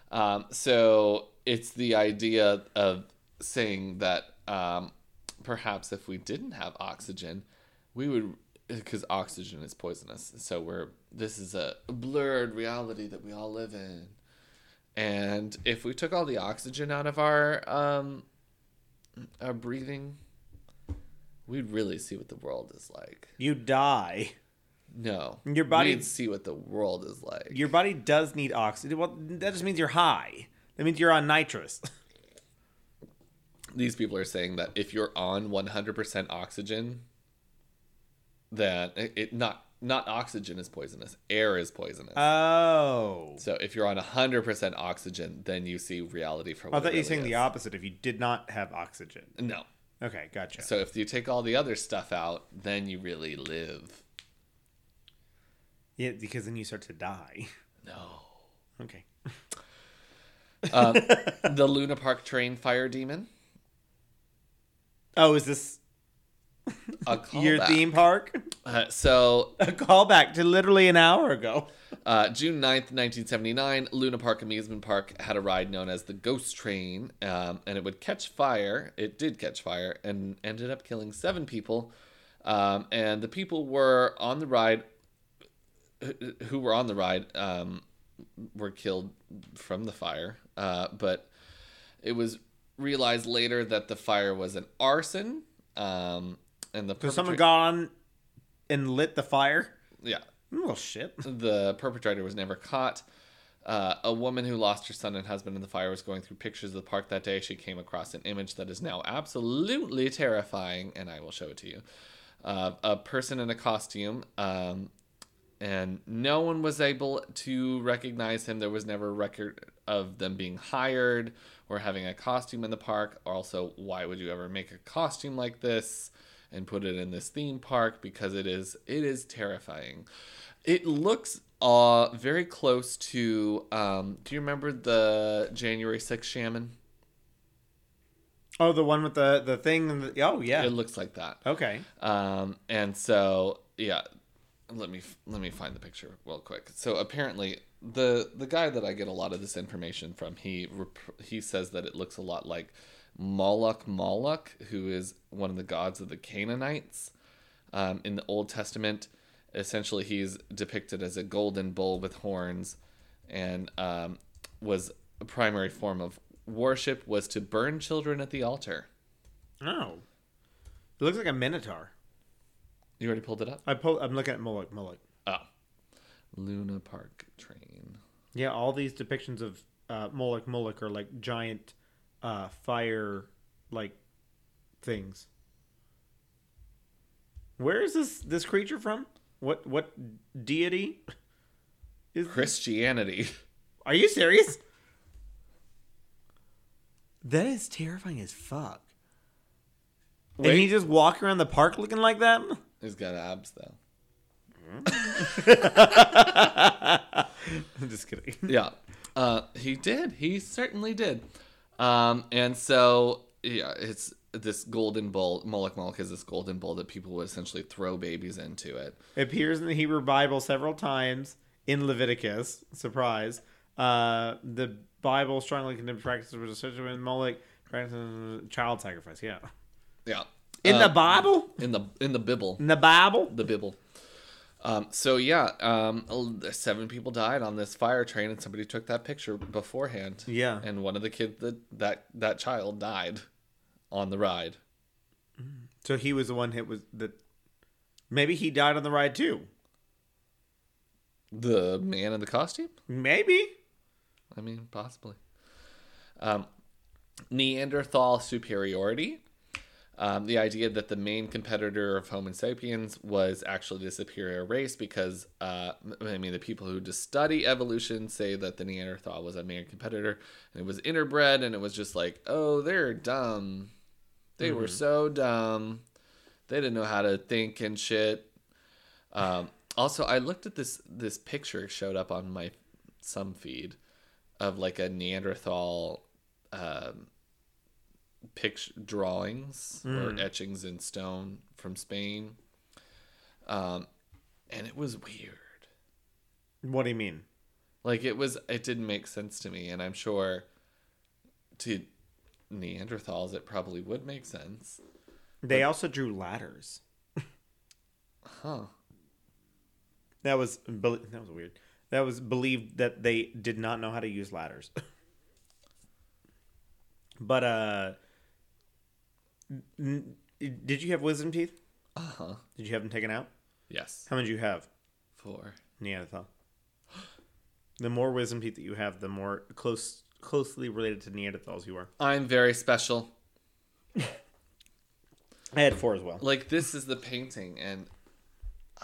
[SPEAKER 1] Um, so it's the idea of saying that um, perhaps if we didn't have oxygen, we would, because oxygen is poisonous. So we're this is a blurred reality that we all live in, and if we took all the oxygen out of our um, our breathing, we'd really see what the world is like.
[SPEAKER 2] You die.
[SPEAKER 1] No,
[SPEAKER 2] Your body-
[SPEAKER 1] We'd see what the world is like.
[SPEAKER 2] Your body does need oxygen. Well, that just means you're high. That means you're on nitrous. [LAUGHS]
[SPEAKER 1] these people are saying that if you're on 100% oxygen that it, it- not not oxygen is poisonous air is poisonous
[SPEAKER 2] Oh.
[SPEAKER 1] so if you're on 100% oxygen then you see reality for what
[SPEAKER 2] I thought
[SPEAKER 1] it
[SPEAKER 2] you were saying
[SPEAKER 1] really
[SPEAKER 2] the opposite if you did not have oxygen.
[SPEAKER 1] is. no
[SPEAKER 2] Okay, gotcha.
[SPEAKER 1] so if you take all the other stuff out then you really live
[SPEAKER 2] yeah, because then you start to die.
[SPEAKER 1] no
[SPEAKER 2] Okay.
[SPEAKER 1] the luna park train fire demon
[SPEAKER 2] Oh, is this
[SPEAKER 1] a
[SPEAKER 2] [LAUGHS] your
[SPEAKER 1] callback.
[SPEAKER 2] theme park? [LAUGHS]
[SPEAKER 1] Uh, so
[SPEAKER 2] A callback to literally an hour ago.
[SPEAKER 1] Uh, June 9th, 1979, Luna Park Amusement Park had a ride known as the Ghost Train, um, and it would catch fire. It did catch fire and ended up killing seven people. Um, and the people were on the ride, who- who were on the ride, um, were killed from the fire. Uh, but it was realized later that the fire was an arson. Um, and the
[SPEAKER 2] So someone
[SPEAKER 1] perpetra-
[SPEAKER 2] got on and lit the fire. Mm,
[SPEAKER 1] yeah,
[SPEAKER 2] Well, shit.
[SPEAKER 1] the perpetrator was never caught. Uh, a woman who lost her son and husband in the fire was going through pictures of the park that day. She came across an image that is now absolutely terrifying, and I will show it to you. Uh, a person in a costume, um, and no one was able to recognize him. There was never a record of them being hired or having a costume in the park. Also, why would you ever make a costume like this and put it in this theme park? Because it is it is terrifying. It looks uh very close to um do you remember the January 6th shaman?
[SPEAKER 2] Oh, the one with the the thing. And the, oh, yeah.
[SPEAKER 1] It looks like that.
[SPEAKER 2] Okay.
[SPEAKER 1] Um, and so yeah, let me let me find the picture real quick. So apparently the the guy that I get a lot of this information from, he rep- he says that it looks a lot like Moloch Moloch, who is one of the gods of the Canaanites um, in the Old Testament. Essentially, he's depicted as a golden bull with horns, and um, was a primary form of worship was to burn children at the altar.
[SPEAKER 2] Oh. It looks like a minotaur.
[SPEAKER 1] You already pulled it up.
[SPEAKER 2] I pull, I'm looking at Moloch. Moloch.
[SPEAKER 1] Oh. Luna Park train.
[SPEAKER 2] Yeah, all these depictions of uh, Moloch Moloch are like giant uh, fire like things. Where is this this creature from? What what deity?
[SPEAKER 1] Christianity. [LAUGHS]
[SPEAKER 2] Are you serious? That is terrifying as fuck.
[SPEAKER 1] Wait.
[SPEAKER 2] And he just walk around the park looking like that? [LAUGHS]
[SPEAKER 1] He's got abs though.
[SPEAKER 2] I'm just kidding.
[SPEAKER 1] Yeah. Uh, he did. He certainly did. Um, and so yeah, it's this golden bowl. Moloch Moloch is this golden bowl that people would essentially throw babies into it.
[SPEAKER 2] It appears in the Hebrew Bible several times in Leviticus. Surprise. Uh, the Bible strongly condemns practices which associated with Moloch practices child sacrifice. Yeah.
[SPEAKER 1] Yeah.
[SPEAKER 2] In
[SPEAKER 1] Uh,
[SPEAKER 2] the Bible?
[SPEAKER 1] in the in the Bible,
[SPEAKER 2] In the Bible?
[SPEAKER 1] the Bible. Um, so yeah, um, el- seven people died on this fire train, and somebody took that picture beforehand.
[SPEAKER 2] Yeah.
[SPEAKER 1] and one of the kids that that that child died on the ride.
[SPEAKER 2] So he was the one that was that. Maybe he died on the ride too.
[SPEAKER 1] The man in the costume.
[SPEAKER 2] Maybe.
[SPEAKER 1] I mean, possibly. Um, Neanderthal superiority. Um, the idea that the main competitor of Homo sapiens was actually the superior race, because uh, I mean, the people who just study evolution say that the Neanderthal was a main competitor, and it was interbred, and it was just like, oh, they're dumb. They were so dumb. They didn't know how to think and shit. Um, also, I looked at this this picture showed up on my some feed of like a Neanderthal um, picture drawings or etchings in stone from Spain, um, and it was weird.
[SPEAKER 2] What do you mean?
[SPEAKER 1] Like it was, it didn't make sense to me, and I'm sure to Neanderthals it probably would make sense.
[SPEAKER 2] They also drew ladders.
[SPEAKER 1] Huh.
[SPEAKER 2] That was bel- that was weird. That was believed that they did not know how to use ladders. [LAUGHS] but uh, n- n- did you have wisdom teeth?
[SPEAKER 1] Uh huh.
[SPEAKER 2] Did you have them taken out?
[SPEAKER 1] Yes.
[SPEAKER 2] How many do you have?
[SPEAKER 1] Four.
[SPEAKER 2] Neanderthal. [GASPS] The more wisdom teeth that you have, the more close closely related to Neanderthals you are.
[SPEAKER 1] I'm very special.
[SPEAKER 2] I had four as well.
[SPEAKER 1] like this is the painting and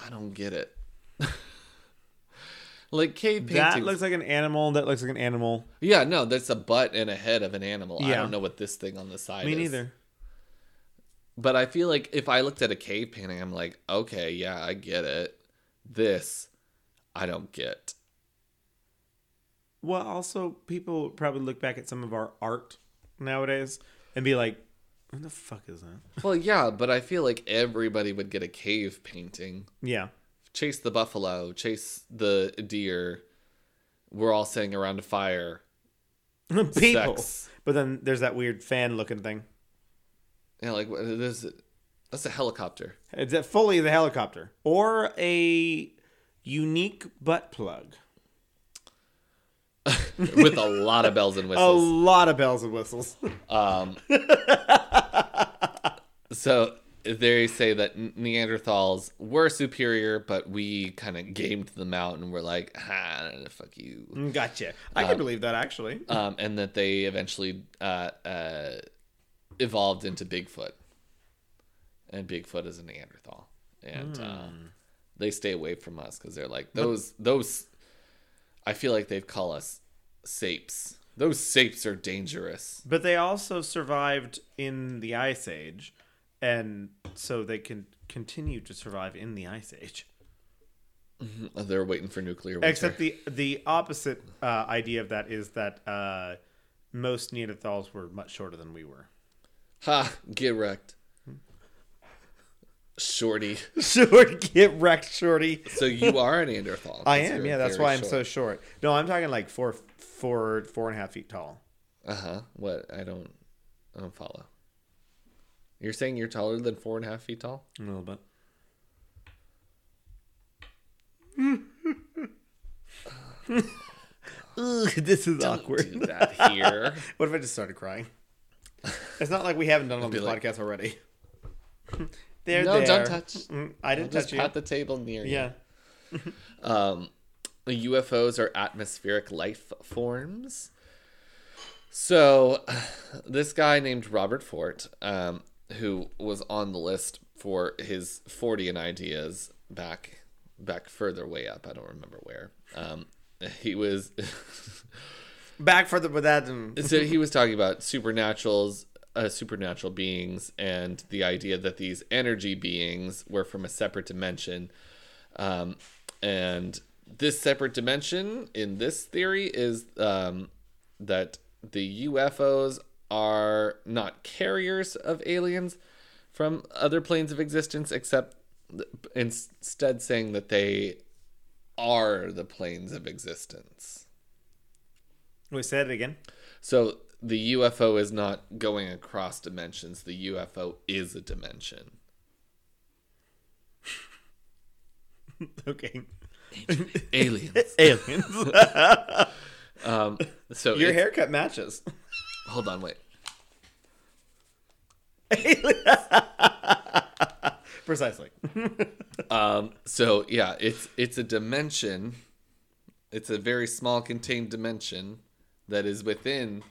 [SPEAKER 1] i don't get it [LAUGHS] like cave paintings
[SPEAKER 2] That looks like an animal. That looks like an animal.
[SPEAKER 1] yeah no that's a butt and a head of an animal i
[SPEAKER 2] Yeah.
[SPEAKER 1] don't know what this thing on the side
[SPEAKER 2] Me
[SPEAKER 1] is
[SPEAKER 2] neither.
[SPEAKER 1] but i feel like if i looked at a cave painting i'm like okay yeah i get it this i don't get
[SPEAKER 2] Well, also people probably look back at some of our art nowadays and be like, "What the fuck is that?"
[SPEAKER 1] well yeah but i feel like everybody would get a cave painting
[SPEAKER 2] Yeah, [LAUGHS]
[SPEAKER 1] chase the buffalo chase the deer we're all sitting around a fire
[SPEAKER 2] people.
[SPEAKER 1] Sex.
[SPEAKER 2] But then there's that weird fan looking thing.
[SPEAKER 1] and like what is it that's a
[SPEAKER 2] [LAUGHS]
[SPEAKER 1] helicopter
[SPEAKER 2] It's a- fully the helicopter or a unique butt plug.
[SPEAKER 1] with a lot of bells and
[SPEAKER 2] A
[SPEAKER 1] whistles.
[SPEAKER 2] lot of bells and whistles. [LAUGHS]
[SPEAKER 1] Um, so they say that Neanderthals were superior, but we kind of gamed them out and were like, ah, fuck you.
[SPEAKER 2] gotcha. I
[SPEAKER 1] Uh,
[SPEAKER 2] can believe that actually.
[SPEAKER 1] Um, and that they eventually uh, uh, evolved into Bigfoot. And Bigfoot is a Neanderthal. And uh, they stay away from us because they're like, those, those, I feel like they call us sapes. Those sapes are dangerous.
[SPEAKER 2] But they also survived in the Ice Age, and so they can continue to survive in the Ice Age.
[SPEAKER 1] Uh, They're waiting for nuclear winter.
[SPEAKER 2] Except the the opposite uh, idea of that is that uh, most Neanderthals were much shorter than we [LAUGHS] were.
[SPEAKER 1] ha, get wrecked, shorty.
[SPEAKER 2] Short, get wrecked, shorty.
[SPEAKER 1] So you are an Neanderthal. 'cause
[SPEAKER 2] I am,
[SPEAKER 1] you're
[SPEAKER 2] yeah. That's
[SPEAKER 1] very
[SPEAKER 2] why I'm so
[SPEAKER 1] short.
[SPEAKER 2] short. No, I'm talking like four, four, four and a half feet tall.
[SPEAKER 1] Uh huh. What? I don't. I don't follow. You're saying you're taller than four and a half feet tall?
[SPEAKER 2] A little bit. [LAUGHS] Ugh, this is awkward.
[SPEAKER 1] Do that
[SPEAKER 2] [LAUGHS]
[SPEAKER 1] here.
[SPEAKER 2] What if I just started crying? It's not like we haven't done it on
[SPEAKER 1] be
[SPEAKER 2] this
[SPEAKER 1] like-
[SPEAKER 2] podcast already. [LAUGHS] there,
[SPEAKER 1] No, don't
[SPEAKER 2] there.
[SPEAKER 1] touch.
[SPEAKER 2] Mm, I didn't
[SPEAKER 1] Just
[SPEAKER 2] touch you.
[SPEAKER 1] pat the table near
[SPEAKER 2] yeah.
[SPEAKER 1] you. Um, the UFOs are atmospheric life forms. So, [SIGHS] this guy named Robert Fort, um, who was on the list for his 40 ideas back back further way up, I don't remember where. Um, he was [LAUGHS]
[SPEAKER 2] Back for the but that. mm,
[SPEAKER 1] so he was talking about supernaturals, uh, supernatural beings, and the idea that these energy beings were from a separate dimension, um, and This separate dimension in this theory is um, that the UFOs are not carriers of aliens from other planes of existence, except instead saying that they are the planes of existence.
[SPEAKER 2] We said it again.
[SPEAKER 1] So the UFO is not going across dimensions. The UFO is a dimension.
[SPEAKER 2] [LAUGHS] Okay.
[SPEAKER 1] Aliens.
[SPEAKER 2] [LAUGHS] Aliens.
[SPEAKER 1] Um, so
[SPEAKER 2] [LAUGHS] Your
[SPEAKER 1] it's-
[SPEAKER 2] haircut [LAUGHS] matches.
[SPEAKER 1] hold on, wait.
[SPEAKER 2] Precisely.
[SPEAKER 1] Um, so yeah, it's it's a dimension. It's a very small contained dimension that is within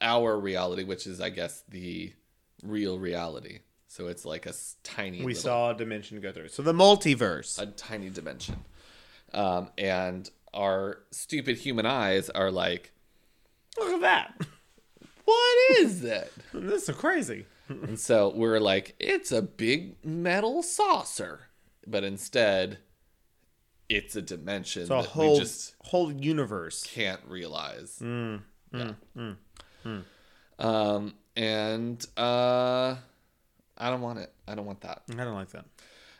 [SPEAKER 1] our reality, which is I guess the real reality. So it's like a s- tiny
[SPEAKER 2] We
[SPEAKER 1] little-
[SPEAKER 2] saw a dimension go through. So the multiverse.
[SPEAKER 1] a tiny dimension. Um, and our stupid human eyes are like,
[SPEAKER 2] Look at that.
[SPEAKER 1] what is that?
[SPEAKER 2] This is so crazy.
[SPEAKER 1] and so we're like, it's a big metal saucer. But instead, it's a dimension
[SPEAKER 2] The
[SPEAKER 1] that
[SPEAKER 2] whole
[SPEAKER 1] we just
[SPEAKER 2] whole universe.
[SPEAKER 1] can't realize. yeah. Um, and uh, I don't want it. I don't want that.
[SPEAKER 2] I don't like that.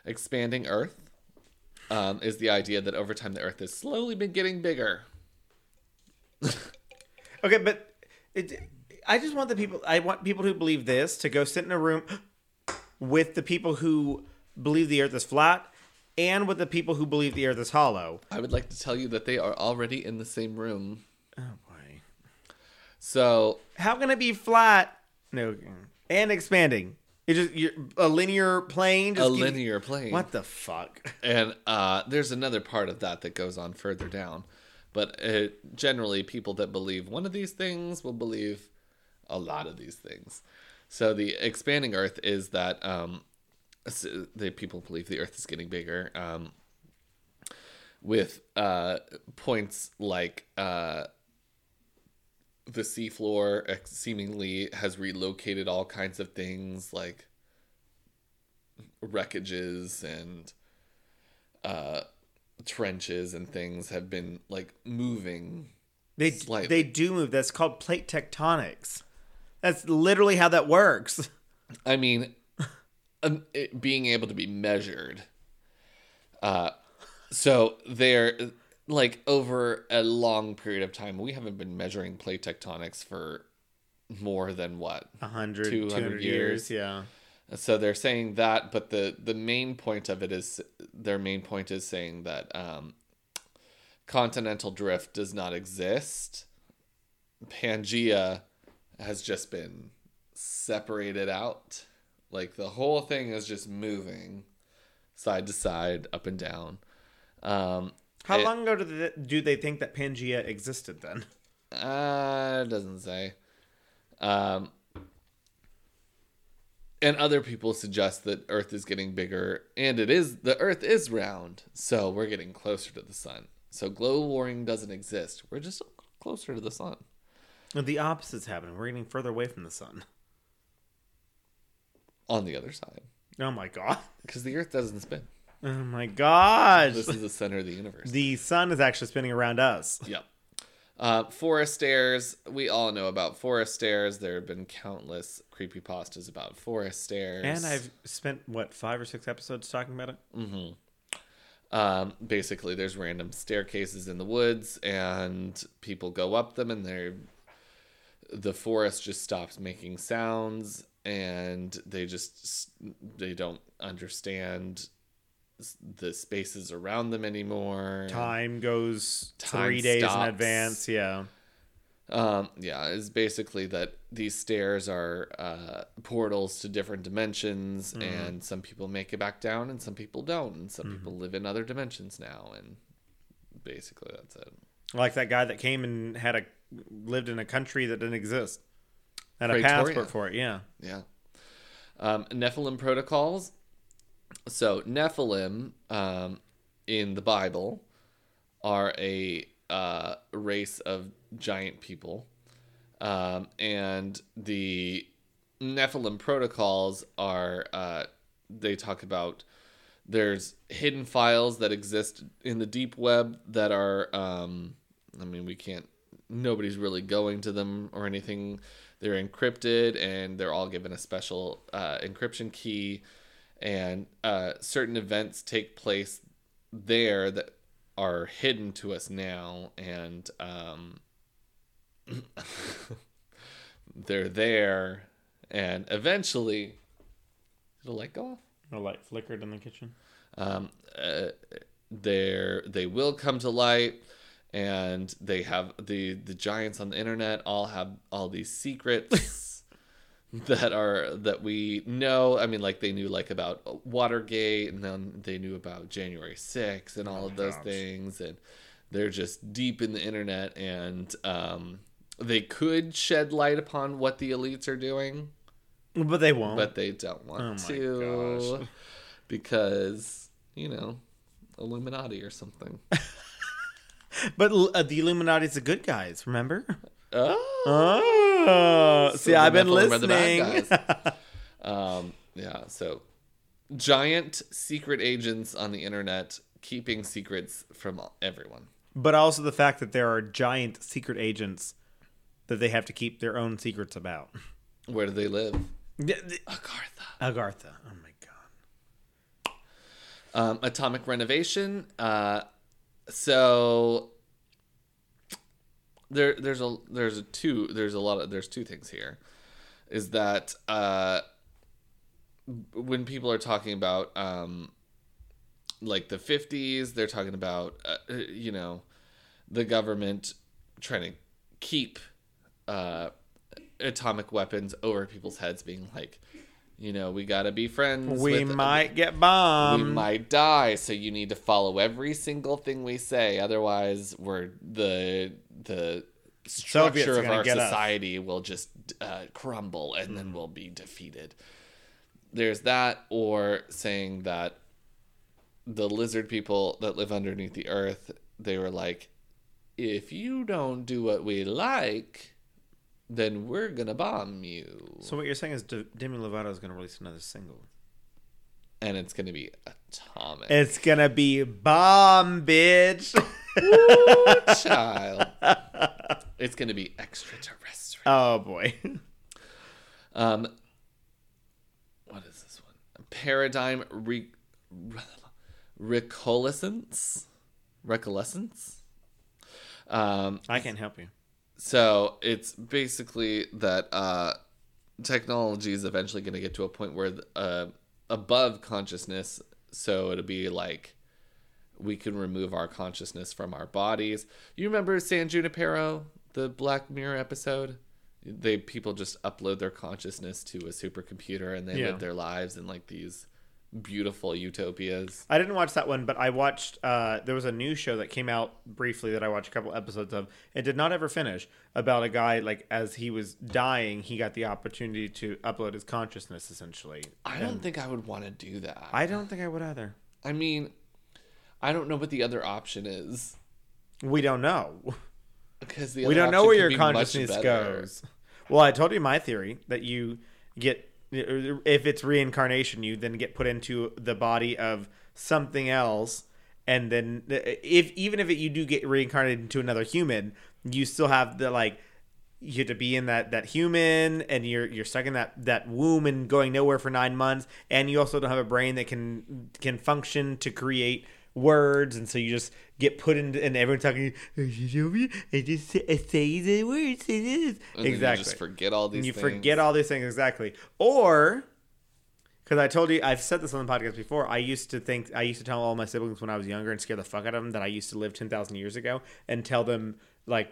[SPEAKER 1] Expanding Earth um, is the idea that over time the Earth has slowly been getting bigger.
[SPEAKER 2] Okay, but it, I just want the people. I want people who believe this to go sit in a room [GASPS] with the people who believe the Earth is flat, and with the people who believe the Earth is hollow.
[SPEAKER 1] I would like to tell you that they are already in the same room.
[SPEAKER 2] Oh boy!
[SPEAKER 1] So
[SPEAKER 2] How can it be flat? No, and expanding. It just you're, a linear plane. Just
[SPEAKER 1] a
[SPEAKER 2] keeps-
[SPEAKER 1] linear plane.
[SPEAKER 2] What the fuck?
[SPEAKER 1] And uh, there's another part of that that goes on further down. But uh generally, people that believe one of these things will believe a lot of these things. So the expanding Earth is that um, s- the people believe the Earth is getting bigger. Um, with uh, points like uh, the seafloor ex- seemingly has relocated all kinds of things like wreckages and uh, trenches and things have been like moving.
[SPEAKER 2] They
[SPEAKER 1] Slightly.
[SPEAKER 2] they do move. That's called plate tectonics. That's literally how that works.
[SPEAKER 1] I mean, [LAUGHS] um, it being able to be measured. Uh, so they're like over a long period of time, we haven't been measuring plate tectonics for more than what?
[SPEAKER 2] 100,
[SPEAKER 1] 200
[SPEAKER 2] 200 years.
[SPEAKER 1] years.
[SPEAKER 2] Yeah.
[SPEAKER 1] So they're saying that, but the the main point of it is their main point is saying that um, continental drift does not exist. Pangea has just been separated out. Like the whole thing is just moving side to side, up and down. Um,
[SPEAKER 2] How
[SPEAKER 1] It-
[SPEAKER 2] long ago do they, do they think that Pangea existed then?
[SPEAKER 1] Uh, it doesn't say. Um, and other people suggest that Earth is getting bigger, and it is the Earth is round, so we're getting closer to the sun. So global warming doesn't exist. We're just closer to the sun.
[SPEAKER 2] The opposite's happening. We're getting further away from the sun.
[SPEAKER 1] On the other side,
[SPEAKER 2] Oh my god.
[SPEAKER 1] because the Earth doesn't spin.
[SPEAKER 2] Oh my gosh.
[SPEAKER 1] This is the center of the universe.
[SPEAKER 2] The sun is actually spinning around us.
[SPEAKER 1] Yep. Uh, forest airs. We all know about forest airs. There have been countless creepypastas about forest airs.
[SPEAKER 2] And I've spent what five or six episodes talking about it.
[SPEAKER 1] um, basically there's random staircases in the woods and people go up them and they're the forest just stops making sounds and they just they don't understand s- the spaces around them anymore
[SPEAKER 2] Time goes
[SPEAKER 1] Time
[SPEAKER 2] three days in
[SPEAKER 1] stops.
[SPEAKER 2] advance. Yeah.
[SPEAKER 1] um yeah it's basically that these stairs are uh portals to different dimensions and some people make it back down and some people don't and some people live in other dimensions now and basically that's it
[SPEAKER 2] Like that guy that came and had a lived in a country that didn't exist. Had a
[SPEAKER 1] Pretoria.
[SPEAKER 2] passport for it, yeah.
[SPEAKER 1] Yeah. Um, Nephilim protocols. So Nephilim um, in the Bible are a uh, race of giant people, um, and the Nephilim protocols are uh, they talk about There's hidden files that exist in the deep web that are, um, I mean, we can't, nobody's really going to them or anything. They're encrypted and they're all given a special uh, encryption key. And uh, certain events take place there that are hidden to us now. And um, [LAUGHS] they're there. And eventually, it'll light go off.
[SPEAKER 2] A light flickered in the kitchen.
[SPEAKER 1] um, uh, they're, they will come to light and they have the the giants on the internet all have all these
[SPEAKER 2] [LAUGHS]
[SPEAKER 1] secrets that are that we know i mean like they knew like about watergate and then they knew about january 6th and all of those
[SPEAKER 2] gosh.
[SPEAKER 1] things and they're just deep in the internet and um, they could shed light upon what the elites are doing
[SPEAKER 2] But they won't.
[SPEAKER 1] but they don't
[SPEAKER 2] Oh my
[SPEAKER 1] want to
[SPEAKER 2] gosh.
[SPEAKER 1] because you know illuminati or something
[SPEAKER 2] But uh, the Illuminati's the good guys, remember?
[SPEAKER 1] [LAUGHS] oh
[SPEAKER 2] Oh, see,
[SPEAKER 1] So
[SPEAKER 2] I've
[SPEAKER 1] the
[SPEAKER 2] been
[SPEAKER 1] Nephilim are the bad
[SPEAKER 2] listening.
[SPEAKER 1] [LAUGHS] um yeah so giant secret agents on the internet keeping secrets from everyone
[SPEAKER 2] [LAUGHS] but also the fact that there are giant secret agents that they have to keep their own secrets about.
[SPEAKER 1] where do they live
[SPEAKER 2] Agartha.
[SPEAKER 1] agartha
[SPEAKER 2] Oh my god.
[SPEAKER 1] um, atomic renovation. Uh, so there, there's a there's a two there's a lot of there's two things here, is that uh, when people are talking about um, like the 50s, they're talking about uh, uh, you know the government trying to keep uh, atomic weapons over people's heads, being like. You know, we gotta be friends.
[SPEAKER 2] We
[SPEAKER 1] with-
[SPEAKER 2] might get
[SPEAKER 1] we
[SPEAKER 2] bombed.
[SPEAKER 1] might die, so you need to follow every single thing we say. Otherwise, we're the the
[SPEAKER 2] Soviets
[SPEAKER 1] structure of
[SPEAKER 2] gonna
[SPEAKER 1] our
[SPEAKER 2] get us. Hmm.
[SPEAKER 1] society will just uh, crumble, and then we'll be defeated. There's that, or saying that the lizard people that live underneath the earth, they were like, if you don't do what we like, then we're gonna bomb you,
[SPEAKER 2] So what you're saying is D- Demi Lovato is going to release another single.
[SPEAKER 1] and it's gonna be atomic.
[SPEAKER 2] It's going to be bomb, bitch.
[SPEAKER 1] child. It's gonna be extraterrestrial.
[SPEAKER 2] [LAUGHS] oh boy.
[SPEAKER 1] Um, what is this one? Paradigm re, re- recolescence, recolescence. Um,
[SPEAKER 2] I can't help you.
[SPEAKER 1] so it's basically that uh, technology is eventually going to get to a point where uh, above consciousness so it'll be like we can remove our consciousness from our bodies you remember san junipero the black mirror episode they people just upload their consciousness to a supercomputer and they
[SPEAKER 2] Yeah.
[SPEAKER 1] live their lives in like these beautiful utopias
[SPEAKER 2] I didn't watch that one, but I watched. Uh, there was a new show that came out briefly that I watched a couple episodes of. It did not ever finish. About a guy like as he was dying, he got the opportunity to upload his consciousness. Essentially,
[SPEAKER 1] i don't think i would want to do that
[SPEAKER 2] I don't think I would either.
[SPEAKER 1] I mean i don't know what the other option is
[SPEAKER 2] We don't know.
[SPEAKER 1] Because the
[SPEAKER 2] We
[SPEAKER 1] other
[SPEAKER 2] don't know
[SPEAKER 1] option
[SPEAKER 2] where
[SPEAKER 1] could
[SPEAKER 2] your
[SPEAKER 1] be much
[SPEAKER 2] consciousness
[SPEAKER 1] better.
[SPEAKER 2] goes. Well, I told you my theory that you get if it's reincarnation, you then get put into the body of something else, and then if even if it, you do get reincarnated into another human, you still have the like you have to be in that that human and you're you're stuck in that that womb and going nowhere for nine months and you also don't have a brain that can can function to create words and so you just get put into and everyone's talking I just say, I say the words it is
[SPEAKER 1] And then You just forget all these.
[SPEAKER 2] and you
[SPEAKER 1] things.
[SPEAKER 2] forget all these things exactly or because i told you i've said this on the podcast before i used to think i used to tell all my siblings when i was younger and scare the fuck out of them that i used to live 10000 years ago and tell them like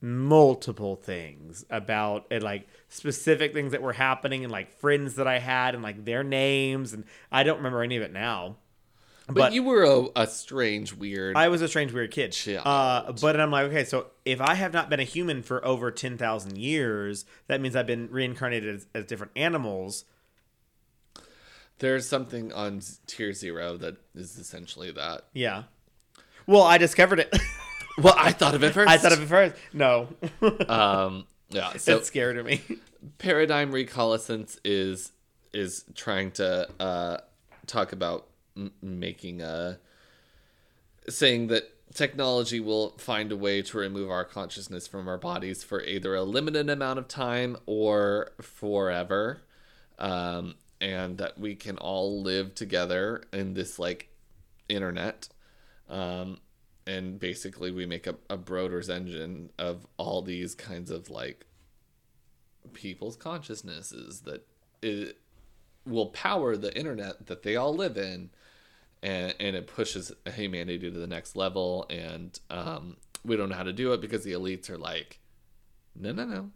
[SPEAKER 2] multiple things about and like specific things that were happening and like friends that i had and like their names and i don't remember any of it now
[SPEAKER 1] But, you were a, a strange, weird.
[SPEAKER 2] I was a strange, weird kid.
[SPEAKER 1] Child.
[SPEAKER 2] Uh, but I'm like, okay, so if I have not been a human for over 10,000 years, that means I've been reincarnated as, as different animals.
[SPEAKER 1] There's something on Z- Tier Zero that is essentially that.
[SPEAKER 2] Yeah. Well, I discovered it.
[SPEAKER 1] [LAUGHS] Well, I thought of it first.
[SPEAKER 2] [LAUGHS] I thought of it first. No. [LAUGHS]
[SPEAKER 1] Um, yeah. So
[SPEAKER 2] it's scary to me. [LAUGHS]
[SPEAKER 1] paradigm recolescence is is trying to uh, talk about m- making a saying that technology will find a way to remove our consciousness from our bodies for either a limited amount of time or forever um, and that we can all live together in this like internet um, and basically we make a, a broder's engine of all these kinds of like people's consciousnesses that it will power the internet that they all live in and, and it pushes humanity to the next level and um, we don't know how to do it because the elites are like no no no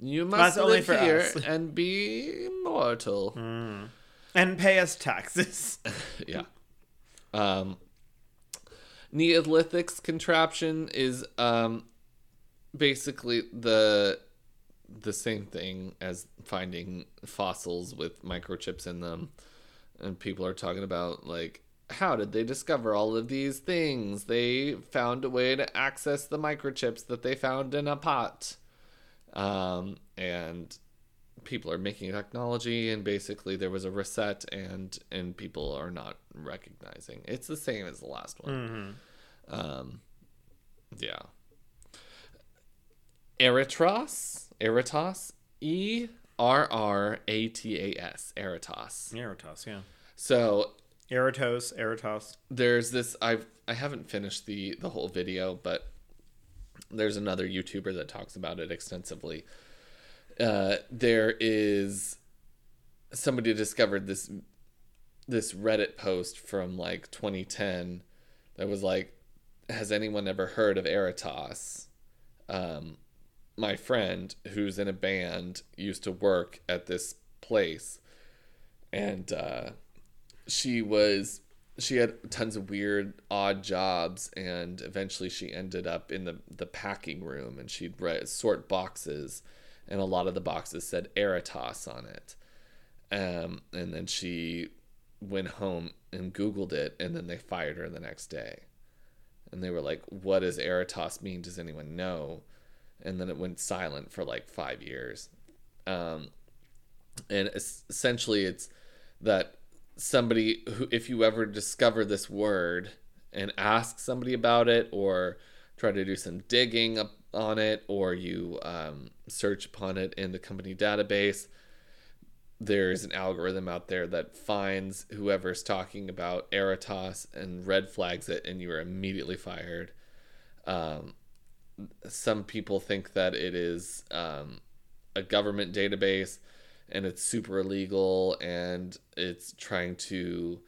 [SPEAKER 1] you must
[SPEAKER 2] That's only
[SPEAKER 1] live
[SPEAKER 2] for
[SPEAKER 1] here
[SPEAKER 2] us."
[SPEAKER 1] and be
[SPEAKER 2] [LAUGHS]
[SPEAKER 1] mortal
[SPEAKER 2] and pay us taxes. [LAUGHS]
[SPEAKER 1] yeah. Um, Neolithic's contraption is um, basically the the same thing as finding fossils with microchips in them, and people are talking about like. How did they discover all of these things? They found a way to access the microchips that they found in a pot. Um, and people are making technology and basically there was a reset and and people are not recognizing it's the same as the last one um yeah eritros eritos e r r a t a s eritos
[SPEAKER 2] Eratos, yeah.
[SPEAKER 1] so
[SPEAKER 2] Eratos, Eratos.
[SPEAKER 1] there's this I've I haven't finished the the whole video, but there's another YouTuber that talks about it extensively. Uh, there is somebody discovered this this Reddit post from like 2010 that was like, "Has anyone ever heard of Eratos?" Um, my friend who's in a band used to work at this place, and uh, she was she had tons of weird odd jobs and eventually she ended up in the the packing room and she'd write, sort boxes and a lot of the boxes said Eratos on it um, and then she went home and googled it and then they fired her the next day and they were like what does Eratos mean does anyone know and then it went silent for like five years um, and es- essentially it's that somebody who if you ever discover this word and ask somebody about it or try to do some digging up on it or you um, search upon it in the company database there's an algorithm out there that finds whoever's talking about Eratos and red flags it and you are immediately fired Um, some people think that it is um, a government database and it's super illegal and it's trying to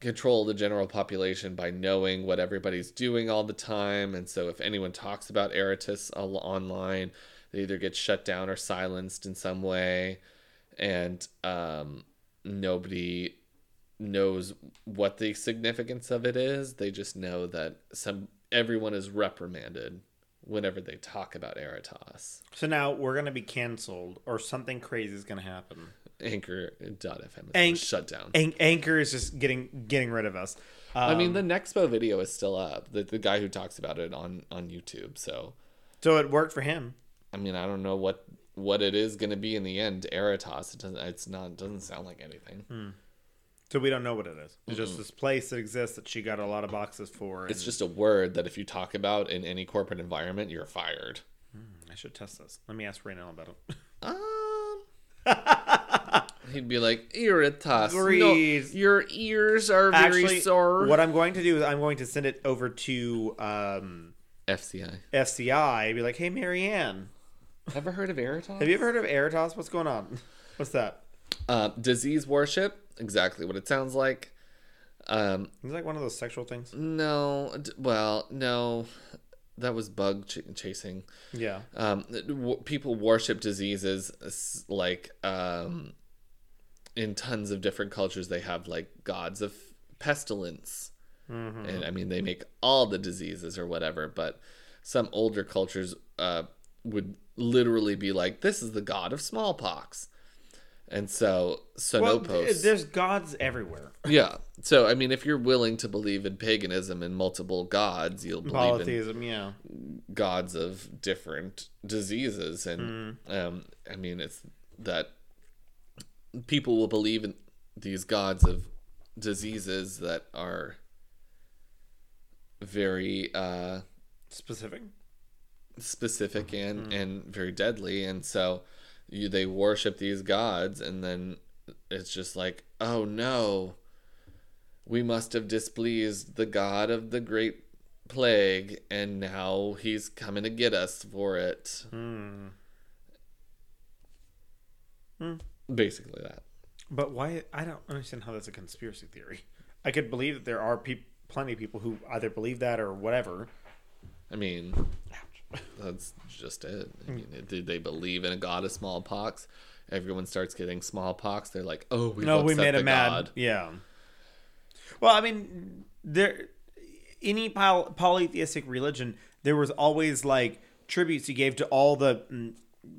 [SPEAKER 1] control the general population by knowing what everybody's doing all the time and so if anyone talks about Eratus al- online they either get shut down or silenced in some way and um, nobody knows what the significance of it is. They just know that some everyone is reprimanded whenever they talk about Eratos.
[SPEAKER 2] So now we're going to be canceled or something crazy is going to happen.
[SPEAKER 1] Anchor.fm
[SPEAKER 2] Anch-
[SPEAKER 1] is shut down.
[SPEAKER 2] An- Anchor is just getting getting rid of us.
[SPEAKER 1] I mean,
[SPEAKER 2] Um,
[SPEAKER 1] the Nexpo video is still up. The, the guy who talks about it on on YouTube. So,
[SPEAKER 2] So it worked for him.
[SPEAKER 1] I mean, I don't know what what it is going to be in the end. Eratos. It doesn't. It's not. Doesn't sound like anything.
[SPEAKER 2] Hmm. So we don't know what it is. It's just this place that exists that she got a lot of boxes for. And
[SPEAKER 1] It's just a word that if you talk about in any corporate environment, you're fired.
[SPEAKER 2] I should test this. Let me ask Raynell about it. [LAUGHS]
[SPEAKER 1] Um. He'd be like, Iritas. No,
[SPEAKER 2] Grease.
[SPEAKER 1] your ears are very
[SPEAKER 2] Actually,
[SPEAKER 1] sore.
[SPEAKER 2] what I'm going to do is I'm going to send it over to um,
[SPEAKER 1] FCI.
[SPEAKER 2] FCI and be like, hey, Marianne,
[SPEAKER 1] Ever heard of Iritas?
[SPEAKER 2] have you ever heard of Eratos? What's going on? [LAUGHS] What's that?
[SPEAKER 1] Uh, disease worship. Exactly what it sounds like. Um,
[SPEAKER 2] It's like one of those sexual things.
[SPEAKER 1] no. d- Well, no. That was bug ch- chasing.
[SPEAKER 2] Yeah.
[SPEAKER 1] um, w- people worship diseases s- like um, in tons of different cultures they have like gods of pestilence
[SPEAKER 2] Mm-hmm.
[SPEAKER 1] and i mean they make all the diseases or whatever but some older cultures uh, would literally be like this is the god of smallpox and so
[SPEAKER 2] Well,
[SPEAKER 1] sonopos
[SPEAKER 2] th- there's gods everywhere.
[SPEAKER 1] yeah so i mean if you're willing to believe in paganism and multiple gods you'll believe in
[SPEAKER 2] Polytheism, yeah.
[SPEAKER 1] gods of different diseases and um, i mean it's that people will believe in these gods of diseases that are very uh,
[SPEAKER 2] Specific.
[SPEAKER 1] specific and and very deadly and so you they worship these gods and then it's just like oh no we must have displeased the god of the great plague and now he's coming to get us for it basically that
[SPEAKER 2] But why? I don't understand how that's a conspiracy theory. I could believe that there are peop plenty of people who either believe that or whatever.
[SPEAKER 1] i mean that's just it i
[SPEAKER 2] Mm.
[SPEAKER 1] mean did they believe in a god of smallpox everyone starts getting smallpox they're like oh we've
[SPEAKER 2] No, we
[SPEAKER 1] upset
[SPEAKER 2] made
[SPEAKER 1] the
[SPEAKER 2] him mad.
[SPEAKER 1] god.
[SPEAKER 2] Yeah. Well, I mean, there any poly- polytheistic religion, there was always like tributes you gave to all the mm,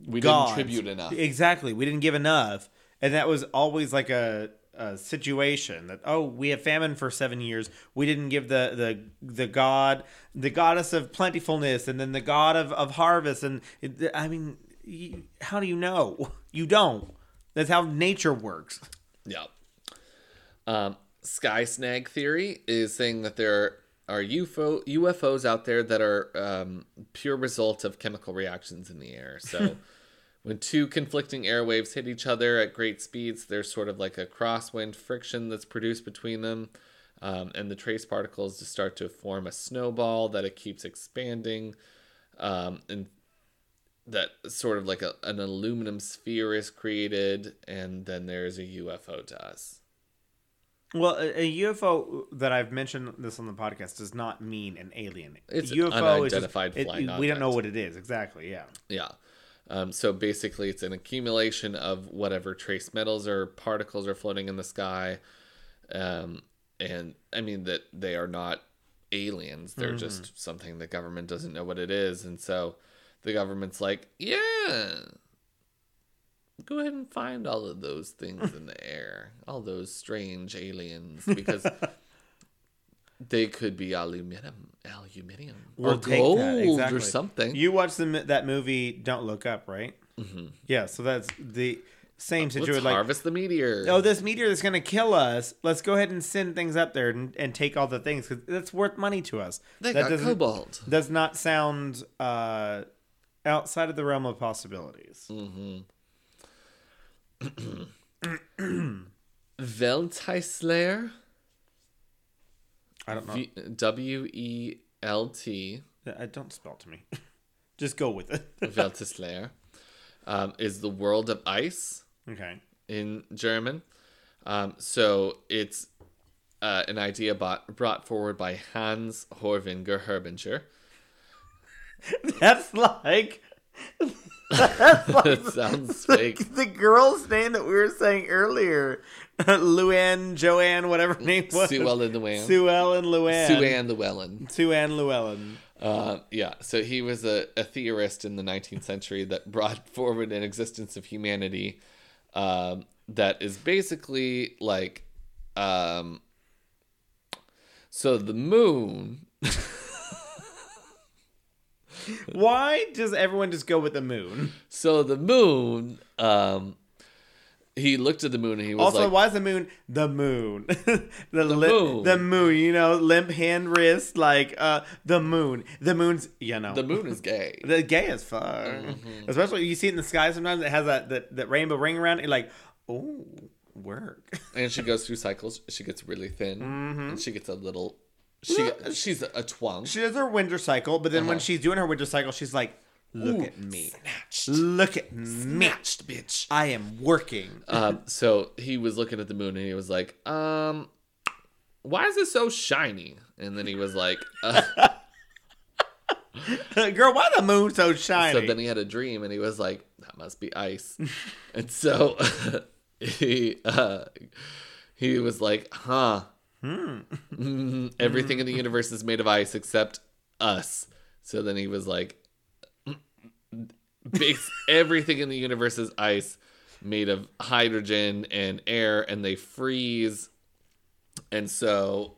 [SPEAKER 1] we
[SPEAKER 2] gods.
[SPEAKER 1] didn't tribute enough
[SPEAKER 2] Exactly, we didn't give enough, and that was always like a, a situation that oh, we have famine for seven years. We didn't give the the the god, the goddess of plentifulness, and then the god of of harvest. And it, I mean, you, how do you know? [LAUGHS] You don't. That's how nature works.
[SPEAKER 1] Yeah. Um, sky snag theory is saying that there are UFO UFOs out there that are um, pure result of chemical reactions in the air. So when two conflicting airwaves hit each other at great speeds, there's sort of like a crosswind friction that's produced between them. Um, and the trace particles just start to form a snowball that it keeps expanding. Um, and that sort of like a, an aluminum sphere is created, and then there's a UFO to us.
[SPEAKER 2] Well, a, a UFO that I've mentioned this on the podcast does not mean an alien.
[SPEAKER 1] It's
[SPEAKER 2] a
[SPEAKER 1] an
[SPEAKER 2] UFO is just-
[SPEAKER 1] unidentified
[SPEAKER 2] it-
[SPEAKER 1] flying
[SPEAKER 2] We don't know
[SPEAKER 1] object.
[SPEAKER 2] what it is exactly. Yeah.
[SPEAKER 1] Yeah. Um, so basically, it's an accumulation of whatever trace metals or particles are floating in the sky. Um, and I mean, that they are not aliens, they're just something the government doesn't know what it is. And so the government's like, yeah, go ahead and find all of those things in the air, all those strange aliens, because. They could be aluminum, aluminium, or gold, or something.
[SPEAKER 2] You watched the, mi- that movie Don't Look Up, right? Mm-hmm. Yeah. So that's the same
[SPEAKER 1] Let's
[SPEAKER 2] situation. Like,
[SPEAKER 1] harvest the meteor.
[SPEAKER 2] oh, this meteor is going to kill us. Let's go ahead and send things up there and, and take all the things because that's worth money to us.
[SPEAKER 1] They
[SPEAKER 2] that
[SPEAKER 1] got
[SPEAKER 2] doesn't-
[SPEAKER 1] cobalt.
[SPEAKER 2] Does not sound uh, outside of the realm of possibilities.
[SPEAKER 1] Mm. Veltaislayer.
[SPEAKER 2] I don't know.
[SPEAKER 1] V- W E L T.
[SPEAKER 2] Uh, don't spell to me. [LAUGHS] Just go with it. [LAUGHS]
[SPEAKER 1] Veltaislayer [LAUGHS] um, is the world of ice
[SPEAKER 2] okay.
[SPEAKER 1] in German. Um, so it's uh, an idea bought, brought forward by Hans Horvinger Herbinger.
[SPEAKER 2] That's like
[SPEAKER 1] [LAUGHS] that sounds
[SPEAKER 2] [LAUGHS]
[SPEAKER 1] fake.
[SPEAKER 2] the girl's name that we were saying earlier. [LAUGHS] Luann, Joanne, whatever her name was.
[SPEAKER 1] Sue Ellen Llewellyn. Sue
[SPEAKER 2] Sue Ellen Luann.
[SPEAKER 1] Ann Llewellyn.
[SPEAKER 2] Sue Ann Llewellyn.
[SPEAKER 1] Uh, yeah, so he was a, a theorist in the 19th century that brought [LAUGHS] forward an existence of humanity um, that is basically like. Um, so the moon.
[SPEAKER 2] Why does everyone just go with the moon?
[SPEAKER 1] So the moon. Um, he looked at the moon and he was
[SPEAKER 2] Also,
[SPEAKER 1] like.
[SPEAKER 2] why is the moon the moon? [LAUGHS] the the
[SPEAKER 1] moon.
[SPEAKER 2] The moon, you know, limp hand wrist, like uh the moon. The moon's you know
[SPEAKER 1] The moon is gay.
[SPEAKER 2] The gay as fuck.
[SPEAKER 1] Mm-hmm.
[SPEAKER 2] Especially you see it in the sky sometimes. It has that that, that rainbow ring around. it. You're like, oh, work. [LAUGHS]
[SPEAKER 1] and she goes through cycles. She gets really thin. And she gets a little. She Mm-hmm. she's a twunk.
[SPEAKER 2] she does her winter cycle, but then when she's doing her winter cycle, she's like, look
[SPEAKER 1] Uh-huh. Ooh,
[SPEAKER 2] at me,
[SPEAKER 1] Snatched,
[SPEAKER 2] look at me,
[SPEAKER 1] snatched, bitch.
[SPEAKER 2] I am working. [LAUGHS]
[SPEAKER 1] [LAUGHS] um, so he was looking at the moon and he was like, um, why is it so shiny? And then he was like, uh,
[SPEAKER 2] Girl, why the moon so shiny?
[SPEAKER 1] so then he had a dream and he was like, that must be [LAUGHS] ice. and so [LAUGHS] he, uh, he was like, huh, hmm. [LAUGHS] everything in the universe is made of ice except us. So then he was like, base, everything in the universe is ice made of hydrogen and air and they freeze and so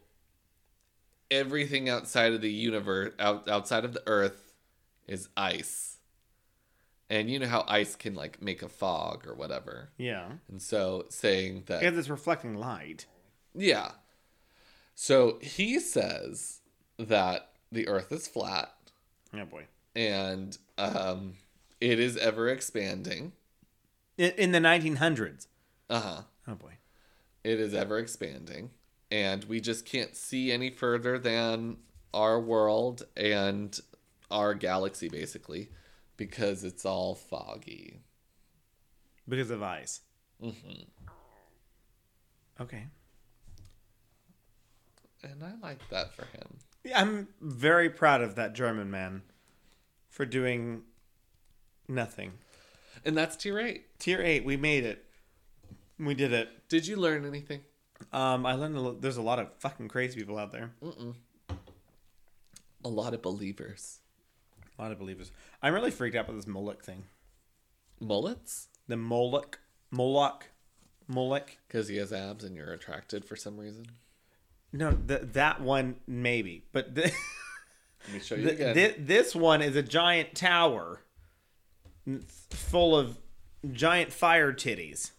[SPEAKER 1] everything outside of the universe out, outside of the earth is ice and you know how ice can like make a fog or whatever
[SPEAKER 2] yeah,
[SPEAKER 1] and so saying that
[SPEAKER 2] because it's reflecting light.
[SPEAKER 1] Yeah. So he says that the Earth is flat
[SPEAKER 2] Oh boy.
[SPEAKER 1] and um, it is ever expanding.
[SPEAKER 2] In, in the 1900s.
[SPEAKER 1] Uh huh.
[SPEAKER 2] Oh boy.
[SPEAKER 1] It is ever expanding, and we just can't see any further than our world and our galaxy, basically, because it's all foggy.
[SPEAKER 2] Because of ice. Mm-hmm. Okay.
[SPEAKER 1] And I like that for him.
[SPEAKER 2] I'm very proud of that German man for doing nothing.
[SPEAKER 1] And that's tier eight.
[SPEAKER 2] Tier eight, we made it. We did it.
[SPEAKER 1] Did you learn anything?
[SPEAKER 2] Um, I learned a lo- there's a lot of fucking crazy people out there.
[SPEAKER 1] A lot of believers.
[SPEAKER 2] A lot of believers. I'm really freaked out by this Moloch thing.
[SPEAKER 1] Mullets?
[SPEAKER 2] The Moloch, Moloch, Moloch.
[SPEAKER 1] Because he has abs and you're attracted for some reason.
[SPEAKER 2] No, th- that one maybe, but th-
[SPEAKER 1] Let me show you
[SPEAKER 2] th-
[SPEAKER 1] again.
[SPEAKER 2] th- this one is a giant tower n- full of giant fire titties.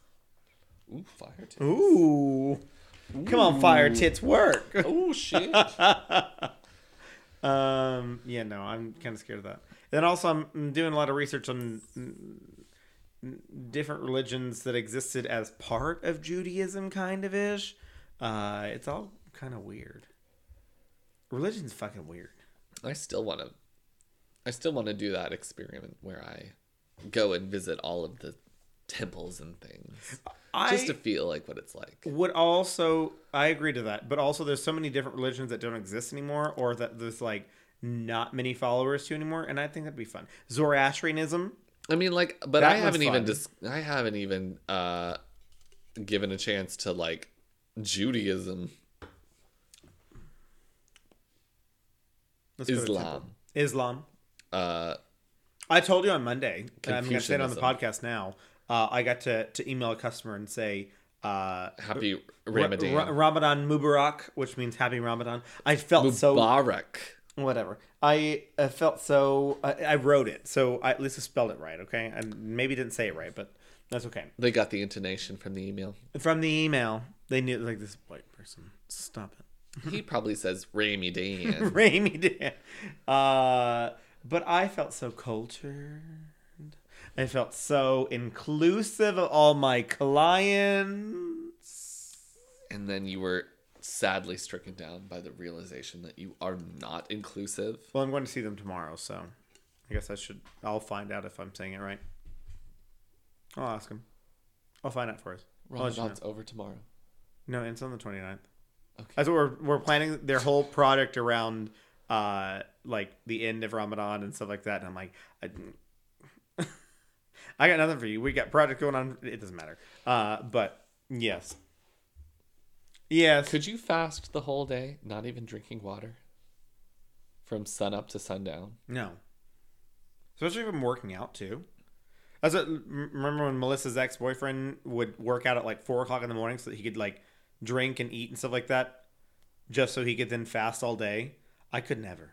[SPEAKER 1] Ooh, fire tits.
[SPEAKER 2] Ooh. Come on, fire tits, work.
[SPEAKER 1] Oh, shit.
[SPEAKER 2] [LAUGHS] Um, yeah, no, I'm kind of scared of that. Then also, I'm- I'm doing a lot of research on mm, different religions that existed as part of Judaism, kind of ish. Uh, it's all kind of weird. Religion's fucking weird.
[SPEAKER 1] I still want to. I still want to do that experiment where I go and visit all of the temples and things, just
[SPEAKER 2] I
[SPEAKER 1] to feel like what it's like.
[SPEAKER 2] would also, I agree to that, but also there's so many different religions that don't exist anymore, or that there's like not many followers to anymore, and I think that'd be fun. Zoroastrianism,
[SPEAKER 1] I mean, like, but
[SPEAKER 2] That
[SPEAKER 1] I
[SPEAKER 2] was
[SPEAKER 1] haven't even
[SPEAKER 2] fun.
[SPEAKER 1] dis- I haven't even uh, given a chance to like Judaism,
[SPEAKER 2] Let's go to temple.
[SPEAKER 1] Islam.
[SPEAKER 2] Islam.
[SPEAKER 1] Uh,
[SPEAKER 2] I told you on Monday. and I'm going to say it on the podcast
[SPEAKER 1] Confucianism.
[SPEAKER 2] now. Uh, I got to, to email a customer and say, uh,
[SPEAKER 1] happy
[SPEAKER 2] Ra-
[SPEAKER 1] Ramadan,
[SPEAKER 2] Ra- Ramadan Mubarak, which means Happy Ramadan. I felt so
[SPEAKER 1] Mubarak.
[SPEAKER 2] whatever. I uh, felt so. I, I wrote it, so I at least I spelled it right. Okay, I maybe didn't say it right, but that's okay.
[SPEAKER 1] They got the intonation from the email.
[SPEAKER 2] From the email, they knew like this white person. Stop it.
[SPEAKER 1] He probably says
[SPEAKER 2] [LAUGHS]
[SPEAKER 1] [LAUGHS] Ramadan.
[SPEAKER 2] Rainy day. Uh, but I felt so cultured. I felt so inclusive of all my clients.
[SPEAKER 1] and then you were sadly stricken down by the realization that you are not inclusive.
[SPEAKER 2] Well, I'm going to see them tomorrow, so I guess I should. I'll find out if I'm saying it right. I'll ask him. I'll find out for us. I'll let you know.
[SPEAKER 1] Ramadan's over tomorrow.
[SPEAKER 2] No, it's on the 29th.
[SPEAKER 1] Okay.
[SPEAKER 2] That's what we're we're planning their whole product around uh like the end of Ramadan and stuff like that. And I'm like, I, [LAUGHS] I got nothing for you. We got project going on. It doesn't matter. Uh, but yes, yes.
[SPEAKER 1] Could you fast the whole day, not even drinking water? From sun up to sundown.
[SPEAKER 2] No. Especially if I'm working out too. That's what, m- remember when Melissa's ex boyfriend would work out at like four o'clock in the morning so that he could like drink and eat and stuff like that, just so he could then fast all day. I could never.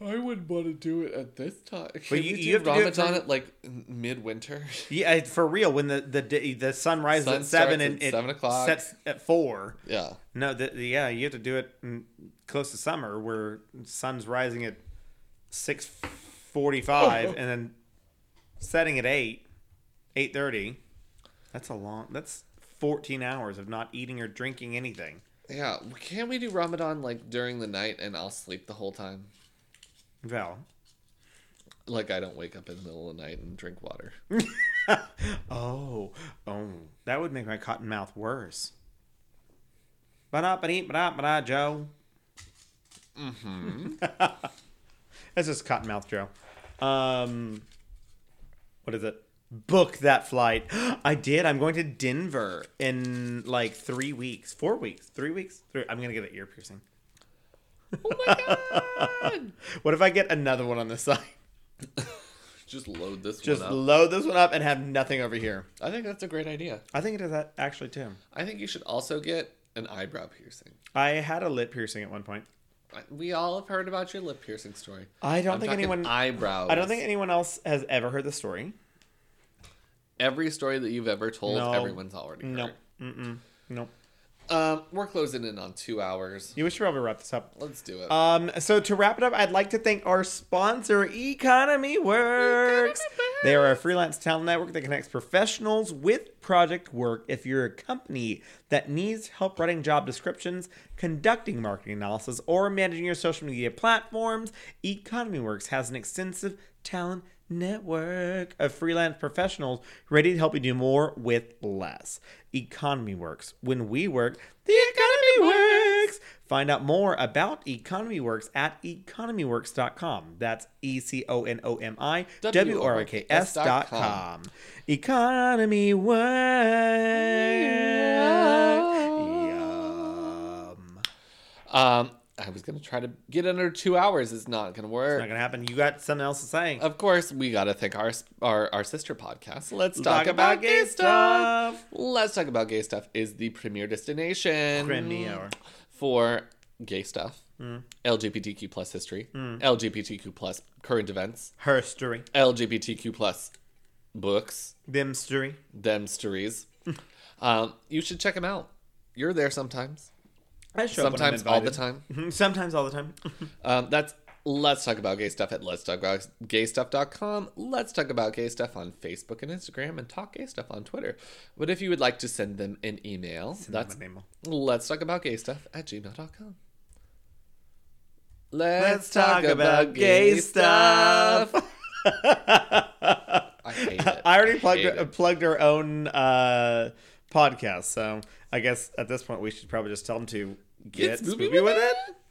[SPEAKER 1] I wouldn't want to do it at this time. Can
[SPEAKER 2] But
[SPEAKER 1] but
[SPEAKER 2] you-
[SPEAKER 1] you,
[SPEAKER 2] you
[SPEAKER 1] do
[SPEAKER 2] have to do it
[SPEAKER 1] Ramadan
[SPEAKER 2] from-
[SPEAKER 1] at like m- midwinter? [LAUGHS]
[SPEAKER 2] Yeah, I- for real. When the the day- the sun rises
[SPEAKER 1] Sun
[SPEAKER 2] at seven
[SPEAKER 1] starts at
[SPEAKER 2] and it
[SPEAKER 1] seven o'clock.
[SPEAKER 2] sets at four.
[SPEAKER 1] yeah.
[SPEAKER 2] No, the, the- yeah, you have to do it mm, close to summer where sun's rising at six forty-five and then setting at eight, eight thirty. That's a long. That's fourteen hours of not eating or drinking anything.
[SPEAKER 1] Yeah. Can we do Ramadan like during the night and I'll sleep the whole time?
[SPEAKER 2] Val,
[SPEAKER 1] Like I don't wake up in the middle of the night and drink water.
[SPEAKER 2] [LAUGHS] Oh, oh, that would make my cotton mouth worse. Ba-da, ba-dee, ba-da, ba-da, Joe. Mm-hmm. [LAUGHS] That's just cotton mouth, Joe. Um, what is it? Book that flight. [GASPS] I did. I'm going to Denver in like three weeks, four weeks, three weeks. Three. I'm gonna get an ear piercing.
[SPEAKER 1] Oh
[SPEAKER 2] [LAUGHS] What if I get another one on this side?
[SPEAKER 1] [LAUGHS] Just load this
[SPEAKER 2] Just
[SPEAKER 1] one up.
[SPEAKER 2] load this one up and have nothing over here.
[SPEAKER 1] I think that's a great idea.
[SPEAKER 2] I think it is that actually too.
[SPEAKER 1] I think you should also get an eyebrow piercing.
[SPEAKER 2] I had a lip piercing at one point.
[SPEAKER 1] We all have heard about your lip piercing story.
[SPEAKER 2] I don't
[SPEAKER 1] I'm
[SPEAKER 2] think
[SPEAKER 1] talking
[SPEAKER 2] anyone. I,
[SPEAKER 1] eyebrows.
[SPEAKER 2] don't think anyone else has ever heard the story.
[SPEAKER 1] every story that you've ever told,
[SPEAKER 2] No.
[SPEAKER 1] everyone's already heard.
[SPEAKER 2] No. Mm-mm. No.
[SPEAKER 1] Um, we're closing in on two hours.
[SPEAKER 2] You wish we probably wrap this up.
[SPEAKER 1] Let's do it.
[SPEAKER 2] Um, so to wrap it up, I'd like to thank our sponsor, Economy Works. They are a freelance talent network that connects professionals with project work. If you're a company that needs help writing job descriptions, conducting marketing analysis, or managing your social media platforms, Economy Works has an extensive talent network of freelance professionals ready to help you do more with less. Economy Works. When we work, the economy works. Find out more about Economy Works at economyworks.com. That's E C O N O M I W R I K S dot com. Economy Works. Yum.
[SPEAKER 1] Um, I was gonna try to get under two hours. It's not gonna work.
[SPEAKER 2] It's not gonna happen. You got something else to say.
[SPEAKER 1] of course, we gotta thank our our, our sister podcast. Let's talk, about, gay stuff. Let's talk about gay stuff. Is the premier destination
[SPEAKER 2] Grammy hour.
[SPEAKER 1] for gay stuff,
[SPEAKER 2] Mm.
[SPEAKER 1] LGBTQ plus history, LGBTQ plus current events,
[SPEAKER 2] Her story.
[SPEAKER 1] LGBTQ plus books,
[SPEAKER 2] Them story.
[SPEAKER 1] them
[SPEAKER 2] [LAUGHS]
[SPEAKER 1] stories. um, you should check them out. You're there sometimes,
[SPEAKER 2] I show up when I'm
[SPEAKER 1] sometimes all the
[SPEAKER 2] invited.
[SPEAKER 1] time.
[SPEAKER 2] [LAUGHS] Sometimes all the time.
[SPEAKER 1] Um, that's let's talk about gay stuff at let's talk about gay stuff.com. Let's talk about gay stuff on Facebook and Instagram and talk gay stuff on Twitter. But if you would like to send them an email, [LAUGHS]
[SPEAKER 2] [LAUGHS]
[SPEAKER 1] that's
[SPEAKER 2] My name.
[SPEAKER 1] let's talk about gay stuff at gmail.com. Let's,
[SPEAKER 2] Let's talk about gay stuff. [LAUGHS]
[SPEAKER 1] I hate it.
[SPEAKER 2] I already plugged
[SPEAKER 1] hate it.
[SPEAKER 2] plugged our own uh, podcast, so I guess at this point we should probably just tell them to get
[SPEAKER 1] Spoopy
[SPEAKER 2] spoopy with it.